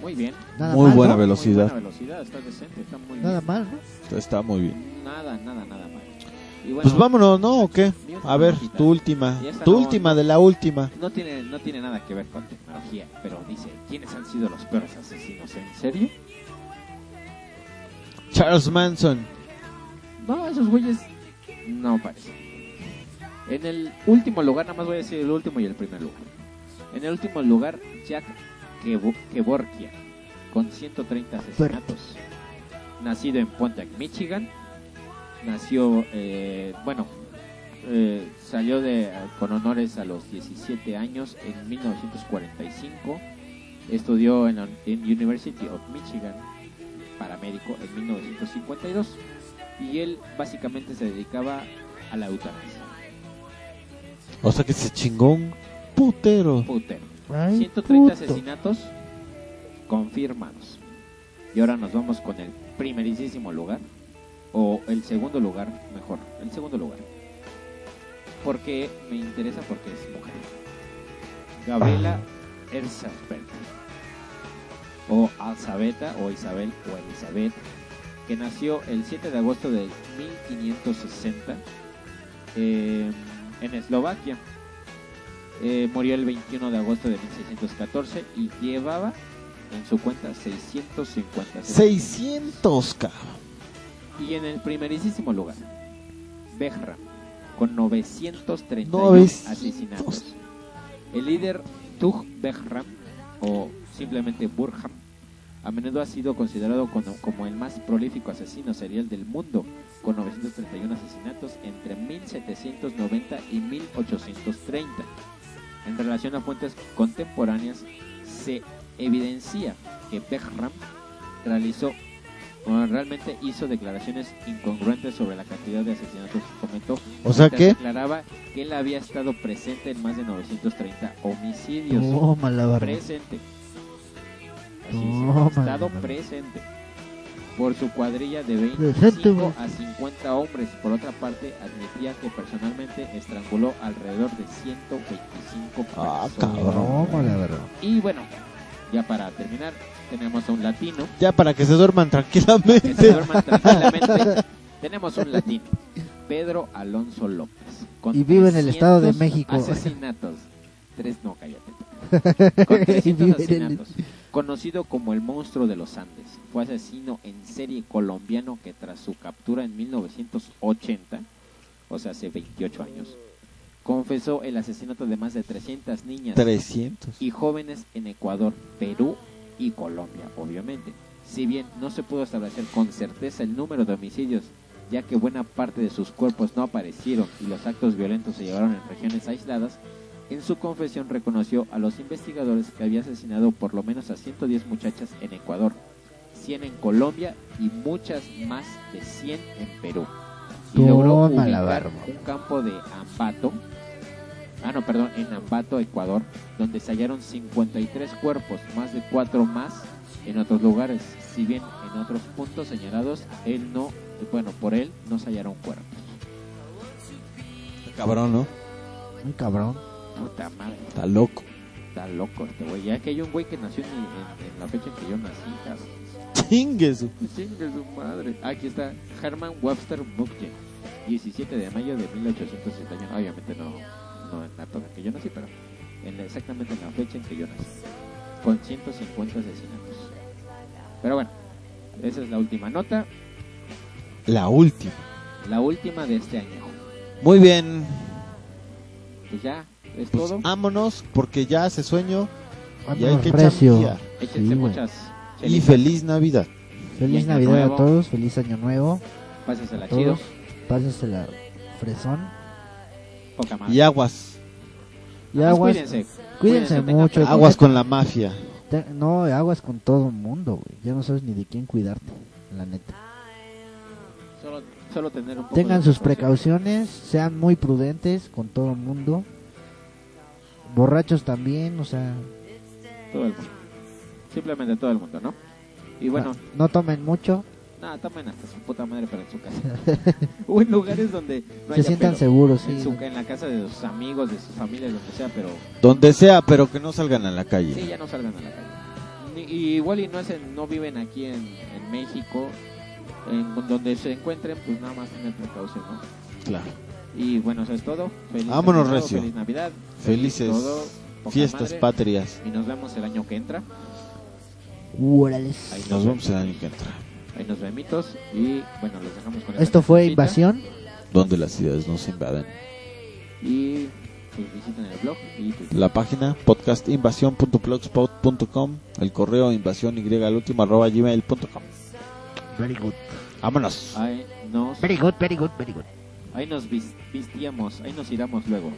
S5: Muy bien.
S4: Nada
S3: Muy
S4: mal,
S3: buena
S4: ¿no?
S3: velocidad.
S5: Muy buena velocidad, está decente, está muy
S4: Nada
S5: bien.
S4: mal, ¿no?
S3: Está muy bien.
S5: Nada, nada, nada mal. Y bueno,
S3: Pues vámonos, ¿no? ¿O qué? A ver, tu última.
S5: Y esta
S3: Tu
S5: no-
S3: última de la última.
S5: No tiene, no tiene nada que ver con tecnología, pero dice, ¿quiénes han sido los peores asesinos en serie?
S3: Charles Manson.
S5: No, esos güeyes no parecen. En el último lugar, nada más voy a decir el último y el primer lugar. En el último lugar, Jack Kevo- Kevorkian, con 130 asesinatos. Nacido en Pontiac, Michigan. Nació, eh, bueno, eh, salió de, con honores a los 17 años en 1945. Estudió en, la- en University of Michigan, paramédico, en 1952 y él básicamente se dedicaba a la eutanasia.
S3: O sea que se chingó un putero.
S5: Putero.
S4: Ay,
S5: 130
S4: puto.
S5: asesinatos confirmados. Y ahora nos vamos con el primerísimo lugar, o el segundo lugar, mejor, el segundo lugar. Porque me interesa porque es mujer. Gabriela Erzberg, o Alzabeta, o Isabel, o Elizabeth, que nació el 7 de agosto de 1560 eh, en Eslovaquia. Eh, murió el 21 de agosto de 1614 y llevaba en su cuenta 650. asesinatos.
S3: 600, cabrón.
S5: Y en el primerísimo lugar, Behram, con 931
S3: 900.
S5: asesinatos. El líder Tug Behram, o simplemente Burham, a menudo ha sido considerado como, como el más prolífico asesino serial del mundo, con 931 asesinatos entre 1790 y 1830. En relación a fuentes contemporáneas, se evidencia que Behram realizó bueno, realmente hizo declaraciones incongruentes sobre la cantidad de asesinatos que cometió.
S3: O sea
S5: mientras
S3: que
S5: declaraba que él había estado presente en más de 930 homicidios.
S4: Toma la barba.
S5: presente. Así dice,
S4: Tómala,
S5: estado
S4: mano.
S5: presente. Por su cuadrilla de
S4: Presente, güey.
S5: 25 a 50 hombres. Por otra parte, admitía que personalmente estranguló alrededor de 125
S3: Ah,
S5: personas.
S3: cabrón.
S4: Toma la barba.
S5: y bueno, ya para terminar, tenemos a un latino
S3: ya para que se duerman
S5: que se
S3: tranquilamente.
S5: duerman tranquilamente. Tenemos un latino, Pedro Alonso López. con
S4: Y vive en el Estado de
S5: 300
S4: México.
S5: Asesinatos. Tres, no, cállate. Con 300
S4: vive en el-
S5: asesinatos. Conocido como el monstruo de los Andes, fue asesino en serie colombiano que tras su captura en 1980, o sea, hace 28 años, confesó el asesinato de más de 300 niñas
S3: 300.
S5: y jóvenes en Ecuador, Perú y Colombia, obviamente. Si bien no se pudo establecer con certeza el número de homicidios, ya que buena parte de sus cuerpos no aparecieron y los actos violentos se llevaron en regiones aisladas, en su confesión reconoció a los investigadores que había asesinado por lo menos a 110 muchachas en Ecuador, 100 en Colombia y muchas más de 100 en Perú. Y logró
S4: Toma la
S5: ubicar
S4: barba.
S5: un campo de Ambato, ah no, perdón, en Ambato, Ecuador, donde se hallaron 53 cuerpos, más de 4 más en otros lugares. Si bien en otros puntos señalados, él no, bueno, por él no se hallaron cuerpos.
S3: Cabrón, ¿no?
S4: Muy cabrón.
S5: Puta madre,
S3: Está loco.
S5: está loco este güey. Ya que hay un güey que nació en, en- en la fecha en que yo nací, cabrón.
S3: Chingue su-
S5: Ah, Chingue su madre. Aquí está Herman Webster Buckley, 17 de mayo de 1861. Obviamente no, no en la época en que yo nací, pero en la- exactamente en la fecha en que yo nací. Con 150 asesinatos. Pero bueno, esa es la última nota.
S3: La última.
S5: La última de este año.
S3: Muy bien.
S5: Pues ya,
S3: Pues
S5: es todo.
S3: vámonos porque ya hace sueño y hay
S4: Vámonos,
S3: que
S4: recio.
S3: chambear.
S5: Échense
S4: sí, güey.
S5: muchas.
S3: Y
S5: chelitas.
S3: feliz Navidad.
S4: Feliz
S5: Año
S4: Navidad
S5: Nuevo.
S4: a todos, feliz año nuevo.
S5: Pásensela chido.
S4: todos. Pásensela fresón.
S5: Poca madre.
S3: Y aguas.
S4: Y
S5: Nada más
S4: aguas,
S5: Ah, pues Cuídense.
S4: cuídense
S5: tengan
S4: mucho.
S5: cuidado.
S3: Aguas con la mafia.
S4: Te- no, aguas con todo el mundo, güey. Ya no sabes ni de quién cuidarte, la neta.
S5: Solo, solo tener un poco
S4: Tengan
S5: de
S4: sus
S5: precaución.
S4: precauciones, sean muy prudentes con todo el mundo. Borrachos también, o sea,
S5: Todo el mundo. Simplemente todo el mundo, ¿no?
S4: Ah.
S5: Y bueno,
S4: no tomen mucho,
S5: nada, tomen hasta su puta madre, pero en su casa. o en lugares donde no
S4: se
S5: haya
S4: sientan
S5: pedo.
S4: seguros, sí.
S5: En, su- en la casa de sus amigos, de sus familias, donde sea, pero
S3: Donde sea, pero que no salgan a la calle.
S5: sí, ya no salgan a la calle. Ni- y igual y no, es en- no viven aquí en, en México, en donde se encuentren, pues nada más tienen precaución, ¿no?
S3: Claro.
S5: Y bueno, eso es todo. Feliz
S3: Vámonos,
S5: Año Nuevo,
S3: recio.
S5: Feliz Navidad.
S3: Felices
S5: todo, poca
S3: Fiestas
S5: madre.
S3: patrias.
S5: Y nos vemos el año que entra.
S4: Órales.
S5: Ahí
S3: Nos vemos el año que entra.
S5: Ahí nos vemos. Y bueno, los dejamos con esta
S4: Esto fue
S5: cancioncita.
S4: invasión.
S3: Donde las ciudades nos invaden.
S5: Y pues visiten el blog y pues, Twitter.
S3: La página podcastinvasión.blogspot.com. El correo invasión y al último arroba gmail.com.
S4: Very good.
S3: Vámonos.
S5: Ahí nos,
S4: Very good, very good, very good.
S5: ahí nos vis- vistíamos, ahí nos iramos luego.